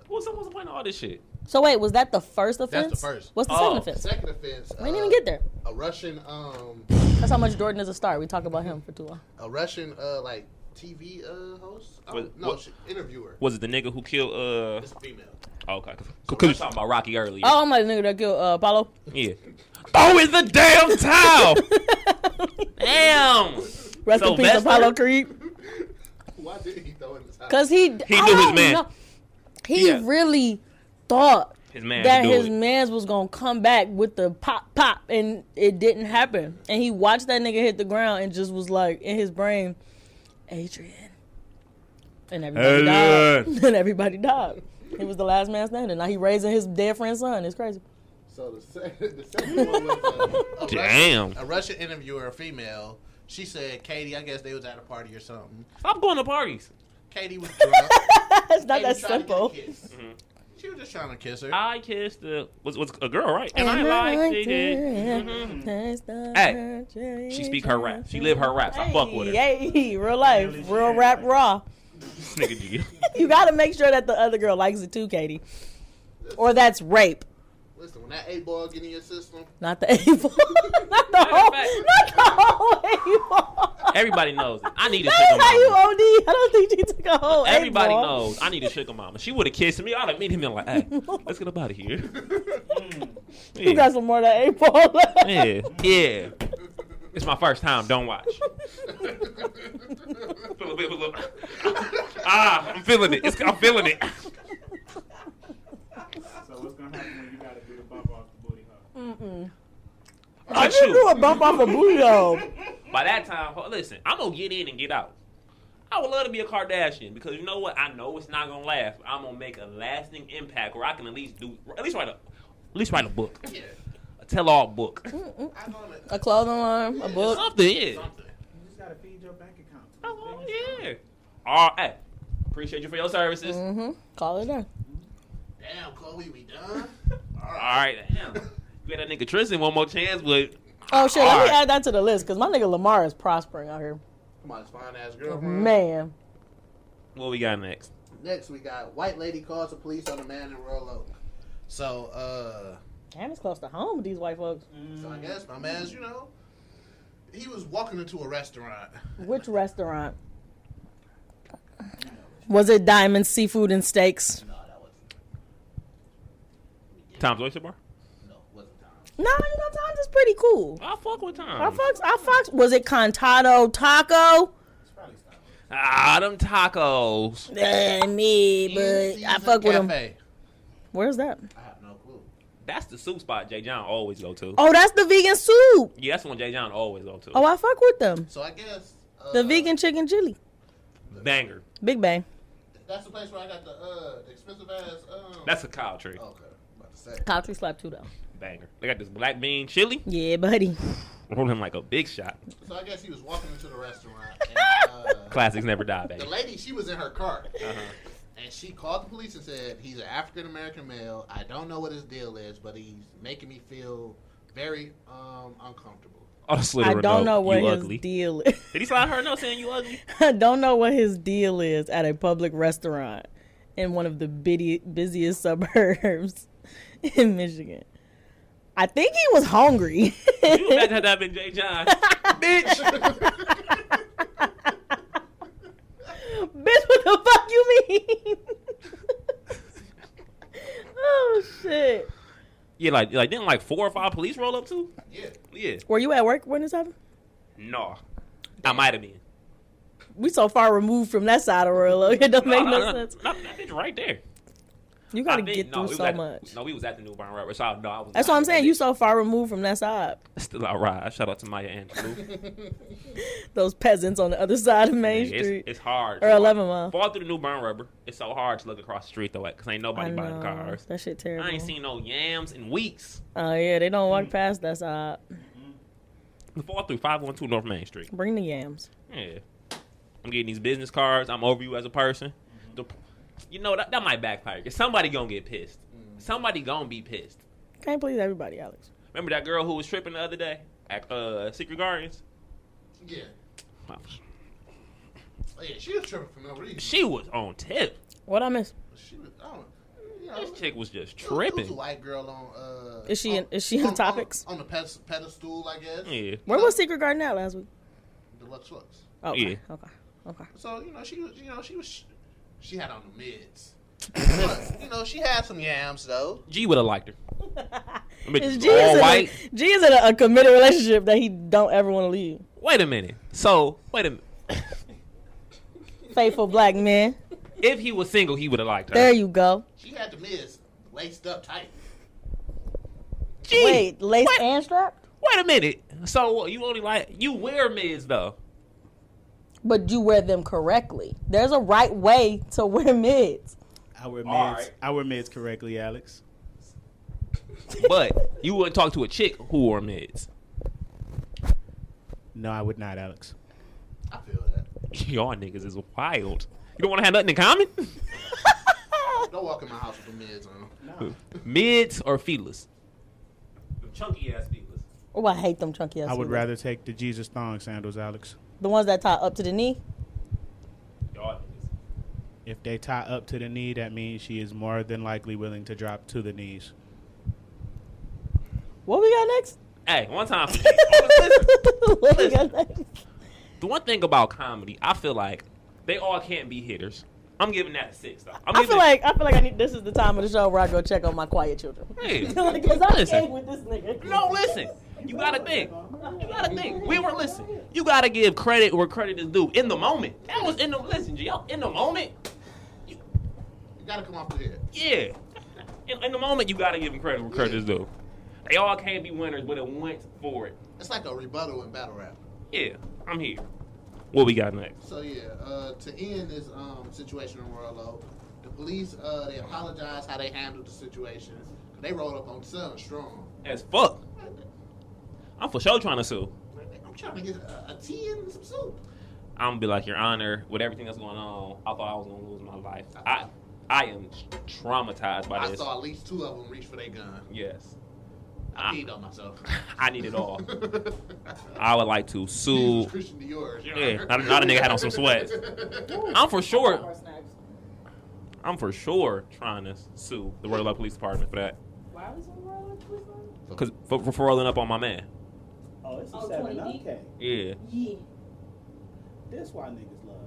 Speaker 7: What's the, what's the point of all this shit?
Speaker 6: So wait, was that the first offense?
Speaker 5: first.
Speaker 6: What's the
Speaker 7: Oh.
Speaker 6: second offense?
Speaker 5: second offense.
Speaker 6: We didn't
Speaker 5: uh,
Speaker 6: even get there.
Speaker 5: a Russian um,
Speaker 6: That's how much Jordan is a star. We talk about him for too long.
Speaker 5: a Russian uh, like TV uh host. Oh,
Speaker 7: What-
Speaker 5: no,
Speaker 7: what-
Speaker 5: she, interviewer.
Speaker 7: Was it the nigga who killed uh
Speaker 5: It's female.
Speaker 7: okay. Cause, cause we were talking about Rocky earlier.
Speaker 6: Oh, my nigga that killed uh, Apollo.
Speaker 7: Yeah. Oh, it's the damn towel. damn.
Speaker 6: Rest in peace,
Speaker 7: Sylvester?
Speaker 6: Apollo Creed.
Speaker 5: Why did he throw in the towel?
Speaker 6: Cause he,
Speaker 7: He
Speaker 6: I
Speaker 7: knew his
Speaker 6: don't
Speaker 7: man.
Speaker 6: know. He
Speaker 7: Yeah.
Speaker 6: really thought
Speaker 7: His man
Speaker 6: that
Speaker 7: could do
Speaker 6: his
Speaker 7: it.
Speaker 6: man's was gonna come back with the pop pop, and it didn't happen. And he watched that nigga hit the ground and just was like in his brain, Adrian, and everybody died.
Speaker 7: Adrian.
Speaker 6: and everybody died. He was the last man standing. Now he raising his dead friend's son. It's crazy.
Speaker 5: So the, se- the second one was uh, a,
Speaker 7: Damn.
Speaker 5: Russian, a Russian interviewer, a female. She said, "Katie, I guess they was at a party or something.
Speaker 7: Stop going to parties.
Speaker 5: Katie was drunk.
Speaker 6: It's not
Speaker 5: Katie tried
Speaker 6: that
Speaker 5: to get a
Speaker 6: simple.
Speaker 5: kiss. She was just trying to kiss her.
Speaker 7: I kissed the was was a girl, right? And, I liked it. Mhm. Hey,
Speaker 6: Hey,
Speaker 7: She speak her rap. She live her raps. I fuck with her.
Speaker 6: Yay, real life,
Speaker 8: Really
Speaker 6: real
Speaker 8: shit.
Speaker 6: rap, raw.
Speaker 7: This nigga G.
Speaker 6: You gotta make sure that the other girl likes it too, Katie. Or that's rape.
Speaker 5: Listen, when that eight ball get in your system,
Speaker 6: Not the A ball. not the whole not the whole A ball.
Speaker 7: Everybody knows. it. I need a
Speaker 6: That
Speaker 7: sugar
Speaker 6: is how you
Speaker 7: mama.
Speaker 6: OD. I don't think she took a whole A
Speaker 7: Everybody
Speaker 6: ball.
Speaker 7: knows. I need a sugar mama. She would have kissed me. I'd have meet him and like, hey, let's get up out of here.
Speaker 6: You
Speaker 7: Yeah.
Speaker 6: got some more of that A ball left.
Speaker 7: yeah. Yeah. It's my first time. Don't watch. ah, I'm feeling it. It's, I'm feeling it.
Speaker 8: So what's gonna happen when you gotta do the bump off the booty huh?
Speaker 6: I
Speaker 7: But
Speaker 6: should do a
Speaker 7: shoot,
Speaker 6: bump off a booty hole.
Speaker 7: by that time, ho- listen, I'm gonna get in and get out. I would love to be a Kardashian because you know what? I know it's not gonna last, but I'm gonna make a lasting impact where I can at least do at least write a at least write a book,
Speaker 5: yeah,
Speaker 7: a tell-all book,
Speaker 5: I'm on it.
Speaker 6: A clothing line, a book.
Speaker 7: something. Yeah.
Speaker 5: Something.
Speaker 8: You just gotta feed your bank account. to the
Speaker 7: Oh
Speaker 8: biggest
Speaker 7: yeah. All right. Appreciate you for your services.
Speaker 6: Mm-hmm. Call it done.
Speaker 5: Damn, Chloe, we done.
Speaker 7: All right. Damn. You had that nigga Tristan one more chance, but
Speaker 6: Oh shit, let
Speaker 7: All
Speaker 6: me
Speaker 7: right.
Speaker 6: add that to the list because my nigga Lamar is prospering out here.
Speaker 5: Come on, this fine ass
Speaker 6: Mm-hmm.
Speaker 5: girlfriend.
Speaker 6: Man,
Speaker 7: what we got next?
Speaker 5: Next, we got white lady calls the police on a man in Royal Oak. So, uh,
Speaker 6: damn, it's close to home with these white folks.
Speaker 5: so I guess my man's, you know, he was walking into a restaurant.
Speaker 6: Which restaurant? Was it diamonds, seafood, and steaks?
Speaker 7: Tom's Oyster Bar?
Speaker 6: No, you know, Tom's is pretty cool.
Speaker 7: I fuck with Tom.
Speaker 6: I fucks, I fucks. Was it Contado Taco?
Speaker 7: Ah, them tacos.
Speaker 6: Eh, me, but I fuck with him.
Speaker 5: Cafe.
Speaker 6: Where's that?
Speaker 5: I have no clue.
Speaker 7: That's the soup spot Jay John always go to.
Speaker 6: Oh, that's the vegan soup.
Speaker 7: Yeah, that's the one Jay John always go to.
Speaker 6: Oh, I fuck with them.
Speaker 5: So I guess uh,
Speaker 6: The vegan chicken chili.
Speaker 7: Banger.
Speaker 6: Big Bang.
Speaker 5: That's the place where I got the uh, the expensive ass. Um,
Speaker 7: That's a cow tree.
Speaker 5: okay. About to say.
Speaker 6: Country slap too though.
Speaker 7: Banger. They got this black bean chili.
Speaker 6: Yeah, buddy.
Speaker 7: Rolling like a big shot.
Speaker 5: So I guess he was walking into the restaurant, and uh,
Speaker 7: Classics never die, baby.
Speaker 5: the lady she was in her car,
Speaker 7: Uh-huh.
Speaker 5: and she called the police and said he's an African American male. I don't know what his deal is, but he's making me feel very um, uncomfortable.
Speaker 7: Oh, the slitter
Speaker 6: I
Speaker 7: of
Speaker 6: don't
Speaker 7: note.
Speaker 6: know what
Speaker 7: you
Speaker 6: his
Speaker 7: ugly.
Speaker 6: deal is.
Speaker 7: Did he slide her a note saying you ugly?
Speaker 6: I don't know what his deal is at a public restaurant in one of the bidi- busiest suburbs in Michigan. I think he was hungry.
Speaker 7: You imagine had that been Jay John. Bitch.
Speaker 6: Bitch, what the fuck you mean? oh shit.
Speaker 7: Yeah, like like didn't like four or five police roll up too?
Speaker 5: Yeah,
Speaker 7: Yeah.
Speaker 6: Were you at work when this happened?
Speaker 7: No. I might have been.
Speaker 6: We so far removed from that side of Royal Oak. It don't make
Speaker 7: No,
Speaker 6: no
Speaker 7: no,
Speaker 6: sense.
Speaker 7: no, Uh-uh. that bitch right there.
Speaker 6: You gotta
Speaker 7: I think-
Speaker 6: get
Speaker 7: no, we
Speaker 6: through
Speaker 7: was
Speaker 6: so
Speaker 7: at the-
Speaker 6: much.
Speaker 7: no, we was at the Newborn Rubber, so I, no, I was.
Speaker 6: That's
Speaker 7: not
Speaker 6: what I'm
Speaker 7: at that
Speaker 6: saying. You
Speaker 7: bitch.
Speaker 6: so far removed from that side.
Speaker 7: still out ride. Shout out to Maya Angelou.
Speaker 6: Those peasants on the other side of Main
Speaker 7: it's,
Speaker 6: Street.
Speaker 7: it's hard.
Speaker 6: Or 11 Mile.
Speaker 7: Fall through the Newborn Rubber. It's so hard to look across the street though, because ain't
Speaker 6: I
Speaker 7: nobody buying
Speaker 6: know.
Speaker 7: cars.
Speaker 6: That shit terrible.
Speaker 7: I ain't seen Mm. no yams in weeks.
Speaker 6: Oh yeah, they don't walk past Uh, that side.
Speaker 7: The fall through five one two North Main Street.
Speaker 6: Bring the yams.
Speaker 7: Yeah, I'm getting these business cards. I'm over you as a person.
Speaker 6: Mm-hmm.
Speaker 7: The, you know that that might backfire. Cause somebody gonna get pissed.
Speaker 6: Mm.
Speaker 7: Somebody gonna be pissed.
Speaker 6: Can't please everybody, Alex.
Speaker 7: Remember that girl who was tripping the other day at uh, Secret Gardens?
Speaker 5: yeah, oh, yeah. She was tripping for no reason.
Speaker 7: She was on tip.
Speaker 6: What I miss?
Speaker 5: She was. I don't. You know,
Speaker 6: Oh.
Speaker 7: This chick was just
Speaker 5: it was- it was a
Speaker 7: tripping.
Speaker 5: white girl on. Uh,
Speaker 6: Is she in-
Speaker 5: on-
Speaker 6: is she in
Speaker 5: on- on-
Speaker 6: topics?
Speaker 5: on, the ped- pedestal? I guess.
Speaker 7: Yeah.
Speaker 6: Where was Secret Garden at last week?
Speaker 5: Deluxe looks.
Speaker 6: Oh, okay.
Speaker 7: Uh, Yeah.
Speaker 6: okay, okay.
Speaker 5: So you know she was, you know she was, she had on the mids. but, you know she had some yams though.
Speaker 7: G would have liked her. Them bitches
Speaker 6: Is
Speaker 7: was
Speaker 6: G is,
Speaker 7: all
Speaker 6: in
Speaker 7: white.
Speaker 6: a, G is in a, a committed relationship that he don't ever want to leave.
Speaker 7: Wait a minute. So wait a minute.
Speaker 6: Faithful black man.
Speaker 7: If he was single, he would have liked her.
Speaker 6: There you go.
Speaker 5: She had the mids laced up tight.
Speaker 7: Gee,
Speaker 6: Wait, lace
Speaker 7: what?
Speaker 6: and strapped.
Speaker 7: Wait a minute. So what, you only like you wear mids though.
Speaker 6: But you wear them correctly. There's a right way to wear mids.
Speaker 8: Our mids,
Speaker 7: right.
Speaker 8: our mids correctly, Alex.
Speaker 7: But you wouldn't talk to a chick who wore mids.
Speaker 8: No, I would not, Alex.
Speaker 5: I feel that.
Speaker 7: Y'all niggas is wild. You don't want to have nothing in common?
Speaker 5: Don't walk in my house with the mids on.
Speaker 7: mids or feelers? Chunky ass feelers.
Speaker 6: Oh, I hate them chunky ass.
Speaker 8: I would
Speaker 6: feelers.
Speaker 8: rather take the Jesus thong sandals, Alex.
Speaker 6: the ones that tie up to the knee.
Speaker 7: Y'all niggas.
Speaker 8: If they tie up to the knee, that means she is more than likely willing to drop to the knees.
Speaker 6: What we got next?
Speaker 7: Hey, one time. Listen,
Speaker 6: what we got next?
Speaker 7: the one thing about comedy, I feel like they all can't be hitters. I'm giving that a six though. I'm
Speaker 6: I
Speaker 7: giving
Speaker 6: feel
Speaker 7: it-
Speaker 6: like I feel like I need. This is the time of the show where I go check on my quiet children.
Speaker 7: Hey.
Speaker 6: like, is I
Speaker 7: Listen.
Speaker 6: okay with this nigga?
Speaker 7: No, listen. You gotta think. You gotta think. We were listening. You gotta give credit where credit is due. In the moment, that was in the listen, y'all. In the moment,
Speaker 5: You gotta come off the head.
Speaker 7: yeah. In, in the moment, you gotta give them credit where credit is due. They all can't be winners, but it went for it.
Speaker 5: It's like a rebuttal in battle rap.
Speaker 7: Yeah, I'm here. What we got next?
Speaker 5: So yeah, uh, to end this um, situation in Royal Oak, the police uh, they apologized how they handled the situation. They rolled up on Sun strong.
Speaker 7: As fuck. I'm for sure trying to sue.
Speaker 5: I'm trying to get a, a tea and some soup.
Speaker 7: I'm gonna be like, Your Honor, with everything that's going on, I thought I was gonna lose my life. I, I am traumatized by
Speaker 5: I
Speaker 7: this.
Speaker 5: saw at least two of them reach for their gun.
Speaker 7: Yes, Ah.
Speaker 5: I peed on myself.
Speaker 7: I need it all.
Speaker 5: I
Speaker 7: I would like to sue.
Speaker 5: Christian Dior.
Speaker 7: Yeah, not, not a nigga had on some sweats. I'm for sure. I'm for sure trying to sue the Royal Oak Police Department for that. Cause for, for, for rolling up on my man.
Speaker 8: Oh, it's a
Speaker 6: Oh, 7 20 deep.
Speaker 7: Yeah.
Speaker 8: That's why niggas love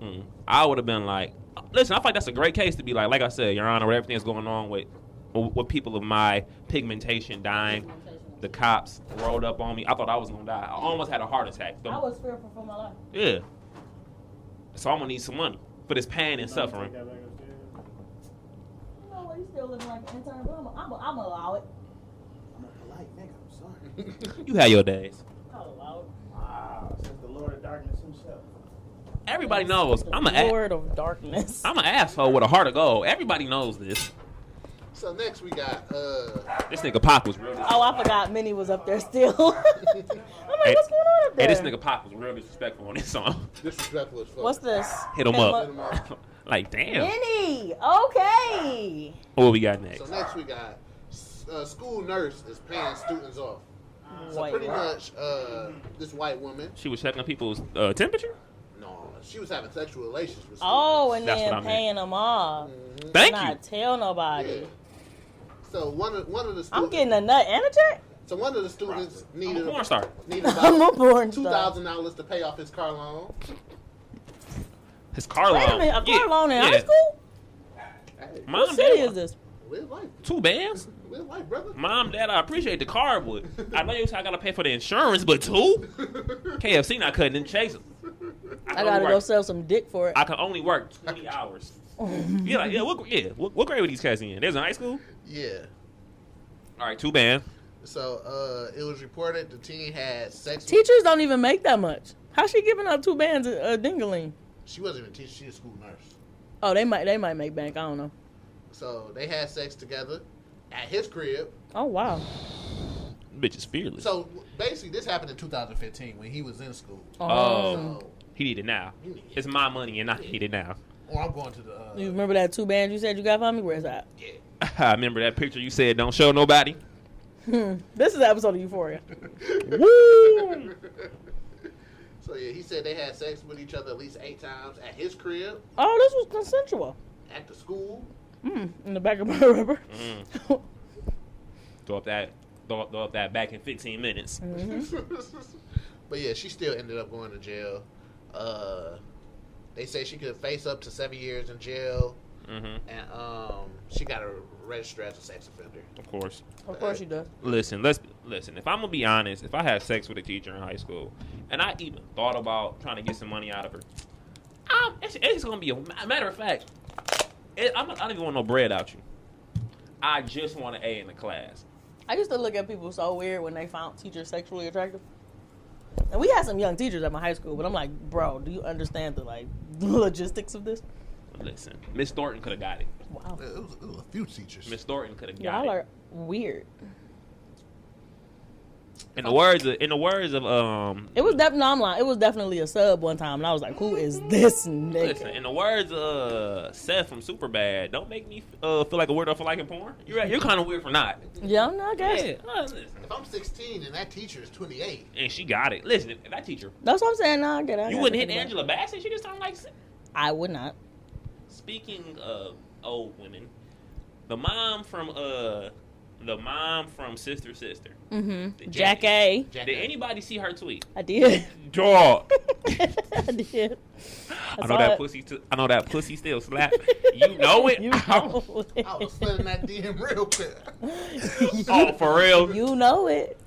Speaker 8: you.
Speaker 7: Mm. I would have been like, listen, I think that's a great case to be like, like I said, Your Honor, everything that's going on with with people of my pigmentation dying. The cops rolled up on me. I thought I was gonna die. I almost had a heart attack. The-
Speaker 6: I was fearful for my life.
Speaker 7: yeah. So I'm gonna need some money for this pain and suffering.
Speaker 8: Take that back upstairs.
Speaker 6: No way, you still living like an intern, but I'm gonna I'm I'm allow it.
Speaker 8: I'm a polite nigga. I'm sorry.
Speaker 7: You had your days.
Speaker 6: I'll allow it.
Speaker 8: Wow, says the Lord of Darkness himself.
Speaker 7: Everybody knows I'm an a-
Speaker 6: Lord of darkness.
Speaker 7: I'm an asshole with a heart of gold. Everybody knows this.
Speaker 5: So next we got uh
Speaker 7: This nigga Pac was real.
Speaker 6: oh, I forgot Minnie was up there still. I'm like,
Speaker 7: Hey-
Speaker 6: what's going on up there?
Speaker 7: Hey, this nigga Pac was real disrespectful on this song.
Speaker 5: disrespectful as fuck.
Speaker 6: What's this?
Speaker 7: Hit him
Speaker 5: Hit 'em
Speaker 7: up.
Speaker 5: up.
Speaker 7: like damn.
Speaker 6: Minnie. Okay.
Speaker 7: What we got next?
Speaker 5: So next we got s- uh, school nurse is paying students off. So
Speaker 6: Wait,
Speaker 5: pretty
Speaker 6: what?
Speaker 5: much uh, this white woman,
Speaker 7: She was checking people's uh, temperature.
Speaker 5: no, she was having sexual relations with students.
Speaker 6: Oh, and
Speaker 7: That's what I
Speaker 6: then
Speaker 7: meant.
Speaker 6: paying them off.
Speaker 7: Thank
Speaker 6: Not
Speaker 7: you.
Speaker 6: tell nobody.
Speaker 5: yeah. So one of one of the
Speaker 6: I'm
Speaker 5: students,
Speaker 6: getting a nut and a check.
Speaker 5: so one of the students
Speaker 7: I'm a
Speaker 5: needed
Speaker 7: porn star.
Speaker 5: needed
Speaker 6: I'm a
Speaker 5: about
Speaker 6: born
Speaker 5: two
Speaker 6: star.
Speaker 5: thousand dollars to pay off his car loan.
Speaker 7: His car loan.
Speaker 6: Wait a minute, a
Speaker 7: Yeah,
Speaker 6: car loan in high
Speaker 7: yeah.
Speaker 6: school?
Speaker 7: Mom,
Speaker 6: What city
Speaker 7: dad,
Speaker 6: is this?
Speaker 5: Live life,
Speaker 7: two bands.
Speaker 5: live life, brother.
Speaker 7: Mom, dad, I appreciate the car, but I know you said I gotta pay for the insurance, but two. KFC not cutting them checks. can
Speaker 6: I
Speaker 7: only
Speaker 6: gotta
Speaker 7: work-
Speaker 6: go sell some dick for it.
Speaker 7: I can only work twenty hours. yeah, like, yeah, what, yeah. What, what grade were these cats in? There's in high school.
Speaker 5: Yeah.
Speaker 7: All right, two bands.
Speaker 5: So uh, it was reported the teen had sex. with-
Speaker 6: Teachers don't even make that much. How's she giving up two bands a uh, dingling?
Speaker 5: She wasn't even a teacher; she was a school nurse.
Speaker 6: Oh, they might they might make bank. I don't know.
Speaker 5: So they had sex together at his crib.
Speaker 6: Oh wow.
Speaker 7: Bitch is fearless.
Speaker 5: So basically, this happened in 2015 when he was in school.
Speaker 6: Uh-huh.
Speaker 7: Oh.
Speaker 5: So,
Speaker 7: He need it now. It's my money, and I need it now.
Speaker 5: or I'm going to the. Uh,
Speaker 6: You remember that two bands you said you got for me? Where's that?
Speaker 7: I remember that picture you said don't show nobody.
Speaker 6: This is the episode of Euphoria.
Speaker 7: Woo!
Speaker 5: So yeah, he said they had sex with each other at least eight times at his crib,
Speaker 6: Oh, this was consensual.
Speaker 5: at the school.
Speaker 6: Mm, in the back of my rubber.
Speaker 7: Mm. Throw up that, throw, throw up that back in 15 minutes.
Speaker 6: Mm-hmm.
Speaker 5: but yeah, she still ended up going to jail. Uh, they say she could face up to seven years in jail,
Speaker 7: Mm-hmm.
Speaker 5: and um, she got to register as a sex offender.
Speaker 7: Of course.
Speaker 6: of course you does.
Speaker 7: Listen, let's listen. If I'm gonna be honest, if I had sex with a teacher in high school, and I even thought about trying to get some money out of her, I'm, it's, it's gonna be a ma- matter of fact. It, I'm, not- I don't even want no bread out you. I just want an A in the class.
Speaker 6: I used to look at people so weird when they found teachers sexually attractive. And we had some young teachers at my high school, but I'm like, bro, do you understand the like logistics of this?
Speaker 7: Listen, Miss Thornton could have got it.
Speaker 6: Wow.
Speaker 5: It was, it was a few teachers.
Speaker 7: Miss Thornton could have got
Speaker 6: Y'all
Speaker 7: it.
Speaker 6: are weird.
Speaker 7: In the words of, in the words of um,
Speaker 6: It was definitely no, I'm lying. It was definitely a sub one time, and I was like, "Who is this
Speaker 7: Listen,
Speaker 6: nigga?"
Speaker 7: in the words of uh, Seth from Superbad, don't make me uh, feel like a weirdo for liking porn. You're right, you're kind of weird for not.
Speaker 6: Yeah, no, I guess
Speaker 7: Yeah, uh, listen.
Speaker 5: If I'm 16 and that teacher is 28,
Speaker 7: and she got it. Listen, if that teacher,
Speaker 6: that's what I'm saying. No, I get it. I
Speaker 7: you
Speaker 6: got
Speaker 7: wouldn't
Speaker 6: it.
Speaker 7: hit Angela Bassett. She just sounded like. Seth.
Speaker 6: I would not.
Speaker 7: Speaking of old women, the mom from uh, the mom from Sister Sister,
Speaker 6: Mm-hmm.
Speaker 7: Jack-
Speaker 6: Jack A.
Speaker 5: Jack
Speaker 7: did
Speaker 5: A.
Speaker 7: anybody see her tweet?
Speaker 6: I did.
Speaker 7: Dog.
Speaker 6: I did.
Speaker 7: I
Speaker 6: saw
Speaker 7: know that
Speaker 6: it.
Speaker 7: pussy. T- I know that pussy still slap. you know it.
Speaker 6: You know it.
Speaker 5: I was slitting that DM real quick.
Speaker 7: oh, for real.
Speaker 6: You know it.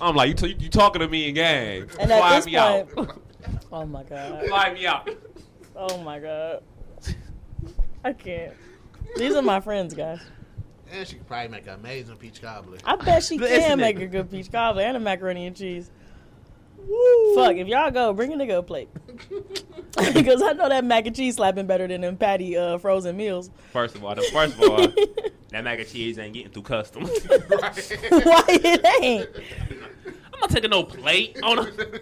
Speaker 7: I'm like, you, t- you talking to me in gang.
Speaker 6: And at
Speaker 7: Fly
Speaker 6: this
Speaker 7: me
Speaker 6: point-
Speaker 7: out.
Speaker 6: Oh my god.
Speaker 7: Fly me out.
Speaker 6: Oh my god. I can't. These are my friends, guys.
Speaker 5: And she could probably make an amazing peach cobbler.
Speaker 6: I bet she
Speaker 7: Listen,
Speaker 6: can make
Speaker 7: nigga.
Speaker 6: a good peach cobbler and a macaroni and cheese. Fuck, if y'all go, bring a nigga a plate. Because I know that mac and cheese slapping better than them patty uh, frozen meals.
Speaker 7: First of all, the- first of all, that mac and cheese ain't getting through customs.
Speaker 6: Why it ain't?
Speaker 7: I'm not taking no plate. On a,
Speaker 6: You know,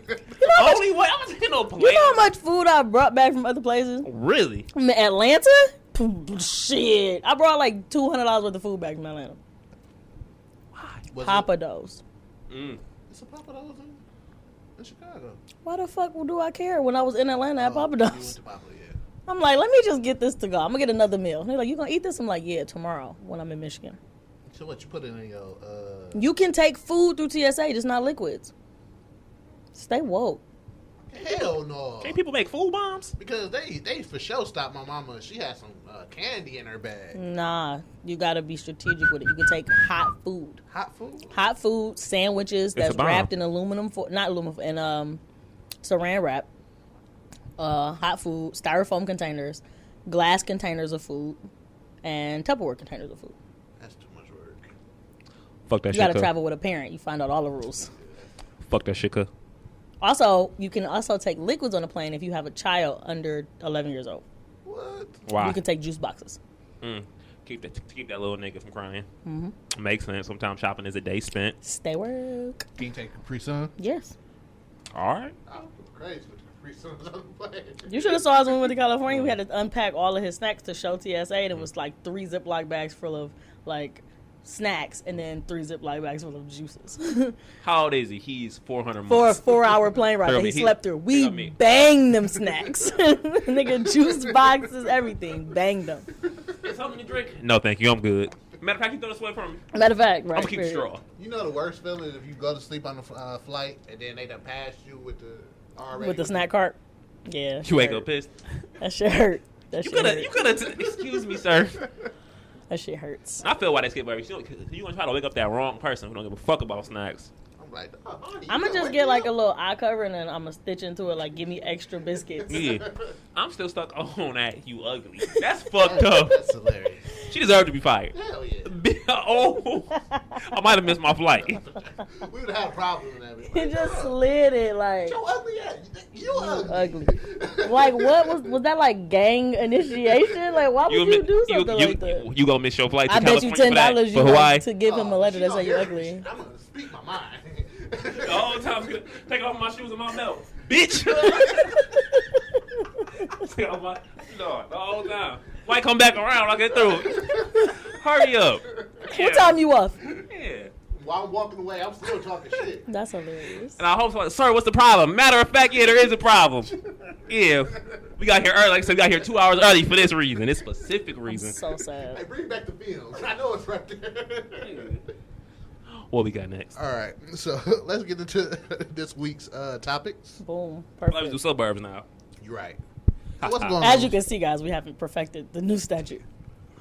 Speaker 6: how much,
Speaker 7: only way I'm not taking no plate.
Speaker 6: you know how much food I brought back from other places?
Speaker 7: Really?
Speaker 6: From Atlanta? P- Shit. I brought like $200 worth of food back from Atlanta.
Speaker 5: Was
Speaker 6: Papa Do's.
Speaker 7: Mm.
Speaker 5: It, it's a Papa Do's in, in Chicago.
Speaker 6: Why the fuck do I care when I was in Atlanta at Papa
Speaker 5: You went
Speaker 6: Do's?
Speaker 5: to Papa, yeah.
Speaker 6: I'm like, let me just get this to go. I'm gonna get another meal. And they're like, you gonna eat this? I'm like, yeah, tomorrow when I'm in Michigan.
Speaker 5: So what you put in your uh
Speaker 6: You can take food through TSA, just not liquids. Stay woke.
Speaker 5: Hell no.
Speaker 7: Can't people make food bombs?
Speaker 5: Because they they for sure stopped my mama. She had some uh, candy in her bag.
Speaker 6: Mm. Nah, you gotta be strategic with it. You can take hot food,
Speaker 5: Hot food.
Speaker 6: hot food sandwiches
Speaker 7: a
Speaker 6: that's
Speaker 7: bomb.
Speaker 6: wrapped in aluminum foil, not aluminum, foil, in um, saran wrap. Uh, hot food, styrofoam containers, glass containers of food, and Tupperware containers of food.
Speaker 5: That's too much work.
Speaker 7: Fuck that
Speaker 6: You
Speaker 7: shit.
Speaker 6: gotta
Speaker 7: cuz.
Speaker 6: travel with a parent. You find out all the rules.
Speaker 7: Fuck that shit. cuz.
Speaker 6: Also, you can also take liquids on a plane if you have a child under 11 years old.
Speaker 5: What?
Speaker 7: Why?
Speaker 6: You can take juice boxes.
Speaker 7: Mm. Keep that keep that little nigga from crying.
Speaker 6: Mm-hmm.
Speaker 7: Makes sense. Sometimes shopping is a day spent.
Speaker 6: Stay work.
Speaker 5: Can you take Capri Sun?
Speaker 6: Yes.
Speaker 7: All right.
Speaker 5: I'm crazy with Capri Suns on the plane.
Speaker 6: You should have saw us when we went to California. We had to unpack all of his snacks to show TSA, and it was like three Ziploc bags full of like snacks, and then three Ziploc bags full of juices.
Speaker 7: How old is he? He's four hundred
Speaker 6: For a
Speaker 7: months.
Speaker 6: four-hour plane ride,
Speaker 7: Tell
Speaker 6: that
Speaker 7: me
Speaker 6: he
Speaker 7: he-
Speaker 6: slept through. We
Speaker 7: tell me.
Speaker 6: banged them snacks, nigga. Juice boxes, everything, banged them.
Speaker 7: Get something to drink. No, thank you. I'm good. Matter of fact, you throw this away from me.
Speaker 6: Matter of fact, right?
Speaker 7: I'm gonna keep
Speaker 6: period.
Speaker 7: the straw.
Speaker 5: You know the worst feeling is if you go to sleep on the uh, flight and then they done passed you with the already
Speaker 6: with the snack cart. Yeah, that
Speaker 7: You
Speaker 6: shit
Speaker 7: wake
Speaker 6: hurt.
Speaker 7: up pissed.
Speaker 6: That shit hurt. That
Speaker 7: You
Speaker 6: shit
Speaker 7: could have.
Speaker 6: hurt.
Speaker 7: You could have. excuse me, sir.
Speaker 6: That shit hurts.
Speaker 7: I feel why they skip every You You gonna try to wake up that wrong person who don't give a fuck about snacks.
Speaker 5: I'm like, oh, honey,
Speaker 6: I'm gonna
Speaker 5: you
Speaker 6: just
Speaker 5: wake
Speaker 6: get
Speaker 5: me
Speaker 6: like
Speaker 5: up.
Speaker 6: a little eye cover and then I'm gonna stitch into it. Like, give me extra biscuits.
Speaker 7: Yeah. I'm still stuck on that. You ugly. That's fucked up.
Speaker 5: That's hilarious.
Speaker 7: She deserved to be fired.
Speaker 5: Hell yeah.
Speaker 7: oh, I might have missed my flight.
Speaker 5: We would have had a problem with that. We'd be
Speaker 6: He
Speaker 5: Like,
Speaker 6: just
Speaker 5: "Oh,
Speaker 6: slid it like.
Speaker 5: you ugly ass. You, you ugly.
Speaker 6: ugly. Like what was was that like gang initiation? Like why would you,
Speaker 7: admit-
Speaker 6: do something
Speaker 7: you,
Speaker 6: like that?
Speaker 7: You, you gonna miss your flight? To
Speaker 6: I bet you
Speaker 7: California
Speaker 6: ten
Speaker 7: for that-
Speaker 6: dollars you
Speaker 7: for
Speaker 6: want
Speaker 7: Hawaii.
Speaker 6: to give him a
Speaker 5: Oh,
Speaker 6: letter
Speaker 5: she
Speaker 6: that say
Speaker 5: don't
Speaker 6: you're
Speaker 5: hear me.
Speaker 6: ugly.
Speaker 5: I'm gonna speak my mind.
Speaker 7: The whole time, I'm gonna take off my shoes and my belt, bitch. take off my no, the whole time. Might come back around. I get through. Hurry up.
Speaker 6: What time you off?
Speaker 7: Yeah.
Speaker 5: While I'm walking away, I'm still talking shit.
Speaker 6: That's hilarious.
Speaker 7: And I hope, so. sir, what's the problem? Matter of fact, yeah, there is a problem. Yeah, we got here early. Like I said, we got here two hours early for this reason, this specific reason.
Speaker 6: So
Speaker 5: Hey,
Speaker 6: sad.
Speaker 5: bring back the film. I know it's right there.
Speaker 7: What we got next?
Speaker 5: All right, so let's get into this week's uh, topics.
Speaker 6: Boom.
Speaker 7: Let's do
Speaker 6: Perfect.
Speaker 7: suburbs now.
Speaker 5: You're right. So what's going
Speaker 6: As
Speaker 5: on?
Speaker 6: you can see, guys, we haven't perfected the new statute.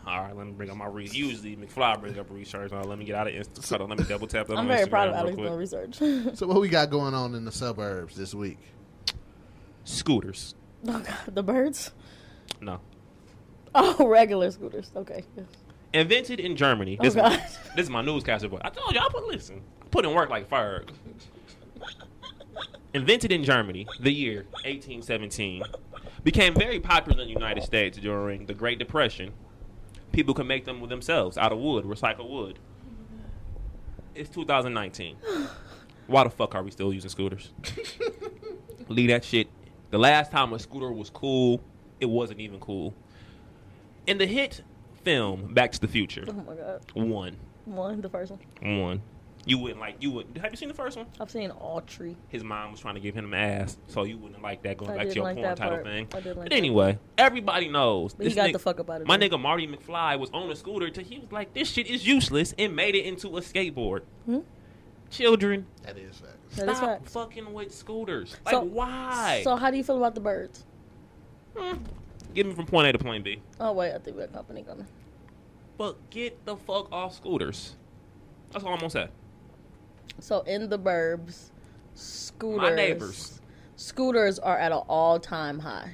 Speaker 7: All right, let me bring up my research. Usually McFly brings up research. Uh, let me get out of Insta. Hold on, let me double tap.
Speaker 6: I'm very proud of Alex
Speaker 7: Alex.
Speaker 6: doing research. oh
Speaker 5: so what we got going on in the suburbs this week?
Speaker 7: Scooters.
Speaker 6: Oh, God, the birds.
Speaker 7: No.
Speaker 6: Oh, regular scooters. Okay.
Speaker 7: Invented in Germany.
Speaker 6: Oh
Speaker 7: This,
Speaker 6: God.
Speaker 7: is, this is my newscaster boy. I told you, I put listen. I put in work like Ferg. Invented in Germany, the year 1817, became very popular in the United States during the Great Depression. People could make them themselves out of wood, recycled wood. It's 2019. Why the fuck are we still using scooters? Leave that shit. The last time a scooter was cool, it wasn't even cool. In the hit film Back to the Future,
Speaker 6: Oh my God.
Speaker 7: one,
Speaker 6: One, the first one.
Speaker 7: one, you wouldn't like you would. Have you seen the first one?
Speaker 6: I've seen all three.
Speaker 7: His mom was trying to give him ass, so you wouldn't like that going
Speaker 6: I
Speaker 7: back to
Speaker 6: didn't
Speaker 7: your
Speaker 6: like
Speaker 7: porn
Speaker 6: that
Speaker 7: title
Speaker 6: part.
Speaker 7: thing.
Speaker 6: I didn't like
Speaker 7: but
Speaker 6: that
Speaker 7: anyway, everybody knows.
Speaker 6: But he
Speaker 7: this
Speaker 6: got
Speaker 7: nigga-
Speaker 6: the fuck up out of
Speaker 7: My
Speaker 6: there.
Speaker 7: nigga Marty McFly was on a scooter till he was like, "This shit is useless," and made it into a skateboard. Children,
Speaker 5: That is facts.
Speaker 6: Hmm? That is
Speaker 7: stop
Speaker 6: facts.
Speaker 7: fucking with scooters. Like,
Speaker 6: So-
Speaker 7: why?
Speaker 6: So how do you feel about the birds?
Speaker 7: Get me from point A to point B.
Speaker 6: Oh wait, I think we got company coming.
Speaker 7: But get the fuck off scooters. That's all I'm gonna say.
Speaker 6: So in the burbs, scooters.
Speaker 7: My neighbors.
Speaker 6: Scooters are at an all-time high.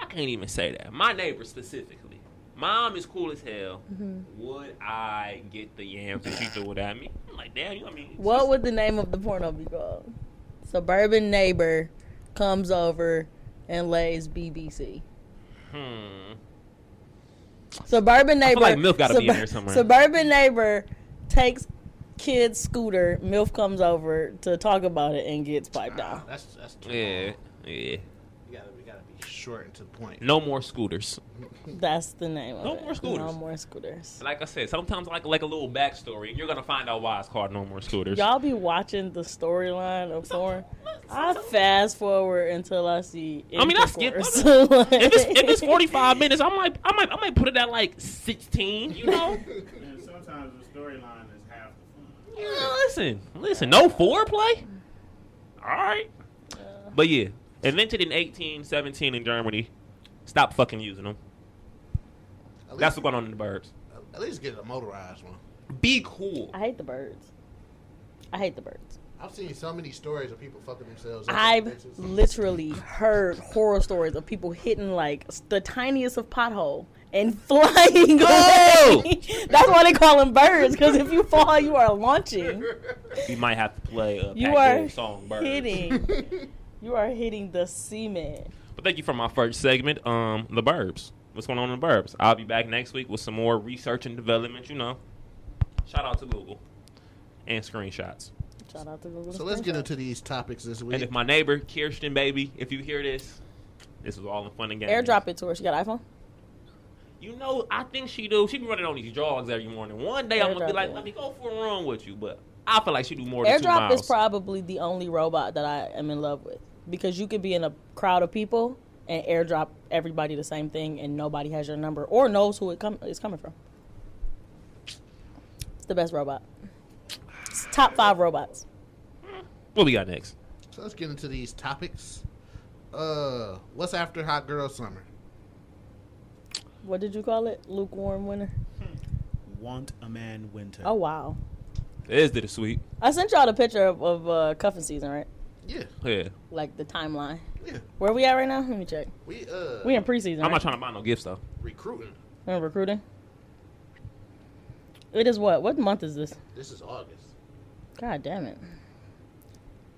Speaker 7: I can't even say that. My neighbor specifically. Mom is cool as hell.
Speaker 6: Mm-hmm.
Speaker 7: Would I get the yams if she threw it at me? I'm like, damn, you know what I mean?
Speaker 6: What would the name of the porno be called? Suburban neighbor comes over and lays BBC.
Speaker 7: Hmm.
Speaker 6: Suburban
Speaker 7: I
Speaker 6: neighbor.
Speaker 7: feel like MILF gotta be in there somewhere.
Speaker 6: Suburban neighbor takes kid's scooter. Milf comes over to talk about it and gets piped
Speaker 5: Nah,
Speaker 6: out.
Speaker 5: that's that's too
Speaker 7: Yeah.
Speaker 5: long.
Speaker 7: Yeah.
Speaker 5: You gotta, we gotta be short and to the point.
Speaker 7: No more scooters.
Speaker 6: That's the name of
Speaker 7: Ah. No
Speaker 6: it.
Speaker 7: more scooters.
Speaker 6: No more scooters.
Speaker 7: Like I said, sometimes like like a little backstory, you're gonna find out why it's called No More Scooters.
Speaker 6: Y'all be watching the storyline of porn. I fast forward until I see.
Speaker 7: I mean, I skip-
Speaker 6: intercourse.
Speaker 7: if it's if it's 45 minutes, I might I might I might put it at like 16. You know?
Speaker 8: And sometimes the storyline is half the fun.
Speaker 7: Yeah, listen, listen. No foreplay. All right. But yeah, invented in 1817 in Germany. Stop fucking using them.
Speaker 5: At
Speaker 7: That's
Speaker 5: least,
Speaker 7: what's going on in the birds.
Speaker 5: at least get a motorized one.
Speaker 7: Be cool.
Speaker 6: I hate the birds. I hate the birds.
Speaker 5: I've seen so many stories of people fucking themselves. up in
Speaker 6: I've
Speaker 5: bitches.
Speaker 6: literally heard horror stories of people hitting like s- the tiniest of pothole and flying
Speaker 7: Oh!
Speaker 6: away. That's why they call them birds, because if you fall, you are launching.
Speaker 7: You might have to play a
Speaker 6: You
Speaker 7: Pat
Speaker 6: are
Speaker 7: Boone song, birds.
Speaker 6: hitting. You are hitting the cement.
Speaker 7: But thank you for my first segment, um, the Burbs. What's going on in the Burbs? I'll be back next week with some more research and development. You know, shout out to Google and screenshots.
Speaker 6: Shout out to Google.
Speaker 5: So let's get
Speaker 6: Screenshot.
Speaker 5: into these topics this
Speaker 7: And
Speaker 5: week.
Speaker 7: if my neighbor Kirsten, baby, if you hear this, this is all in fun and games.
Speaker 6: airdrop it to her. She got an iPhone.
Speaker 7: You know, I think she do. She be running on these jogs every morning. One day I'm gonna be
Speaker 6: Airdrop
Speaker 7: like,
Speaker 6: it.
Speaker 7: let me go for a run with you, but I feel like she do more than two
Speaker 6: Airdrop
Speaker 7: miles.
Speaker 6: is probably the only robot that I am in love with because you could be in a crowd of people and airdrop everybody the same thing and nobody has your number or knows who it com- it's coming from. It's the best robot. It's top five robots.
Speaker 7: what we got next?
Speaker 5: so let's get into these topics. Uh, what's after hot girl summer?
Speaker 6: What did you call it? Lukewarm winter.
Speaker 8: Want a man winter.
Speaker 6: Oh wow!
Speaker 7: Is did it sweet?
Speaker 6: I sent y'all the picture of, of uh, cuffing season, right?
Speaker 5: Yeah,
Speaker 7: Yeah,
Speaker 6: Like the timeline.
Speaker 5: yeah.
Speaker 6: Where we at right now? Let me check.
Speaker 5: We uh
Speaker 6: We in preseason.
Speaker 7: I'm
Speaker 6: right?
Speaker 7: not trying to buy no gifts though.
Speaker 5: recruiting.
Speaker 6: We're in recruiting. It is what? What month is this?
Speaker 5: This is August.
Speaker 6: God damn it.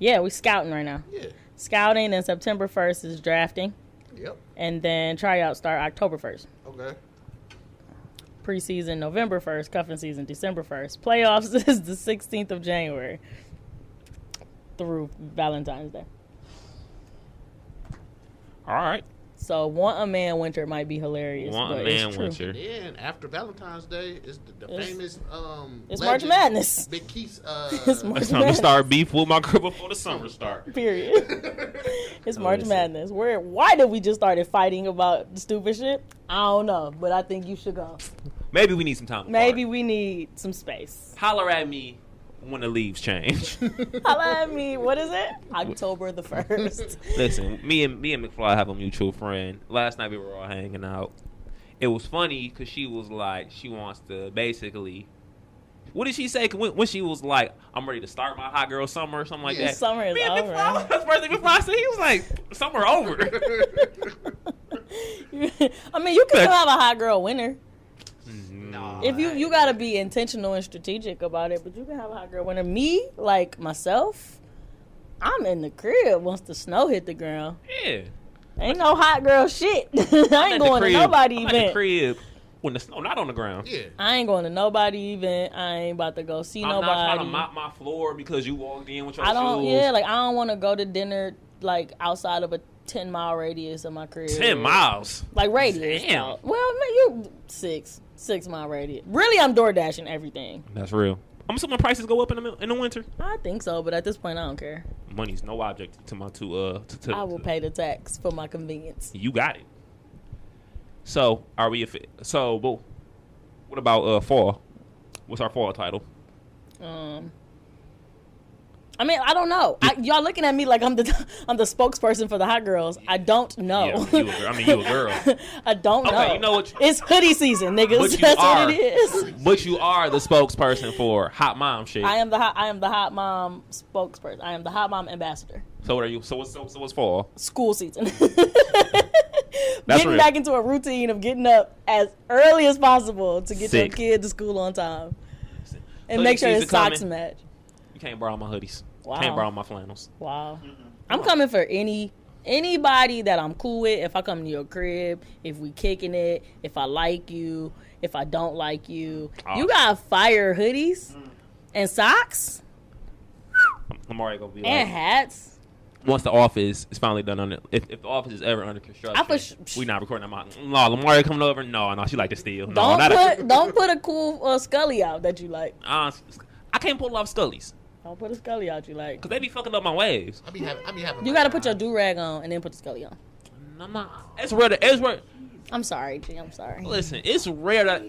Speaker 6: Yeah, we scouting right now.
Speaker 5: Yeah.
Speaker 6: Scouting and September 1st is drafting.
Speaker 5: Yep.
Speaker 6: And then tryouts start October 1st.
Speaker 5: Okay.
Speaker 6: Preseason November 1st. Cuffing season December 1st. Playoffs is the 16th of January through Valentine's Day.
Speaker 7: All right,
Speaker 6: So, want a man winter might be hilarious.
Speaker 7: want a
Speaker 6: but
Speaker 7: man
Speaker 6: it's true.
Speaker 7: winter.
Speaker 5: Then after Valentine's Day is the, the
Speaker 6: It's-
Speaker 5: famous um.
Speaker 6: It's March
Speaker 5: legend,
Speaker 6: Madness.
Speaker 5: Big Keith's uh.
Speaker 6: It's March
Speaker 7: It's time to
Speaker 6: Madness.
Speaker 7: start beef with my girl before the summer start.
Speaker 6: Period. It's
Speaker 7: Oh,
Speaker 6: March
Speaker 7: listen.
Speaker 6: Madness. Where? Why did we just started fighting about stupid shit? I don't know, but I think you should go.
Speaker 7: Maybe we need some time.
Speaker 6: Maybe we need some space.
Speaker 7: holler at me when the leaves change.
Speaker 6: Holla at me. What is it? October the first.
Speaker 7: Listen, me and me and McFly have a mutual friend. Last night we were all hanging out. It was funny because she was like, she wants to basically. What did she say? 'Cause When, when she was like, "I'm ready to start my hot girl summer" or something like
Speaker 5: Yeah,
Speaker 7: that.
Speaker 6: summer is
Speaker 7: Me and
Speaker 6: over.
Speaker 7: McFly, that's the first thing McFly said. He was like, "Summer over."
Speaker 6: I mean, you can still have a hot girl winter
Speaker 5: nah.
Speaker 6: if you you gotta be intentional and strategic about it. But you can have a hot girl winter. Me, like myself, I'm in the crib once the snow hit the ground.
Speaker 7: yeah,
Speaker 6: Ain't no hot girl shit. I
Speaker 7: I'm at
Speaker 6: ain't
Speaker 7: the
Speaker 6: going to
Speaker 7: crib-
Speaker 6: nobody
Speaker 7: I'm At the
Speaker 6: event.
Speaker 7: crib when the snow not on the ground.
Speaker 5: Yeah.
Speaker 6: I ain't going to nobody event. I ain't about to go see
Speaker 7: I'm
Speaker 6: nobody.
Speaker 7: not trying to mop my floor because you walked in with your
Speaker 6: I don't.
Speaker 7: shoes.
Speaker 6: Yeah, like I don't want to go to dinner like outside of a ten mile radius of my crib.
Speaker 7: Ten miles.
Speaker 6: Like radius.
Speaker 7: Damn.
Speaker 6: Well, man, you six six mile radius. Really, I'm door dashing everything.
Speaker 7: That's real. I'm assuming prices go up in the mil- in the winter.
Speaker 6: I think so, but at this point, I don't care.
Speaker 7: Money's no object to my two uh. To, to,
Speaker 6: I will
Speaker 7: to-
Speaker 6: pay the tax for my convenience.
Speaker 7: You got it. So are we? If so, boo. What about uh fall? What's our fall title?
Speaker 6: Um. I mean, I don't know. I, y'all looking at me like I'm the I'm the spokesperson for the hot girls. I don't know.
Speaker 7: Yeah, you a girl. I mean, you a girl.
Speaker 6: I don't
Speaker 7: Okay,
Speaker 6: know.
Speaker 7: you know what-
Speaker 6: It's hoodie season,
Speaker 7: But
Speaker 6: niggas.
Speaker 7: you
Speaker 6: That's
Speaker 7: are.
Speaker 6: what it is.
Speaker 7: but you are the spokesperson for hot mom shit.
Speaker 6: I am the hot, I am the hot mom spokesperson. I am the hot mom ambassador.
Speaker 7: so what are you? So what's so, so what's fall?
Speaker 6: School season.
Speaker 7: That's
Speaker 6: getting
Speaker 7: real.
Speaker 6: back into a routine of getting up as early as possible to get
Speaker 7: Sick.
Speaker 6: your kid to school on time and
Speaker 7: Hoodie
Speaker 6: make sure
Speaker 7: season
Speaker 6: his socks
Speaker 7: coming.
Speaker 6: match.
Speaker 7: You can't borrow my hoodies.
Speaker 6: Wow.
Speaker 7: Can't borrow my flannels.
Speaker 6: Wow,
Speaker 7: Mm-hmm.
Speaker 6: I'm coming for any anybody that I'm cool with. If I come to your crib, if we kicking it, if I like you, if I don't like you,
Speaker 7: Awesome.
Speaker 6: you got fire hoodies
Speaker 7: Mm.
Speaker 6: and socks
Speaker 7: I'm, I'm already gonna be
Speaker 6: and
Speaker 7: like,
Speaker 6: hats.
Speaker 7: once the office is finally done on it, if, if the office is ever under construction,
Speaker 6: I for sh-
Speaker 7: we not recording. I'm out. No, Lamar coming over. No, no, she like to steal. No,
Speaker 6: Don't
Speaker 7: not
Speaker 6: put
Speaker 7: a,
Speaker 6: don't put a cool uh, Scully out that you like.
Speaker 7: uh, I can't pull off Scully's
Speaker 6: Don't put a Scully out you like.
Speaker 7: because they be fucking up my waves.
Speaker 5: I be having. I be having.
Speaker 6: You gotta put your do rag on and then put the Scully on.
Speaker 7: No, no. It's rare. To, it's rare.
Speaker 6: I'm sorry, G. I'm sorry.
Speaker 7: Listen, it's rare that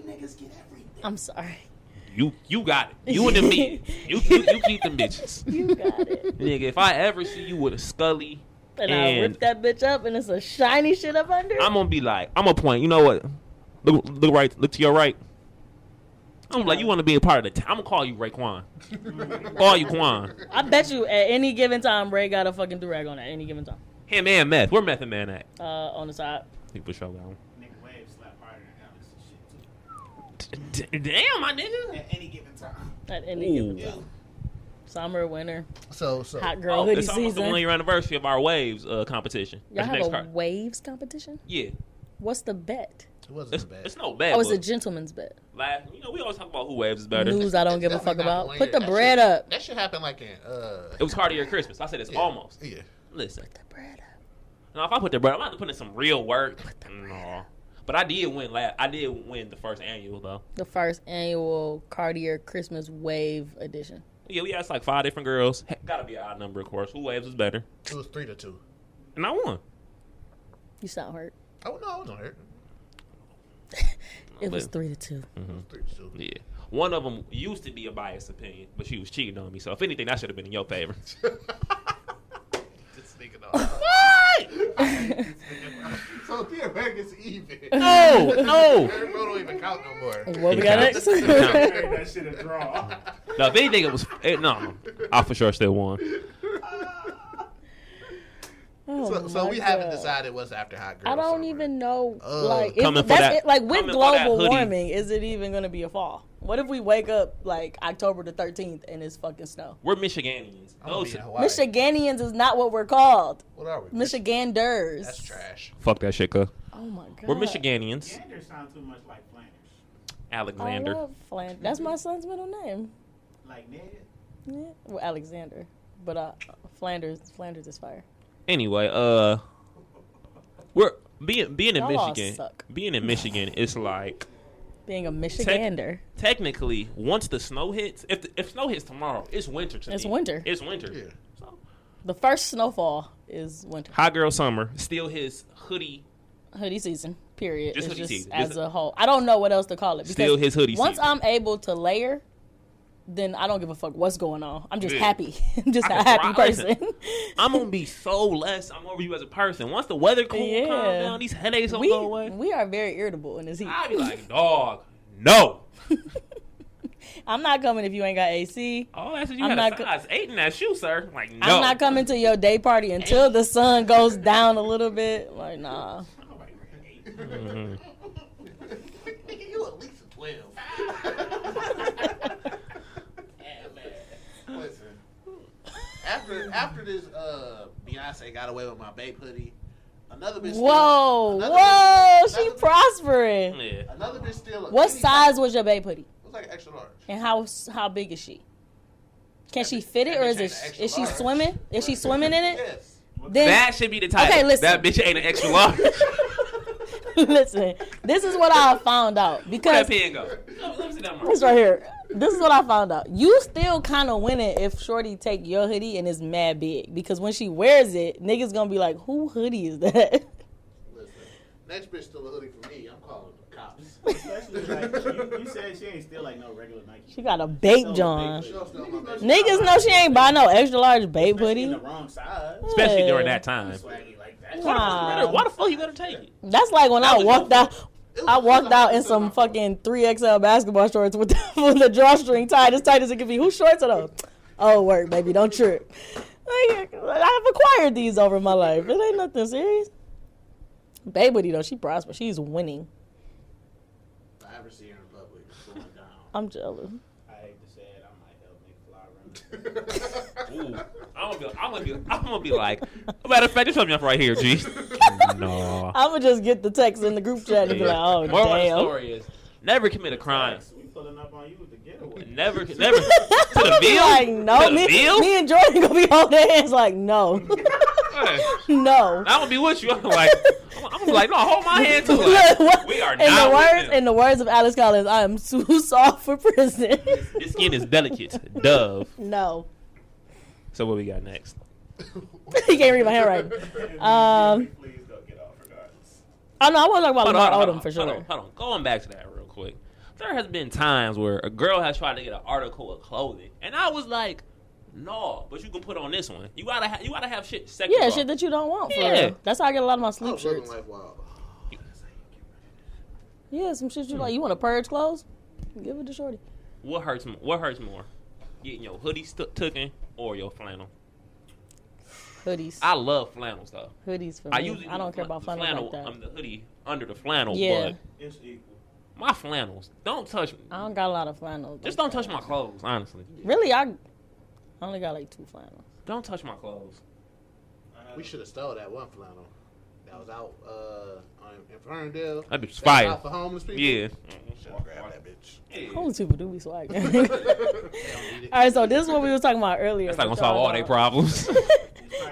Speaker 6: I'm sorry.
Speaker 7: you you got it. You and the me. You, you you keep them bitches,
Speaker 6: You got it.
Speaker 7: nigga. If I ever see you with a Scully
Speaker 6: and, I
Speaker 7: And-
Speaker 6: rip that bitch up, and it's a shiny shit up under.
Speaker 7: I'm gonna be like, I'm gonna point. You know what? Look, look right. Look to your right. I'm like, you want to be a part of the? T- I'm gonna call you Raekwon. call you Quan.
Speaker 6: I bet you at any given time Ray got a fucking durag on at any given time.
Speaker 7: Him and Meth. Where Meth and Man at?
Speaker 6: Uh, on the side.
Speaker 7: He for sure got one.
Speaker 8: Nigga Wave slap harder than Alex and shit
Speaker 7: D-
Speaker 8: too.
Speaker 7: d- damn, my nigga.
Speaker 8: At any given time.
Speaker 6: At any given
Speaker 7: Ooh.
Speaker 6: time. Summer, winter,
Speaker 5: So so
Speaker 6: hot girl
Speaker 7: Oh,
Speaker 6: hoodie
Speaker 7: it's almost the
Speaker 6: season.
Speaker 7: one year anniversary of our waves uh, competition.
Speaker 6: Y'all
Speaker 7: That's
Speaker 6: have
Speaker 7: next
Speaker 6: a
Speaker 7: card.
Speaker 6: waves competition?
Speaker 7: Yeah,
Speaker 6: What's the bet?
Speaker 5: it wasn't
Speaker 7: it's,
Speaker 5: bad.
Speaker 7: it's no bad.
Speaker 6: Oh, it's a
Speaker 7: but
Speaker 6: gentleman's bet.
Speaker 7: last- you know, we always talk about who waves is better.
Speaker 6: News I don't
Speaker 5: It's
Speaker 6: give a fuck
Speaker 5: definitely not
Speaker 6: about.
Speaker 5: one
Speaker 6: Put
Speaker 5: year.
Speaker 6: the bread
Speaker 5: shit,
Speaker 6: up.
Speaker 5: That should happen like in uh
Speaker 7: It was Cartier Christmas. I said it's almost.
Speaker 5: yeah.
Speaker 7: Listen,
Speaker 6: The bread up.
Speaker 7: now if I put the bread, I'm about to put in some real work. No. But I did win last. I did win the first annual though.
Speaker 6: The first annual Cartier Christmas Wave edition.
Speaker 7: Yeah, we asked like five different girls. Hey, gotta be an odd number, of course. Who waves is better?
Speaker 5: It was three to two.
Speaker 7: And I won.
Speaker 6: You sound hurt.
Speaker 5: Oh no, I was on here.
Speaker 6: It was
Speaker 7: But-
Speaker 6: three to two.
Speaker 5: It was three to two.
Speaker 7: Yeah. One of them used to be a biased opinion, but she was cheating on me. So if anything, that should have been in your favor.
Speaker 5: Just thinking off. so theoretic is even.
Speaker 7: no, no.
Speaker 5: Third row don't even count no more.
Speaker 6: What we got next?
Speaker 7: No.
Speaker 8: Make that shit a draw.
Speaker 7: No, if anything, it was it, no. I for sure still won.
Speaker 6: Oh
Speaker 5: So, so
Speaker 6: my
Speaker 5: we haven't
Speaker 6: God.
Speaker 5: decided what's after hot girl.
Speaker 6: I don't
Speaker 5: summer.
Speaker 6: even know.
Speaker 5: Ugh.
Speaker 6: like,
Speaker 7: Coming
Speaker 6: if,
Speaker 7: for
Speaker 6: that's
Speaker 7: that-
Speaker 6: it, like with
Speaker 7: coming for that
Speaker 6: global
Speaker 7: hoodie.
Speaker 6: warming, is it even going to be a fall? What if we wake up like October the 13th and it's fucking snow?
Speaker 7: We're Michiganians.
Speaker 5: I'm gonna be
Speaker 7: Those
Speaker 5: in Hawaii.
Speaker 6: Michiganians is not what we're called.
Speaker 5: What are we?
Speaker 6: Michiganders.
Speaker 5: That's trash.
Speaker 7: fuck that shit, cuz.
Speaker 6: Oh my god.
Speaker 7: We're Michiganians.
Speaker 8: Gander sound too much like Flanders.
Speaker 6: I
Speaker 7: Alexander.
Speaker 6: love Flanders. That's my son's middle name.
Speaker 8: Like nigga.
Speaker 6: Yeah. Well, Alexander. But uh, Flanders, Flanders is fire.
Speaker 7: Anyway, uh, we're being being in
Speaker 6: Y'all all
Speaker 7: Michigan.
Speaker 6: suck.
Speaker 7: Being in Michigan, it's like
Speaker 6: Being a Michigander.
Speaker 7: technically once the snow hits, if the, if snow hits tomorrow, it's winter to
Speaker 6: It's
Speaker 7: me.
Speaker 6: winter.
Speaker 7: It's winter.
Speaker 5: Yeah.
Speaker 7: So,
Speaker 6: The first snowfall is winter.
Speaker 7: hot girl summer. Still his hoodie.
Speaker 6: hoodie season. Period.
Speaker 7: Just
Speaker 6: It's
Speaker 7: hoodie
Speaker 6: just
Speaker 7: season.
Speaker 6: as
Speaker 7: Just-
Speaker 6: a whole. I don't know what else to call it. Because
Speaker 7: Still his hoodie
Speaker 6: Once
Speaker 7: season.
Speaker 6: I'm able to layer, then I don't give a fuck what's going on. I'm just
Speaker 7: Yeah.
Speaker 6: happy. I'm just
Speaker 7: I
Speaker 6: a
Speaker 7: can
Speaker 6: happy
Speaker 7: thrive.
Speaker 6: person.
Speaker 7: I'm gonna be so less. I'm over you as a person. Once the weather cool,
Speaker 6: Yeah.
Speaker 7: calm down, these headaches will
Speaker 6: we
Speaker 7: go away.
Speaker 6: we are very irritable in this heat.
Speaker 7: I'll be like, dog, no.
Speaker 6: I'm not coming if you ain't got AC.
Speaker 7: All that shit you
Speaker 6: I'm
Speaker 7: had
Speaker 6: not
Speaker 7: a size eight in that shoe, sir. Like no.
Speaker 6: I'm not coming to your day party until the sun goes down a little bit. Like nah.
Speaker 8: Nobody ran eight.
Speaker 5: Mm-hmm. Nigga, you at least a twelve. Listen, after after this, uh, Beyonce got away with my babe hoodie. Another bitch. Steal,
Speaker 6: Whoa,
Speaker 5: another
Speaker 6: whoa,
Speaker 5: bitch-
Speaker 6: she
Speaker 5: another bitch-
Speaker 6: prospering.
Speaker 7: Yeah.
Speaker 5: Another bitch still.
Speaker 6: What size was your babe hoodie?
Speaker 5: It was like extra large.
Speaker 6: And how how big is she? Can she fit it,
Speaker 5: that
Speaker 6: or
Speaker 5: bitch ain't
Speaker 6: is it
Speaker 5: an extra
Speaker 6: is she
Speaker 5: large.
Speaker 6: swimming? Is she swimming in it?
Speaker 5: Yes.
Speaker 6: Then
Speaker 7: That should be the title.
Speaker 6: Okay, listen.
Speaker 7: That bitch ain't an extra large. Where
Speaker 6: listen, this is what I found out because
Speaker 7: that pen go? Let me see that mark.
Speaker 6: it's right here. This is what I found out. You still kind of winning if Shorty take your hoodie and it's mad big because when she wears it, niggas gonna be like, "Who hoodie is that?"
Speaker 5: Listen, next bitch still a hoodie for me. I'm calling the cops.
Speaker 8: Especially like you, you said she ain't still like no regular Nike.
Speaker 6: She got a babe
Speaker 8: Still
Speaker 6: John.
Speaker 8: a big hoodie.
Speaker 6: Niggas know she ain't buy no extra large babe
Speaker 8: Especially in
Speaker 6: hoodie.
Speaker 8: the wrong size.
Speaker 7: Especially during that time.
Speaker 8: Swaggy like that.
Speaker 6: Mm. Nah.
Speaker 7: Why the fuck you gonna take it?
Speaker 6: That's like when I
Speaker 7: was
Speaker 6: walked
Speaker 7: your
Speaker 6: out. I walked out in some fucking three XL basketball shorts with the, with the drawstring tied as tight as it could be. Whose shorts are those? Oh, work, baby, don't trip. Like, I've acquired these over my life. It ain't nothing serious. Babe Woody though, she prospered. She's winning.
Speaker 5: If I ever see her in public, it's going down.
Speaker 6: I'm jealous.
Speaker 8: I hate to say it, I might help make fly run.
Speaker 7: Ooh, I'm gonna be, I'm gonna be, I'm gonna be like. Matter of fact, just shut me up right here, G. no.
Speaker 6: I'ma just get the text in the group chat and be like, oh
Speaker 7: Moral of the
Speaker 6: damn.
Speaker 7: story is never commit a crime.
Speaker 8: So we pulling up on you with the getaway.
Speaker 7: Never, never to the
Speaker 6: Be
Speaker 7: bill.
Speaker 6: like, no,
Speaker 7: to the
Speaker 6: me,
Speaker 7: bill.
Speaker 6: me and Jordan gonna be holding hands like no.
Speaker 7: Hey,
Speaker 6: no.
Speaker 7: I'm gonna be with you. I'm like, I'm gonna be like, no, hold my hand too.
Speaker 6: Look,
Speaker 7: Like,
Speaker 6: what-
Speaker 7: we are
Speaker 6: in the
Speaker 7: not
Speaker 6: words
Speaker 7: with
Speaker 6: in
Speaker 7: them.
Speaker 6: the words of Alice Collins, I am too soft for prison.
Speaker 7: This skin is delicate, dove.
Speaker 6: no,
Speaker 7: So what we got next?
Speaker 6: he can't read my handwriting. Um,
Speaker 8: Please don't get off regardless.
Speaker 6: oh no, I want to talk about
Speaker 7: Hold on,
Speaker 6: Lamar
Speaker 7: hold on,
Speaker 6: Odom for
Speaker 7: hold on,
Speaker 6: sure.
Speaker 7: hold on. Going back to that real quick. There has been times where a girl has tried to get an article of clothing, and I was like, No, but you can put on this one. You gotta ha- you gotta have shit sexual.
Speaker 6: Yeah, shit that you don't want. For
Speaker 7: Yeah.
Speaker 6: real. that's how I get a lot of my
Speaker 5: I
Speaker 6: sleep
Speaker 5: was living
Speaker 6: shirts.
Speaker 5: life wild.
Speaker 6: Yeah, some shit
Speaker 7: Hmm.
Speaker 6: you like. You want to purge clothes? Give it to shorty.
Speaker 7: What hurts? mo- What hurts more? Getting your hoodie st- took in or your flannel?
Speaker 6: Hoodies,
Speaker 7: I love flannels though.
Speaker 6: hoodies for me.
Speaker 7: I
Speaker 6: Mm, I,
Speaker 7: usually
Speaker 6: don't
Speaker 7: the
Speaker 6: care
Speaker 7: fl-
Speaker 6: about
Speaker 7: the
Speaker 6: flannel,
Speaker 7: flannel
Speaker 6: like that.
Speaker 7: um, the hoodie under the flannel,
Speaker 6: Yeah.
Speaker 8: It's equal.
Speaker 7: but my flannels don't touch.
Speaker 6: I don't got a lot of flannels.
Speaker 7: Just don't touch my clothes, honestly.
Speaker 6: Really, I I only got like two flannels.
Speaker 7: Don't touch my clothes.
Speaker 5: We should have stole that one flannel. That was out uh, on, in Ferndale.
Speaker 7: That bitch
Speaker 5: was
Speaker 7: fire.
Speaker 5: out for homeless people.
Speaker 7: Yeah.
Speaker 5: Should've grabbed that bitch.
Speaker 6: Homeless people do be swagging. all right, so this is what we were talking about earlier.
Speaker 7: That's not gonna
Speaker 6: but
Speaker 7: solve
Speaker 6: y'all
Speaker 7: all their
Speaker 6: don't-
Speaker 7: problems.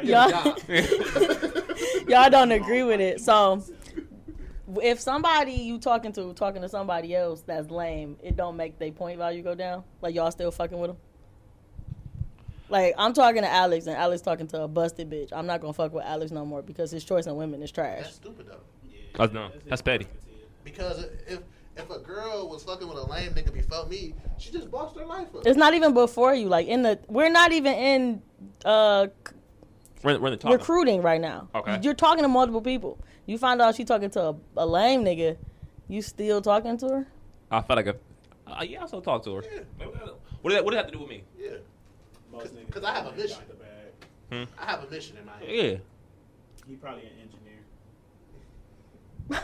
Speaker 6: Y'all, y'all don't agree with it. So if somebody you talking to talking to somebody else that's lame, it don't make their point value go down. Like y'all still fucking with them. Like I'm talking to Alex and Alex talking to a busted bitch. I'm not gonna fuck with Alex no more because his choice in women is trash.
Speaker 5: That's stupid though.
Speaker 7: That's dumb. That's petty.
Speaker 5: Because if if a girl was fucking with a lame nigga before me, she just bossed her life up.
Speaker 6: It's not even before you. Like in the we're not even in uh c-
Speaker 7: We're, we're in the top.
Speaker 6: recruiting right now.
Speaker 7: Okay.
Speaker 6: You're talking to multiple people. You find out she talking to a, a lame nigga, you still talking to her?
Speaker 7: I felt like a. Uh, yeah, I still talk to her.
Speaker 5: Yeah.
Speaker 7: What does that? What does that have to do with me?
Speaker 5: yeah,
Speaker 8: Most
Speaker 5: 'Cause-
Speaker 8: niggas
Speaker 5: 'cause I have a
Speaker 8: got
Speaker 5: mission.
Speaker 8: the bag.
Speaker 5: I have a mission in my head.
Speaker 7: Yeah.
Speaker 8: He probably an engineer.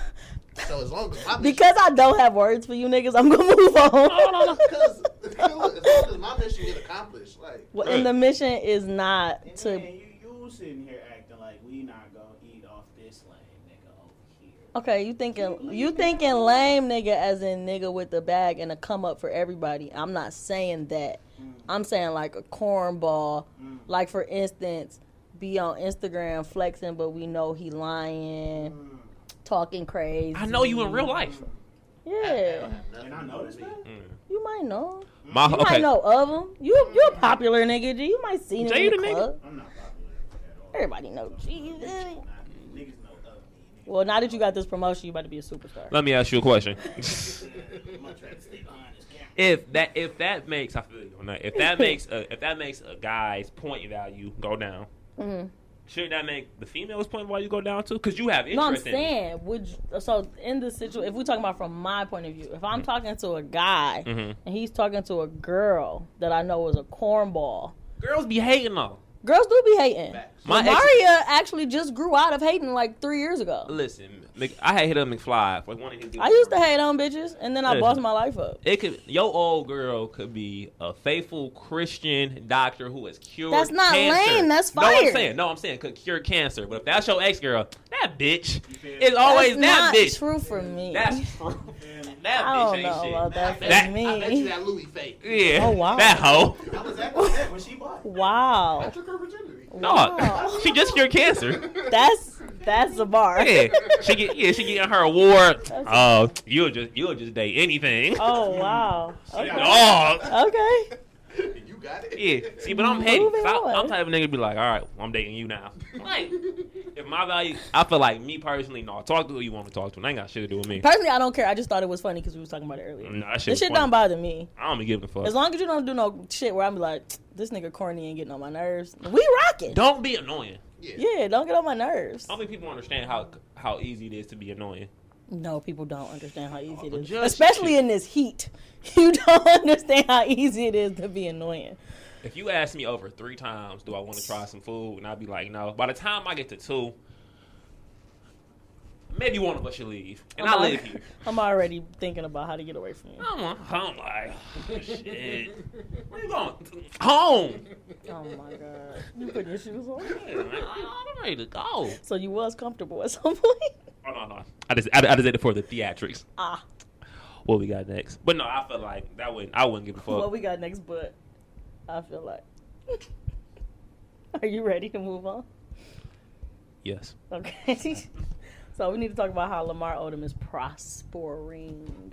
Speaker 5: So as long as my mission,
Speaker 6: Because I don't have words for you niggas, I'm gonna move on.
Speaker 5: because as long as my mission get accomplished, like
Speaker 6: Well, and the mission is not
Speaker 8: And
Speaker 6: to.
Speaker 8: then you, you sitting here acting like we not gonna eat off this lane, nigga, over here.
Speaker 6: Okay, you thinking you thinking lame nigga as in nigga with the bag and a come up for everybody. I'm not saying that. I'm saying like a cornball. Like for instance, be on Instagram flexing, but we know he lying, talking crazy.
Speaker 7: I know you in real life.
Speaker 6: Yeah,
Speaker 8: And I noticed that.
Speaker 7: Mm.
Speaker 6: you might know.
Speaker 7: My
Speaker 6: You
Speaker 7: Uh, okay.
Speaker 6: might know of him. You you're a popular nigga. G. You might see him
Speaker 7: Jay
Speaker 6: in the
Speaker 7: the nigga.
Speaker 6: club.
Speaker 8: I'm not popular at all.
Speaker 6: Everybody know. G.
Speaker 8: Not, niggas know of me.
Speaker 6: Well, now that you got this promotion, you about to be a superstar.
Speaker 7: Let me ask you a question.
Speaker 8: Nigga. I'm gonna try to stay behind this camera.
Speaker 7: if that if that makes I feel you on that. If that makes a, if that makes a guy's point value go down,
Speaker 6: Mm-hmm.
Speaker 7: shouldn't that make the female's point value go down too? Because you have interest.
Speaker 6: No, I'm
Speaker 7: in it.
Speaker 6: saying, would you, so in this situation, if we're talking about from my point of view, if
Speaker 7: Mm-hmm.
Speaker 6: I'm talking to a guy and he's talking to a girl that I know is a cornball,
Speaker 7: girls be hating though.
Speaker 6: girls do be hating.
Speaker 7: My ex-
Speaker 6: Maria actually just grew out of hating like three years ago.
Speaker 7: Listen, Mc- I had hit up McFly for one of his.
Speaker 6: I used to hate on bitches, and then I
Speaker 7: Yeah.
Speaker 6: bossed my life up.
Speaker 7: It could your old girl could be a faithful Christian doctor who has cured.
Speaker 6: That's not
Speaker 7: cancer.
Speaker 6: lame, that's
Speaker 7: No, I'm
Speaker 6: fire.
Speaker 7: saying no. I'm saying could cure cancer. But if that's your ex girl, that bitch is always
Speaker 6: That's
Speaker 7: that
Speaker 6: not
Speaker 7: bitch.
Speaker 6: true for me.
Speaker 7: That's true. that
Speaker 6: I
Speaker 7: bitch
Speaker 6: don't
Speaker 7: ain't
Speaker 6: know
Speaker 7: shit.
Speaker 6: about that for
Speaker 7: That-
Speaker 6: me.
Speaker 5: I bet you that Louis fake.
Speaker 7: Yeah.
Speaker 6: Oh, wow.
Speaker 7: That hoe.
Speaker 8: I was at that when she bought. it.
Speaker 5: I
Speaker 6: Wow,
Speaker 5: took her virginity.
Speaker 7: No, she just cured cancer.
Speaker 6: that's that's a bar.
Speaker 7: Yeah, she get yeah she getting her award. Oh, you'll just you'll just date anything. Oh.
Speaker 6: Oh wow. Okay.
Speaker 7: Dog.
Speaker 6: okay.
Speaker 5: You got it.
Speaker 7: Yeah. See, but I'm petty.
Speaker 6: Moving
Speaker 7: 'cause I,
Speaker 6: on.
Speaker 7: I'm type of nigga to be like, all right, well, I'm dating you now. Like, if my value, I feel like me personally, no, talk to who you want to talk to. And I ain't got shit to do with me.
Speaker 6: Personally, I don't care. I just thought it was funny because we was talking about it earlier.
Speaker 7: Nah, that Mm, shit
Speaker 6: this
Speaker 7: was
Speaker 6: shit
Speaker 7: funny.
Speaker 6: don't bother me.
Speaker 7: I don't be giving a fuck.
Speaker 6: As long as you don't do no shit where I'm like, this nigga corny and getting on my nerves. We rocking.
Speaker 7: don't be annoying.
Speaker 6: Yeah, don't get on my nerves.
Speaker 7: I don't think people understand how how easy it is to be annoying.
Speaker 6: No, people don't understand how easy it is,
Speaker 7: Oh, Just
Speaker 6: especially
Speaker 7: shit.
Speaker 6: in this heat. You don't understand how easy it is to be annoying.
Speaker 7: If you ask me over three times, do I want to try some food? And I'd be like, no. By the time I get to two, maybe one of us should leave. And
Speaker 6: Uh-huh.
Speaker 7: I live here.
Speaker 6: I'm already thinking about how to get away from you.
Speaker 7: I'm, on- I'm like, shit. Where you going? Home.
Speaker 6: Oh my god, you put your shoes on.
Speaker 7: Yeah, man, I'm ready to go. Oh,
Speaker 6: So you was comfortable at some point.
Speaker 7: no, no. I just, I, I just did it for the theatrics.
Speaker 6: Ah,
Speaker 7: What we got next? But no, I feel like that wouldn't, I wouldn't give a fuck.
Speaker 6: what we got next? But I feel like. Are you ready to move on?
Speaker 7: yes.
Speaker 6: Okay. so we need to talk about how Lamar Odom is prospering.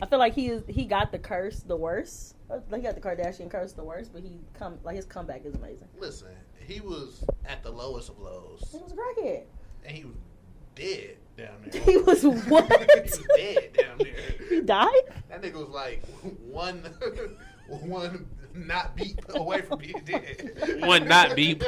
Speaker 6: I feel like he is he got the curse the worst. Like he got the Kardashian curse the worst, but he come like his comeback is amazing.
Speaker 5: Listen, he was at the lowest of lows,
Speaker 6: He was a crackhead.
Speaker 5: and he was dead down there.
Speaker 6: He was
Speaker 5: he
Speaker 6: what?
Speaker 5: was dead down there.
Speaker 6: he died?
Speaker 5: That nigga was like one one not beat away from being dead.
Speaker 7: One not beep.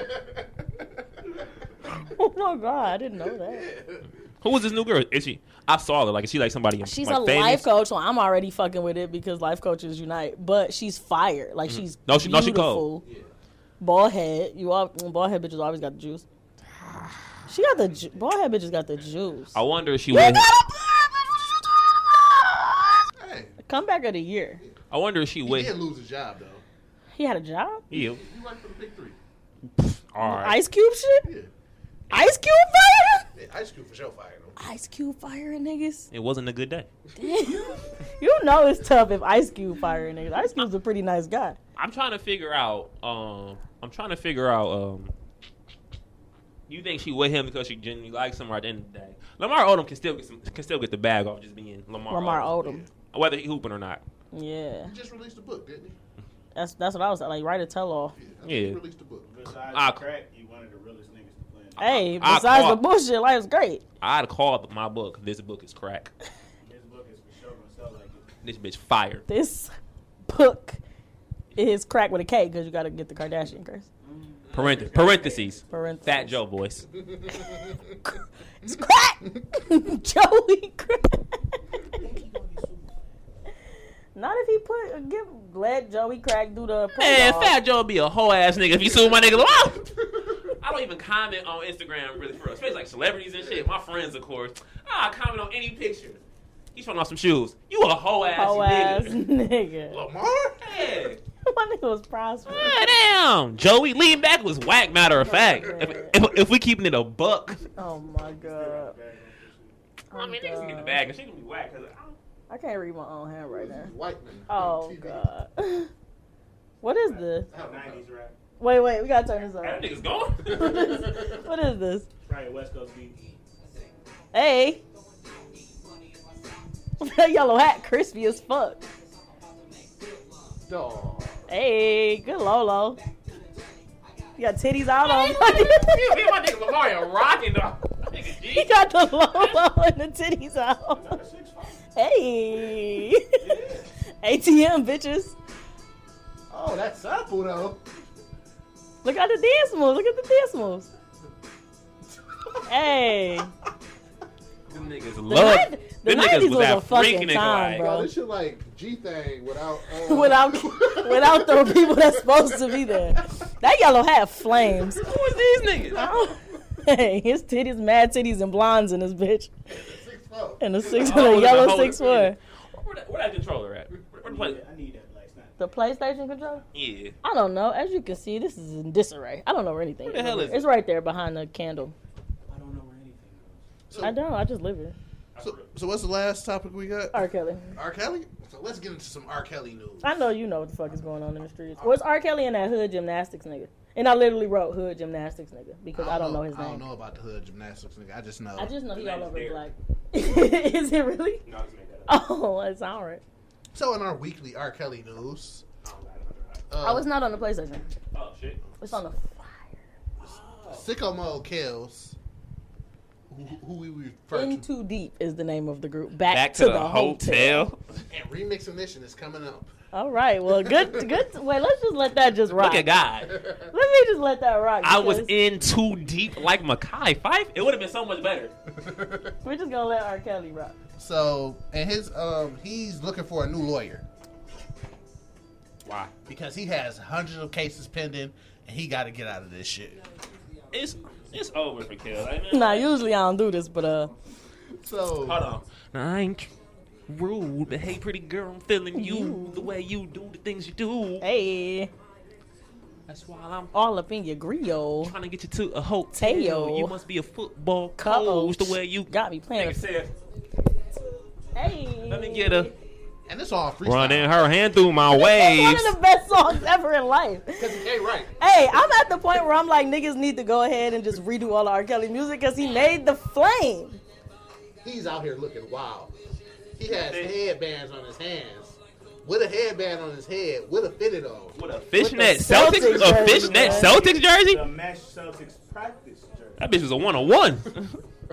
Speaker 6: Oh my god, I didn't know that.
Speaker 7: Who was this new girl? Is she? I saw her. Like, is she like somebody? in-
Speaker 6: She's
Speaker 7: like,
Speaker 6: a
Speaker 7: famous?
Speaker 6: life coach, so I'm already fucking with it because life coaches unite. But she's fire. Like she's
Speaker 7: Mm-hmm. No, she- no, she
Speaker 6: beautiful.
Speaker 7: cold.
Speaker 6: Bald head. You all bald head bitches always got the juice. She got the ju- bald head bitches got the juice.
Speaker 7: I wonder if she
Speaker 6: You got a
Speaker 7: went.
Speaker 6: bald head bitch, what you
Speaker 5: Hey,
Speaker 6: talking about? Comeback of the year.
Speaker 7: I wonder if she
Speaker 5: he
Speaker 7: went.
Speaker 5: did lose his job though.
Speaker 6: He had a job.
Speaker 7: Yeah.
Speaker 5: He worked for the big three.
Speaker 7: All right.
Speaker 6: Ice Cube shit.
Speaker 5: Yeah,
Speaker 6: Ice Cube fire.
Speaker 5: yeah Ice Cube for sure fired him.
Speaker 6: Ice Cube firing niggas.
Speaker 7: It wasn't a good day.
Speaker 6: You know it's tough if Ice Cube firing niggas. Ice Cube's a pretty nice guy.
Speaker 7: I'm trying to figure out. Um, I'm trying to figure out. Um, you think she with him because she genuinely likes him? Or at the end of the day, Lamar Odom can still get some, can still get the bag off just being Lamar.
Speaker 6: Lamar Odom.
Speaker 7: whether he hooping or not.
Speaker 6: Yeah,
Speaker 5: He just released a book, didn't he?
Speaker 6: that's that's what I was like. Write a tell all.
Speaker 5: Yeah. I think He
Speaker 7: Yeah.
Speaker 5: released a book.
Speaker 8: Besides
Speaker 7: I-
Speaker 8: crack, you one of the realest niggas to play in the
Speaker 6: Hey,
Speaker 7: I- I
Speaker 6: besides the
Speaker 7: caught-
Speaker 6: bullshit, life's great.
Speaker 7: I'd call my book. This book is crack.
Speaker 8: This book is for sure gonna sell like it.
Speaker 7: This bitch fire.
Speaker 6: This book is crack with a K because you got to get the Kardashian curse.
Speaker 7: Parenthes- parentheses.
Speaker 6: Parentheses.
Speaker 7: Fat Joe voice.
Speaker 6: It's crack. Joey crack. Not if he put give let Joey crack do the
Speaker 7: Man,
Speaker 6: prologue.
Speaker 7: Fat Joe be a whole ass nigga if you sue my nigga. Lamar. I don't even comment on Instagram really for real, especially like celebrities and shit. My friends, of course. I comment on any picture. He's showing off some shoes. You a whole ass
Speaker 6: Hoe ass
Speaker 7: nigga.
Speaker 6: nigga.
Speaker 5: Lamar?
Speaker 7: Yeah.
Speaker 6: My nigga was prosperous.
Speaker 7: Ah, damn, Joey lean back was whack. Matter of fact, if, if, if we keeping it a buck,
Speaker 6: Oh my god. Oh
Speaker 7: I mean niggas can get the
Speaker 6: God.
Speaker 7: bag and she gonna be whack. Cause I don't-
Speaker 6: I can't read my own handwriting.
Speaker 5: White man.
Speaker 6: Oh
Speaker 5: TV.
Speaker 6: god. What is this?
Speaker 5: I don't know.
Speaker 8: Nineties rap.
Speaker 6: Wait, wait, we gotta turn this
Speaker 7: that
Speaker 6: up.
Speaker 7: nigga's gone.
Speaker 6: What is, what is this?
Speaker 8: Right, West Coast beat.
Speaker 6: Hey. That yellow hat crispy as fuck.
Speaker 5: Dog.
Speaker 6: Hey, good Lolo. You got titties out on.
Speaker 7: Me and my nigga Lamar are rocking though. That nigga G.
Speaker 6: he got the Lolo and the titties out. Hey. ATM bitches.
Speaker 5: Oh, that sample though.
Speaker 6: Look at the dance moves. Look at the dance moves. Hey.
Speaker 7: Them niggas
Speaker 6: The,
Speaker 7: love.
Speaker 6: nin- the
Speaker 7: them
Speaker 6: 90s
Speaker 7: niggas
Speaker 6: was a
Speaker 7: was, that freaking
Speaker 6: fucking
Speaker 7: nigga
Speaker 6: time,
Speaker 7: like.
Speaker 5: Bro,
Speaker 6: bro.
Speaker 5: this shit like G thing without uh,
Speaker 6: Without without the people that's supposed to be there. That yellow hat flames.
Speaker 7: Who is these niggas?
Speaker 6: hey, his titties, mad titties, and blondes in this bitch.
Speaker 5: Six foot.
Speaker 6: And the six,
Speaker 7: Oh,
Speaker 6: the
Speaker 7: the
Speaker 6: yellow
Speaker 7: whole-
Speaker 6: six four.
Speaker 7: Where that, where that controller at? Where the play-
Speaker 8: I need that black snap.
Speaker 6: The PlayStation controller?
Speaker 7: Yeah.
Speaker 6: I don't know. As you can see, this is in disarray. I don't know where anything.
Speaker 7: Where the hell is
Speaker 6: It's
Speaker 7: it?
Speaker 6: right there behind the candle.
Speaker 8: I don't know where anything goes.
Speaker 5: So,
Speaker 6: I don't. I just live here.
Speaker 5: So, so what's the last topic we got?
Speaker 6: R. Kelly.
Speaker 5: R. Kelly. So let's get into some R. Kelly news.
Speaker 6: I know you know what the fuck is going on in the streets. What's R. Kelly and that hood gymnastics nigga? And I literally wrote hood gymnastics nigga because I don't, know, his
Speaker 5: I don't
Speaker 6: name.
Speaker 5: know about the hood gymnastics nigga. I just know.
Speaker 6: I just know he
Speaker 7: His
Speaker 6: all
Speaker 7: name's
Speaker 6: over the black.
Speaker 7: Derek.
Speaker 6: is it really?
Speaker 7: No, I just made that up.
Speaker 6: Oh, it's all right.
Speaker 5: So in our weekly R. Kelly news,
Speaker 6: I
Speaker 5: uh,
Speaker 6: was not on the PlayStation.
Speaker 7: Oh shit.
Speaker 6: It's on the.
Speaker 5: Sicko Mode kills. Who, who we refer
Speaker 6: In
Speaker 5: to.
Speaker 6: Too Deep is the name of the group. Back,
Speaker 7: Back to, the, hotel.
Speaker 5: And Remix Ignition is coming up.
Speaker 6: All right. Well, good. Good. Wait. Let's just let that just rock.
Speaker 7: Look at God.
Speaker 6: Let me just let that rock.
Speaker 7: I was
Speaker 6: because
Speaker 7: in too deep like Makai Fife. It would have been so much better.
Speaker 6: We're just gonna let R. Kelly rock.
Speaker 5: So and his um he's looking for a new lawyer
Speaker 7: Why?
Speaker 5: because he has hundreds of cases pending and he got to get out of this shit.
Speaker 7: It's it's over for Kill. I mean,
Speaker 6: Nah. Usually I don't do this, but uh,
Speaker 5: So
Speaker 7: Hold on. Now, I ain't tr- rude, but hey, pretty girl, I'm feeling you, the way you do the things you do.
Speaker 6: Mm-hmm. hey,
Speaker 7: That's why I'm
Speaker 6: all up in your grill.
Speaker 7: trying to get you to a hotel.
Speaker 6: Tail.
Speaker 7: You must be a football
Speaker 6: Coach.
Speaker 7: coach the way you
Speaker 6: Got me playing.
Speaker 7: Nigga said,
Speaker 6: Hey.
Speaker 7: Let me get a
Speaker 5: and it's all freestyle.
Speaker 7: running her hand through my
Speaker 6: That's one
Speaker 7: waves.
Speaker 6: of the best songs ever in life.
Speaker 5: Hey, right.
Speaker 6: Hey, I'm at the point where I'm like, niggas need to go ahead and just redo all the R. Kelly music because he made the flame.
Speaker 5: He's out here looking wild. He has headbands on his hands. With a headband on his head, with a fitted on.
Speaker 7: With a fishnet
Speaker 6: With the
Speaker 7: Celtics,
Speaker 6: Celtics
Speaker 7: a
Speaker 6: jersey,
Speaker 7: fishnet
Speaker 6: man.
Speaker 7: Celtics jersey.
Speaker 8: The Mesh Celtics practice jersey.
Speaker 7: That bitch was a one on one.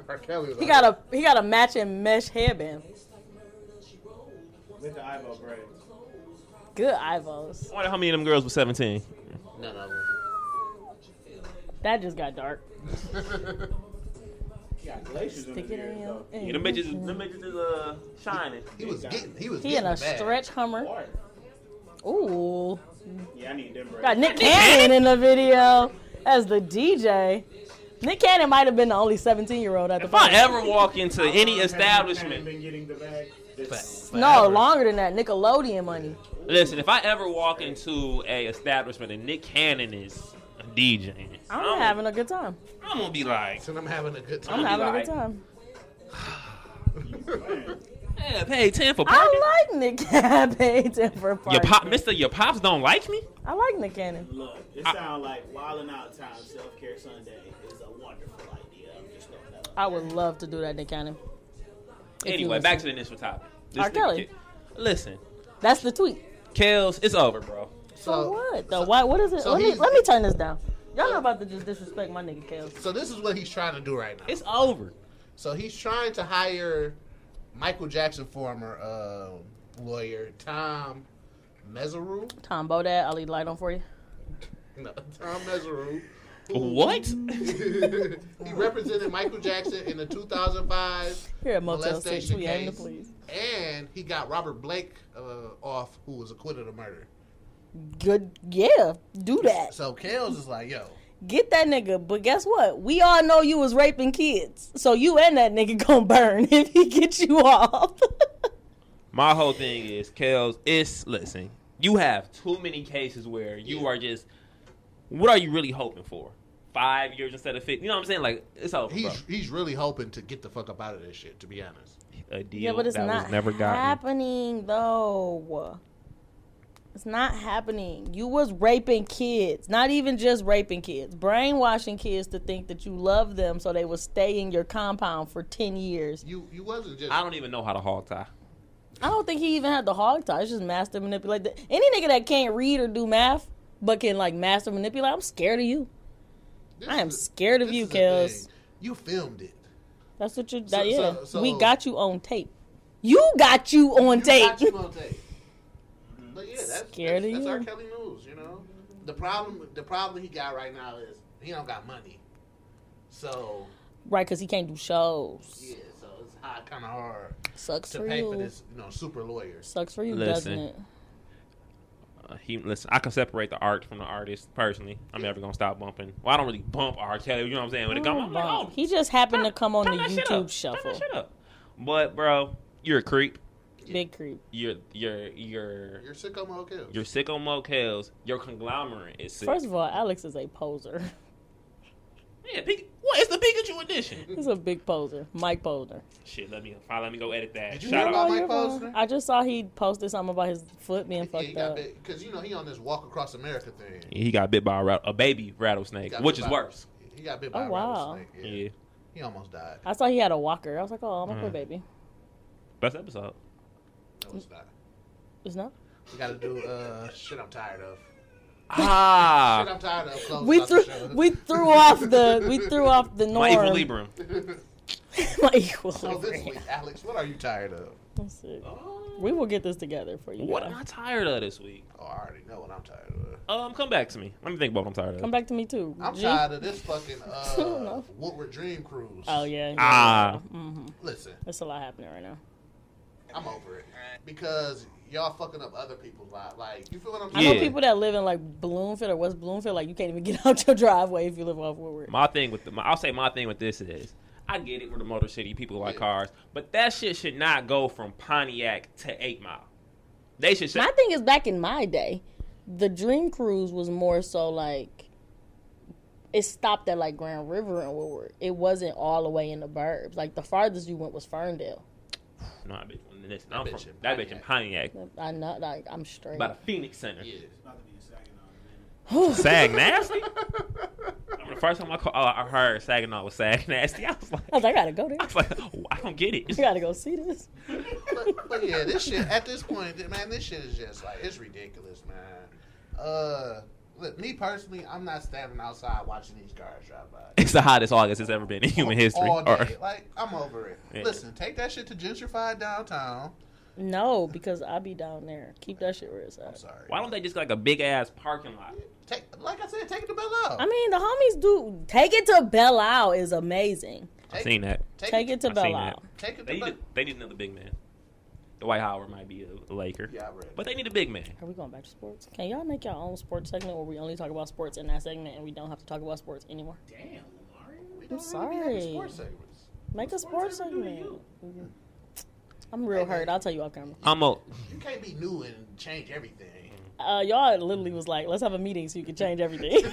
Speaker 5: R. Kelly was
Speaker 6: He
Speaker 5: out
Speaker 6: got a he got a matching mesh headband.
Speaker 8: With the eyeball braid.
Speaker 6: good eyeballs.
Speaker 7: I wonder how many of them girls was 17.
Speaker 3: None of them.
Speaker 6: That just got dark.
Speaker 8: Got glaciers
Speaker 6: Stick
Speaker 8: under
Speaker 6: it
Speaker 8: there.
Speaker 6: in.
Speaker 8: So
Speaker 7: Yeah, them bitches, them bitches is uh, shining.
Speaker 5: He was getting. He was
Speaker 6: He in
Speaker 5: getting
Speaker 6: a
Speaker 5: bad.
Speaker 6: stretch hummer.
Speaker 8: far.
Speaker 6: Ooh.
Speaker 8: Yeah, I need them brakes.
Speaker 6: Got Nick Cannon in the video as the DJ. Nick Cannon might have been the only 17 year old at the
Speaker 7: If I
Speaker 6: party.
Speaker 7: ever walk into any
Speaker 8: Haven't
Speaker 7: establishment,
Speaker 8: been getting the bag. This-
Speaker 6: No, longer than that. Nickelodeon money.
Speaker 7: listen, if I ever walk into a establishment and Nick Cannon is DJing,
Speaker 6: I'm having a good time.
Speaker 7: I'm gonna be like,
Speaker 5: And I'm having a good
Speaker 6: I'm
Speaker 5: time.
Speaker 6: having a
Speaker 7: like-
Speaker 6: good time.
Speaker 7: yeah, pay ten for parking.
Speaker 6: I like Nick Cannon for a party.
Speaker 7: Your pop, Mister, your pops don't like me.
Speaker 6: I like Nick Cannon.
Speaker 8: Look, it sounds like wilding out time. Self care Sunday is a wonderful idea. I'm just throwing that. out.
Speaker 6: I would love to do that, Nick Cannon. If you
Speaker 7: Anyway,
Speaker 6: listen.
Speaker 7: back to the initial topic. This
Speaker 6: R.
Speaker 7: nigga
Speaker 6: Kelly.
Speaker 7: kid- Listen,
Speaker 6: That's the tweet.
Speaker 7: Kels, it's over, bro.
Speaker 6: So,
Speaker 5: So
Speaker 6: what? Though? Why? What is it?
Speaker 5: so
Speaker 6: let me
Speaker 5: he's-
Speaker 6: let me turn this down. Y'all not about to just disrespect my nigga Kels.
Speaker 5: So this is what he's trying to do right now.
Speaker 7: It's over.
Speaker 5: So he's trying to hire Michael Jackson former um lawyer Tom Mesereau.
Speaker 6: Tom Bodad, I'll leave the light on for you.
Speaker 5: No, Tom Mesereau.
Speaker 7: What?
Speaker 5: he represented Michael Jackson in the 2005
Speaker 6: Here at Motel Six,
Speaker 5: molestation
Speaker 6: we aim to
Speaker 5: case,
Speaker 6: please.
Speaker 5: and he got Robert Blake uh, off, who was acquitted of murder.
Speaker 6: Good, yeah, do that.
Speaker 5: So Kales is like, yo,
Speaker 6: Get that nigga. But guess what? We all know you was raping kids, so you and that nigga gonna burn if he get you off.
Speaker 7: My whole thing is, Kels, it's listen. You have too many cases where you are just. What are you really hoping for? Five years instead of fifty. You know what I'm saying? Like it's over,
Speaker 5: he's
Speaker 7: bro.
Speaker 5: he's really hoping to get the fuck up out of this shit. To be honest,
Speaker 7: A deal
Speaker 6: yeah, but it's
Speaker 7: that
Speaker 6: not
Speaker 7: was never gotten.
Speaker 6: happening though. It's not happening. You was raping kids, not even just raping kids, brainwashing kids to think that you love them, so they will stay in your compound for ten years.
Speaker 5: you you wasn't just
Speaker 7: I don't even know how to hog tie.
Speaker 6: I don't think he even had the hog tie. It's just master manipulate. Any nigga that can't read or do math, but can like master manipulate, I'm scared of you.
Speaker 5: this
Speaker 6: I am
Speaker 5: is-
Speaker 6: scared of
Speaker 5: this
Speaker 6: you,
Speaker 5: is a
Speaker 6: Kels.
Speaker 5: thing. You filmed it.
Speaker 6: That's what you. That,
Speaker 5: So-
Speaker 6: yeah,
Speaker 5: so- so-
Speaker 6: we got you on tape. You got you on tape.
Speaker 5: Got you on tape. But yeah, that's,
Speaker 6: Scared
Speaker 5: that's,
Speaker 6: of
Speaker 5: that's
Speaker 6: you.
Speaker 5: R. Kelly news. You know, the problem the problem he got right now is he don't got money. So
Speaker 6: Right, because he can't do shows.
Speaker 5: yeah, so it's hard, kind of hard
Speaker 6: Sucks
Speaker 5: to
Speaker 6: for
Speaker 5: pay
Speaker 6: you.
Speaker 5: for this, you know, super lawyers.
Speaker 6: Sucks for you,
Speaker 7: Listen.
Speaker 6: doesn't it?
Speaker 7: Uh, he listen. I can separate the art from the artist personally. I'm never gonna stop bumping. Well, I don't really bump R. Kelly. You know what I'm saying? When it comes, I'm like,
Speaker 6: Wow.
Speaker 7: oh,
Speaker 6: He just happened to
Speaker 7: turn-
Speaker 6: come on the
Speaker 7: turn that shit up. Turn
Speaker 6: YouTube
Speaker 7: that
Speaker 6: shuffle.
Speaker 7: shit up. But bro, you're a creep.
Speaker 6: Big creep.
Speaker 7: You're you're you're
Speaker 5: You're sicko mode kills.
Speaker 7: your sicko motels, your conglomerate is sick.
Speaker 6: First of all, Alex is a poser.
Speaker 7: yeah, Pika- what is the Pikachu edition?
Speaker 6: He's a big poser. Mike Poser.
Speaker 7: Shit, let me fine, let me go edit that.
Speaker 5: Did you
Speaker 7: Shout
Speaker 5: hear
Speaker 7: out.
Speaker 5: Mike
Speaker 6: You're fine.
Speaker 5: Posner?
Speaker 6: I just saw he posted something about his foot being
Speaker 5: yeah, he
Speaker 6: fucked
Speaker 5: got
Speaker 6: up.
Speaker 5: big because you know he on this walk across America thing.
Speaker 7: He got bit by a, rat- a baby
Speaker 5: He
Speaker 7: rattlesnake,
Speaker 5: got
Speaker 7: which
Speaker 5: bit
Speaker 7: is
Speaker 5: by-
Speaker 7: worse.
Speaker 5: He got bit by
Speaker 6: Oh,
Speaker 5: a
Speaker 6: wow.
Speaker 5: rattlesnake.
Speaker 7: Yeah.
Speaker 5: Yeah. he almost died.
Speaker 6: I saw he had a walker. I was like, oh, my
Speaker 7: Mm.
Speaker 6: poor baby.
Speaker 7: best episode.
Speaker 5: No, it's not.
Speaker 6: It's not.
Speaker 5: We got to do uh, shit. I'm tired of. Shit,
Speaker 7: Ah,
Speaker 5: I'm tired of. Close
Speaker 6: We
Speaker 5: out the
Speaker 6: threw
Speaker 5: show.
Speaker 6: we threw off the we threw off the norm.
Speaker 7: my evil Libram.
Speaker 6: My equal
Speaker 5: So Oh, this
Speaker 6: Libra.
Speaker 5: week, Alex, what are you tired of?
Speaker 6: I'm sick. We will get this together for you.
Speaker 7: What
Speaker 6: guys.
Speaker 7: am I tired of this week?
Speaker 5: Oh, I already know what I'm tired of.
Speaker 7: Um, come back to me. Let me think about what I'm tired of.
Speaker 6: Come back to me too.
Speaker 5: I'm
Speaker 6: G.
Speaker 5: tired of this fucking uh,
Speaker 6: No.
Speaker 5: Woodward Dream Cruise.
Speaker 6: Oh yeah.
Speaker 7: Ah,
Speaker 5: Listen,
Speaker 6: That's a lot happening right now.
Speaker 5: I'm over it because y'all fucking up other people's lives. Like, you feel what I'm
Speaker 6: I know
Speaker 7: Yeah.
Speaker 5: saying?
Speaker 6: people that live in like Bloomfield or West Bloomfield, like you can't even get out your driveway if you live off Woodward.
Speaker 7: my thing with the, my, I'll say my thing with this is. I get it. We're the Motor City. People like cars, but that shit should not go from Pontiac to Eight Mile. They should.
Speaker 6: My thing is back in my day, the Dream Cruise was more so like it stopped at like Grand River and Woodward. It wasn't all the way in the burbs. Like the farthest you went was Ferndale.
Speaker 7: No, I bet you. Listen, I'm
Speaker 5: bitch
Speaker 7: from
Speaker 5: in
Speaker 7: that bitch in Pontiac,
Speaker 6: I know, like I'm straight.
Speaker 7: by the Phoenix Center.
Speaker 5: Yeah.
Speaker 8: About to be a Saginaw in a minute.
Speaker 7: Sag nasty. I remember the first time I called, I heard Saginaw was sag nasty. I was like,
Speaker 6: I was like, I gotta go there.
Speaker 7: I was like, oh, I don't get
Speaker 6: I
Speaker 7: it.
Speaker 6: gotta go see this.
Speaker 5: But, but yeah, this shit at this point, man, this shit is just like it's ridiculous, man. Uh, look, me personally, I'm not standing outside watching these cars drive by.
Speaker 7: It's the hottest August it's ever been in human history.
Speaker 5: All
Speaker 7: Or-
Speaker 5: day. Like, I'm over it.
Speaker 7: Yeah.
Speaker 5: Listen, take that shit to gentrified downtown.
Speaker 6: No, because I be down there. Keep that shit where it's
Speaker 5: I'm
Speaker 6: at.
Speaker 5: sorry.
Speaker 7: Why don't they just like a big ass parking lot?
Speaker 5: Take, like I said, take the bell out.
Speaker 6: I mean, the homies do. Take it to Belle Isle is amazing.
Speaker 7: I've seen that.
Speaker 6: Take it to
Speaker 7: I've
Speaker 6: Belle
Speaker 7: seen
Speaker 6: Isle.
Speaker 5: Take it
Speaker 7: They
Speaker 5: to
Speaker 7: need,
Speaker 5: bell.
Speaker 7: they need another big man. Dwight Howard might be a Laker,
Speaker 5: Yeah, I read.
Speaker 7: but they need a big man.
Speaker 6: Are we going back to sports? Can y'all make your own sports segment where we only talk about sports in that segment and we don't have to talk about sports anymore?
Speaker 8: Damn, Lamar.
Speaker 5: We don't
Speaker 6: I'm
Speaker 5: really be having
Speaker 6: sorry.
Speaker 5: sports segments.
Speaker 6: Make a sports
Speaker 8: ever do to
Speaker 6: segment.
Speaker 8: you?
Speaker 6: I'm real hurt. I'll tell you off camera.
Speaker 7: I'm a
Speaker 5: You can't be new and change everything.
Speaker 6: Uh, y'all literally was like, let's have a meeting so you can change everything. like,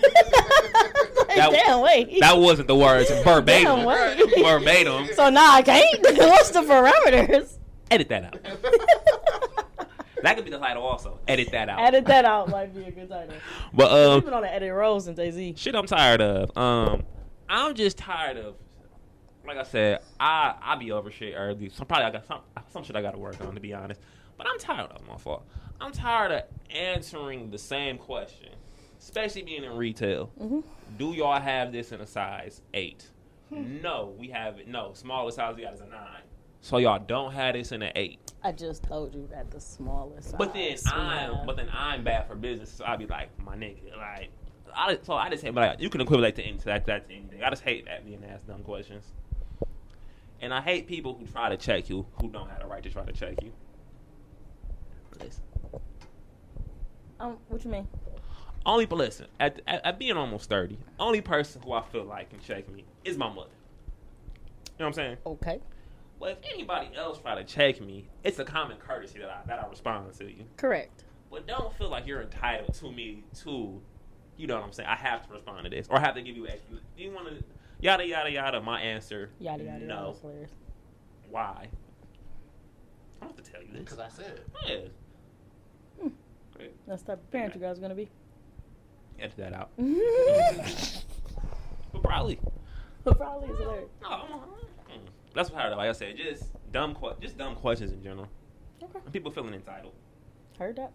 Speaker 7: That-
Speaker 6: damn, wait.
Speaker 7: that wasn't the words
Speaker 6: damn,
Speaker 7: verbatim.
Speaker 6: wait.
Speaker 7: verbatim.
Speaker 6: so now I can't? What's the parameters?
Speaker 7: Edit that out. That could be the title also. Edit that out.
Speaker 6: Edit that out might be a good title.
Speaker 7: But
Speaker 6: We've
Speaker 7: um,
Speaker 6: been on an edit roll since AZ.
Speaker 7: shit, I'm tired of. Um, I'm just tired of. Like I said, I I be over shit early. So probably I got some some shit I got to work on to be honest. But I'm tired of it, my fault. I'm tired of answering the same question, especially being in retail. Do y'all have this in a size eight? No, we have it. No, smallest size we got is a nine. So y'all don't have this in an eight.
Speaker 6: I just told you that the smallest.
Speaker 7: But then
Speaker 6: size, yeah.
Speaker 7: I'm, but then I'm bad for business. So I'd be like, my nigga, like, I, so I just hate. But like, you can equivalent to any- to that, that to anything. I just hate that being asked dumb questions. And I hate people who try to check you who don't have the right to try to check you. Listen,
Speaker 6: um, what you mean?
Speaker 7: only but listen at, at at being almost thirty, only person who I feel like can check me is my mother. You know what I'm saying?
Speaker 6: Okay,
Speaker 7: Well, if anybody else try to check me, it's a common courtesy that I that I respond to you.
Speaker 6: correct.
Speaker 7: but don't feel like you're entitled to me to, you know what I'm saying? I have to respond to this, or I have to give you extra. Do you want to yada yada yada? My answer,
Speaker 6: Yada yada.
Speaker 7: no.
Speaker 6: yada, it's hilarious.
Speaker 7: Why? I don't have to tell you this.
Speaker 5: Because I said,
Speaker 7: Yeah,
Speaker 6: Hmm. That's the type of parent you guys are gonna be.
Speaker 7: edit that out.
Speaker 6: but
Speaker 7: But probably,
Speaker 6: probably is hilarious.
Speaker 7: no. I'm, mm. that's what I heard. Like I said, just dumb, que- just dumb questions in general.
Speaker 6: Okay,
Speaker 7: And people feeling entitled.
Speaker 6: heard that.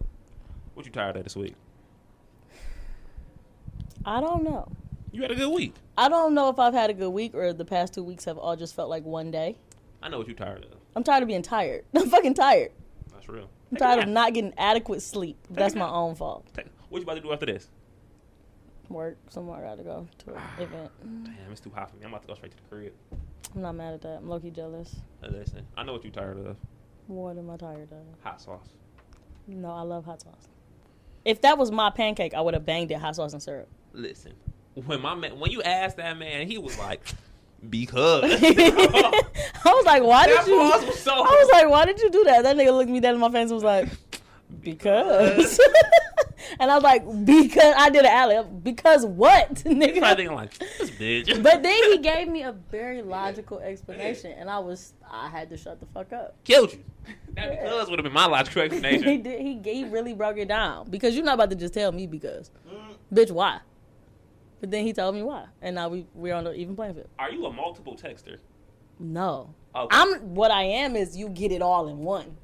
Speaker 7: What you tired of this week?
Speaker 6: I don't know.
Speaker 7: You had a good week.
Speaker 6: I don't know if I've had a good week or the past two weeks have all just felt like one day.
Speaker 7: I know what you tired of.
Speaker 6: I'm tired of being tired. I'm fucking tired.
Speaker 7: That's real.
Speaker 6: I'm
Speaker 7: Take a
Speaker 6: tired of
Speaker 7: nap.
Speaker 6: not getting adequate sleep. That's
Speaker 7: a
Speaker 6: my
Speaker 7: nap.
Speaker 6: own fault.
Speaker 7: Take- what you about to do after this?
Speaker 6: Work somewhere I gotta go to an event.
Speaker 7: Damn, it's too hot for me. I'm about to go straight to the crib.
Speaker 6: I'm not mad at that. I'm low key jealous.
Speaker 7: Listen, I know what you tired of.
Speaker 6: What am I tired of?
Speaker 7: Hot sauce.
Speaker 6: No, I love hot sauce. If that was my pancake, I would have banged it hot sauce and syrup.
Speaker 7: Listen, when my man, when you asked that man, he was like, because.
Speaker 6: I was like, why
Speaker 7: That
Speaker 6: did you?
Speaker 7: pause was so-
Speaker 6: I was like, why did you do that? That nigga looked me dead in my face and was like, because. and I was like, because I did an alley. Because what,
Speaker 7: He's probably
Speaker 6: nigga?
Speaker 7: thinking like, this bitch.
Speaker 6: But then he gave me a very logical explanation, and I was I had to shut the fuck up.
Speaker 7: killed you. That because would have been my logical
Speaker 6: he
Speaker 7: explanation.
Speaker 6: did. He, he really broke it down because you're not about to just tell me because, bitch, why? But then he told me why, and now we we're on the even playing field.
Speaker 7: Are you a multiple texter?
Speaker 6: No.
Speaker 7: Okay.
Speaker 6: I'm what I am is you get it all in one.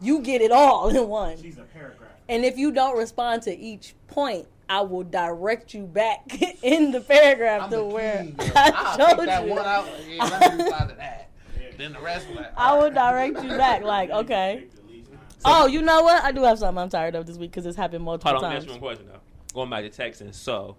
Speaker 6: You get it all in one.
Speaker 8: She's a paragraph.
Speaker 6: And if you don't respond to each point, I will direct you back in the paragraph
Speaker 5: I'm
Speaker 6: to
Speaker 5: the
Speaker 6: where
Speaker 5: king.
Speaker 6: I
Speaker 5: I'll
Speaker 6: showed
Speaker 5: pick that
Speaker 6: you.
Speaker 5: one out. Yeah, let me reply to that. Then the rest will.
Speaker 6: I will direct you back. Like, okay.
Speaker 8: Picked at least nine.
Speaker 6: Oh, you know what? I do have something I'm tired of this week because it's happened multiple
Speaker 7: Hold on,
Speaker 6: times.
Speaker 7: that's one question though. Going back to texting, so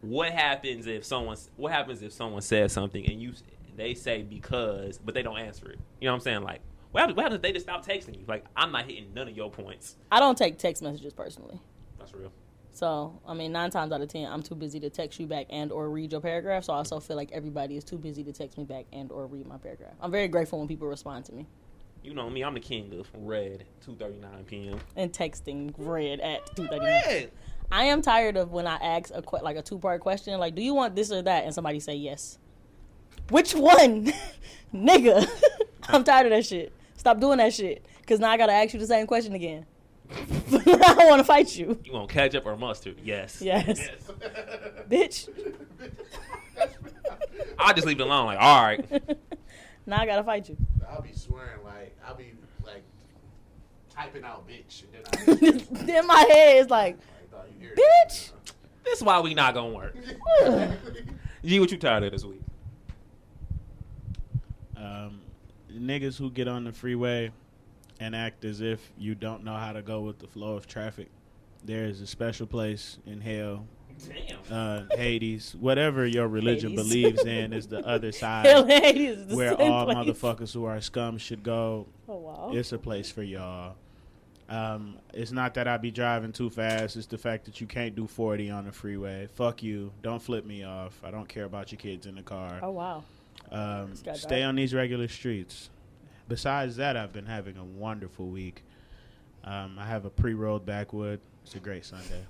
Speaker 7: what happens if someone what happens if someone says something and you they say because but they don't answer it? You know what I'm saying? Like, what happens, what happens if they just stop texting you? Like, I'm not hitting none of your points.
Speaker 6: I don't take text messages personally.
Speaker 7: That's real.
Speaker 6: So, I mean, nine times out of ten, I'm too busy to text you back and or read your paragraph. So I also feel like everybody is too busy to text me back and or read my paragraph. I'm very grateful when people respond to me.
Speaker 7: You know me, I'm the king of red, 2:39 p.m.
Speaker 6: and texting red at 2:39.
Speaker 5: Red.
Speaker 6: I am tired of when I ask a que- like a two-part question like do you want this or that and somebody say yes. Which one? Nigga. I'm tired of that shit. Stop doing that shit cuz now I got to ask you the same question again. I want to fight you.
Speaker 7: You want ketchup or mustard? Yes.
Speaker 6: Yes. Bitch.
Speaker 7: I'll just leave it alone. Like, all right.
Speaker 6: now I got to fight you.
Speaker 5: I'll be swearing like I'll be like typing out bitch, and then I like,
Speaker 6: then my head is like
Speaker 5: thought you irritated
Speaker 6: Bitch.
Speaker 7: This is why we not gonna work.
Speaker 5: me.
Speaker 7: G, what you tired of this week?
Speaker 8: um, niggas who get on the freeway and act as if you don't know how to go with the flow of traffic. There is a special place in hell,
Speaker 7: Damn.
Speaker 8: uh, Hades, whatever your religion
Speaker 6: Hades.
Speaker 8: believes in, is the other side
Speaker 6: Hell, Hades is the
Speaker 8: where
Speaker 6: same
Speaker 8: all
Speaker 6: place.
Speaker 8: motherfuckers who are scum should go.
Speaker 6: Oh wow.
Speaker 8: It's a place for y'all. Um, it's not that I be driving too fast. It's the fact that you can't do 40 on the freeway. Fuck you. Don't flip me off. I don't care about your kids in the car.
Speaker 6: oh wow.
Speaker 8: Um,
Speaker 6: This guy
Speaker 8: stay
Speaker 6: died.
Speaker 8: on these regular streets. Besides that, I've been having a wonderful week. Um, I have a pre-rolled backwood. It's a great Sunday.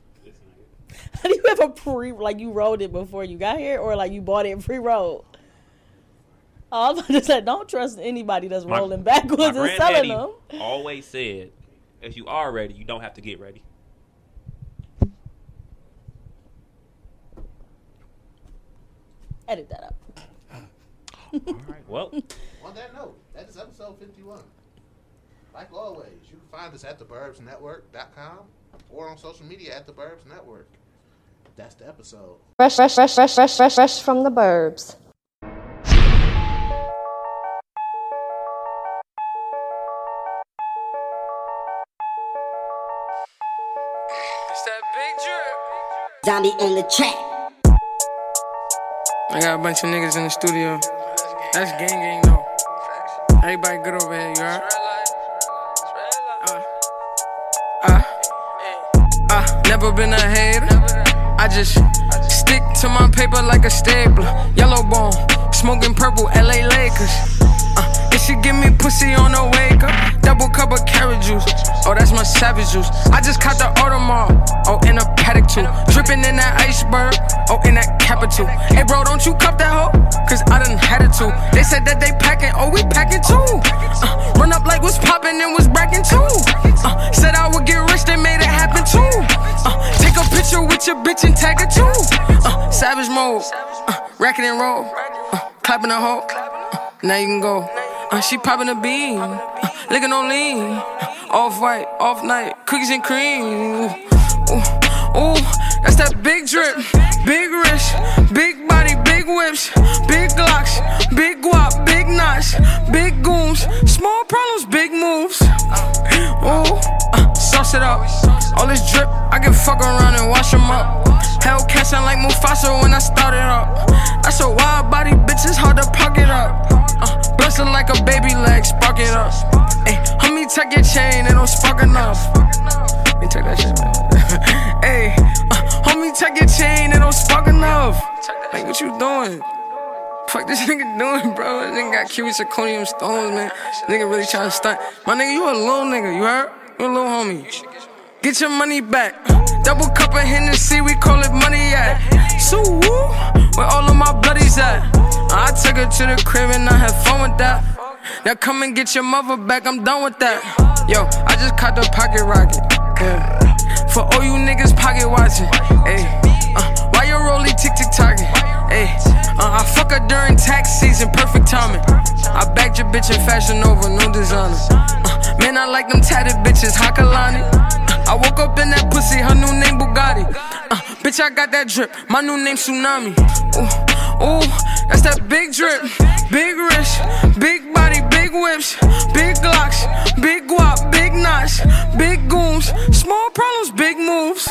Speaker 6: How do you have a pre like you rolled it before you got here, or like you bought it pre rolled? I was about to say, don't trust anybody that's
Speaker 7: My-
Speaker 6: rolling
Speaker 7: My
Speaker 6: backwards and selling
Speaker 7: granddaddy
Speaker 6: them.
Speaker 7: always said, if you are ready, you don't have to get ready.
Speaker 6: Edit that up.
Speaker 7: All right. Well,
Speaker 5: On that note, that is episode 51. Like always, you can find us at theburbsnetwork.com or on social media at the Burbs Network. That's the episode.
Speaker 4: Fresh, fresh, fresh, fresh, fresh, fresh, fresh from the burbs.
Speaker 3: It's that big drip.
Speaker 9: Zombie on the track.
Speaker 3: I got a bunch of niggas in the studio. That's gang gang though. Everybody good over here, you alright? Uh, uh, uh, never been a hater. I just stick to my paper like a stapler. Yellow bone, smoking purple LA Lakers. Uh, and she give me pussy on the wake up. Double cup of carrot juice. Oh, that's my savage juice. I just caught the Audemars. Oh, in a paddock too. Dripping in that iceberg. Oh, in that capital. Hey, bro, don't you cup that hoe? Cause I done had it too. They said that they packing. Oh, we packing too. Uh, run up like what's popping and what's bracking too. Uh, said I would get rich, they made it happen too. Uh, take a picture with your bitch and tag it too. Uh, savage mode. Uh, racket and roll. Uh, clapping the hoe. Uh, now you can go. Uh, she popping a bean. Uh, licking on lean. Uh, off white, off night. Cookies and cream. Ooh. Ooh, that's that big drip, big wrist, big body, big whips, big glocks, big guap, big knots, big gooms, small problems, big moves. Ooh, uh, sauce it up. All this drip, I can fuck around and wash 'em up. Hell catching like Mufasa when I started up. That's a wild body, bitch, it's hard to pocket up. Uh, bless her like a baby leg, spark it up. Hey, homie, take your chain, it don't spark enough. Let me take that shit back. hey, uh, homie, take your chain, it don't spark enough. Like, what you doing? Fuck this nigga doing, bro. This nigga got Cuban zirconium stones, man. Nigga really trying to stunt. My nigga, you a little nigga, you heard? You a little homie. Get your money back. Double cup of Hennessy, we call it money at. So woo, where all of my bloodies at? I took her to the crib and I had fun with that. Now come and get your mother back, I'm done with that. Yo, I just caught the pocket rocket. Yeah. For all you niggas pocket watching. Hey, uh, why your rollie tick tick target? Hey, uh, I fuck her during tax season, perfect timing. I bagged your bitch in fashion over, no designer. Uh, man, I like them tatted bitches, Hakalani. Uh, I woke up in that pussy, her new name Bugatti. Uh, bitch, I got that drip, my new name Tsunami. Ooh, ooh, that's that big drip, big wrist, big body, big whips, big glocks, big guap, big knots, big gooms, small problems, big moves.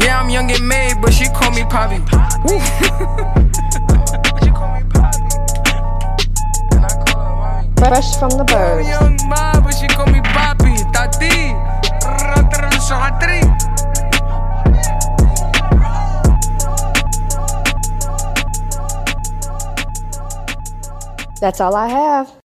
Speaker 3: Yeah, I'm young and made, but she call me Poppy. Woo. She call me Poppy. And I call her mommy.
Speaker 4: Fresh from the
Speaker 3: I'm
Speaker 4: burbs.
Speaker 3: young ma, but she call me Papi. Tati. Ratri.
Speaker 4: That's all I have.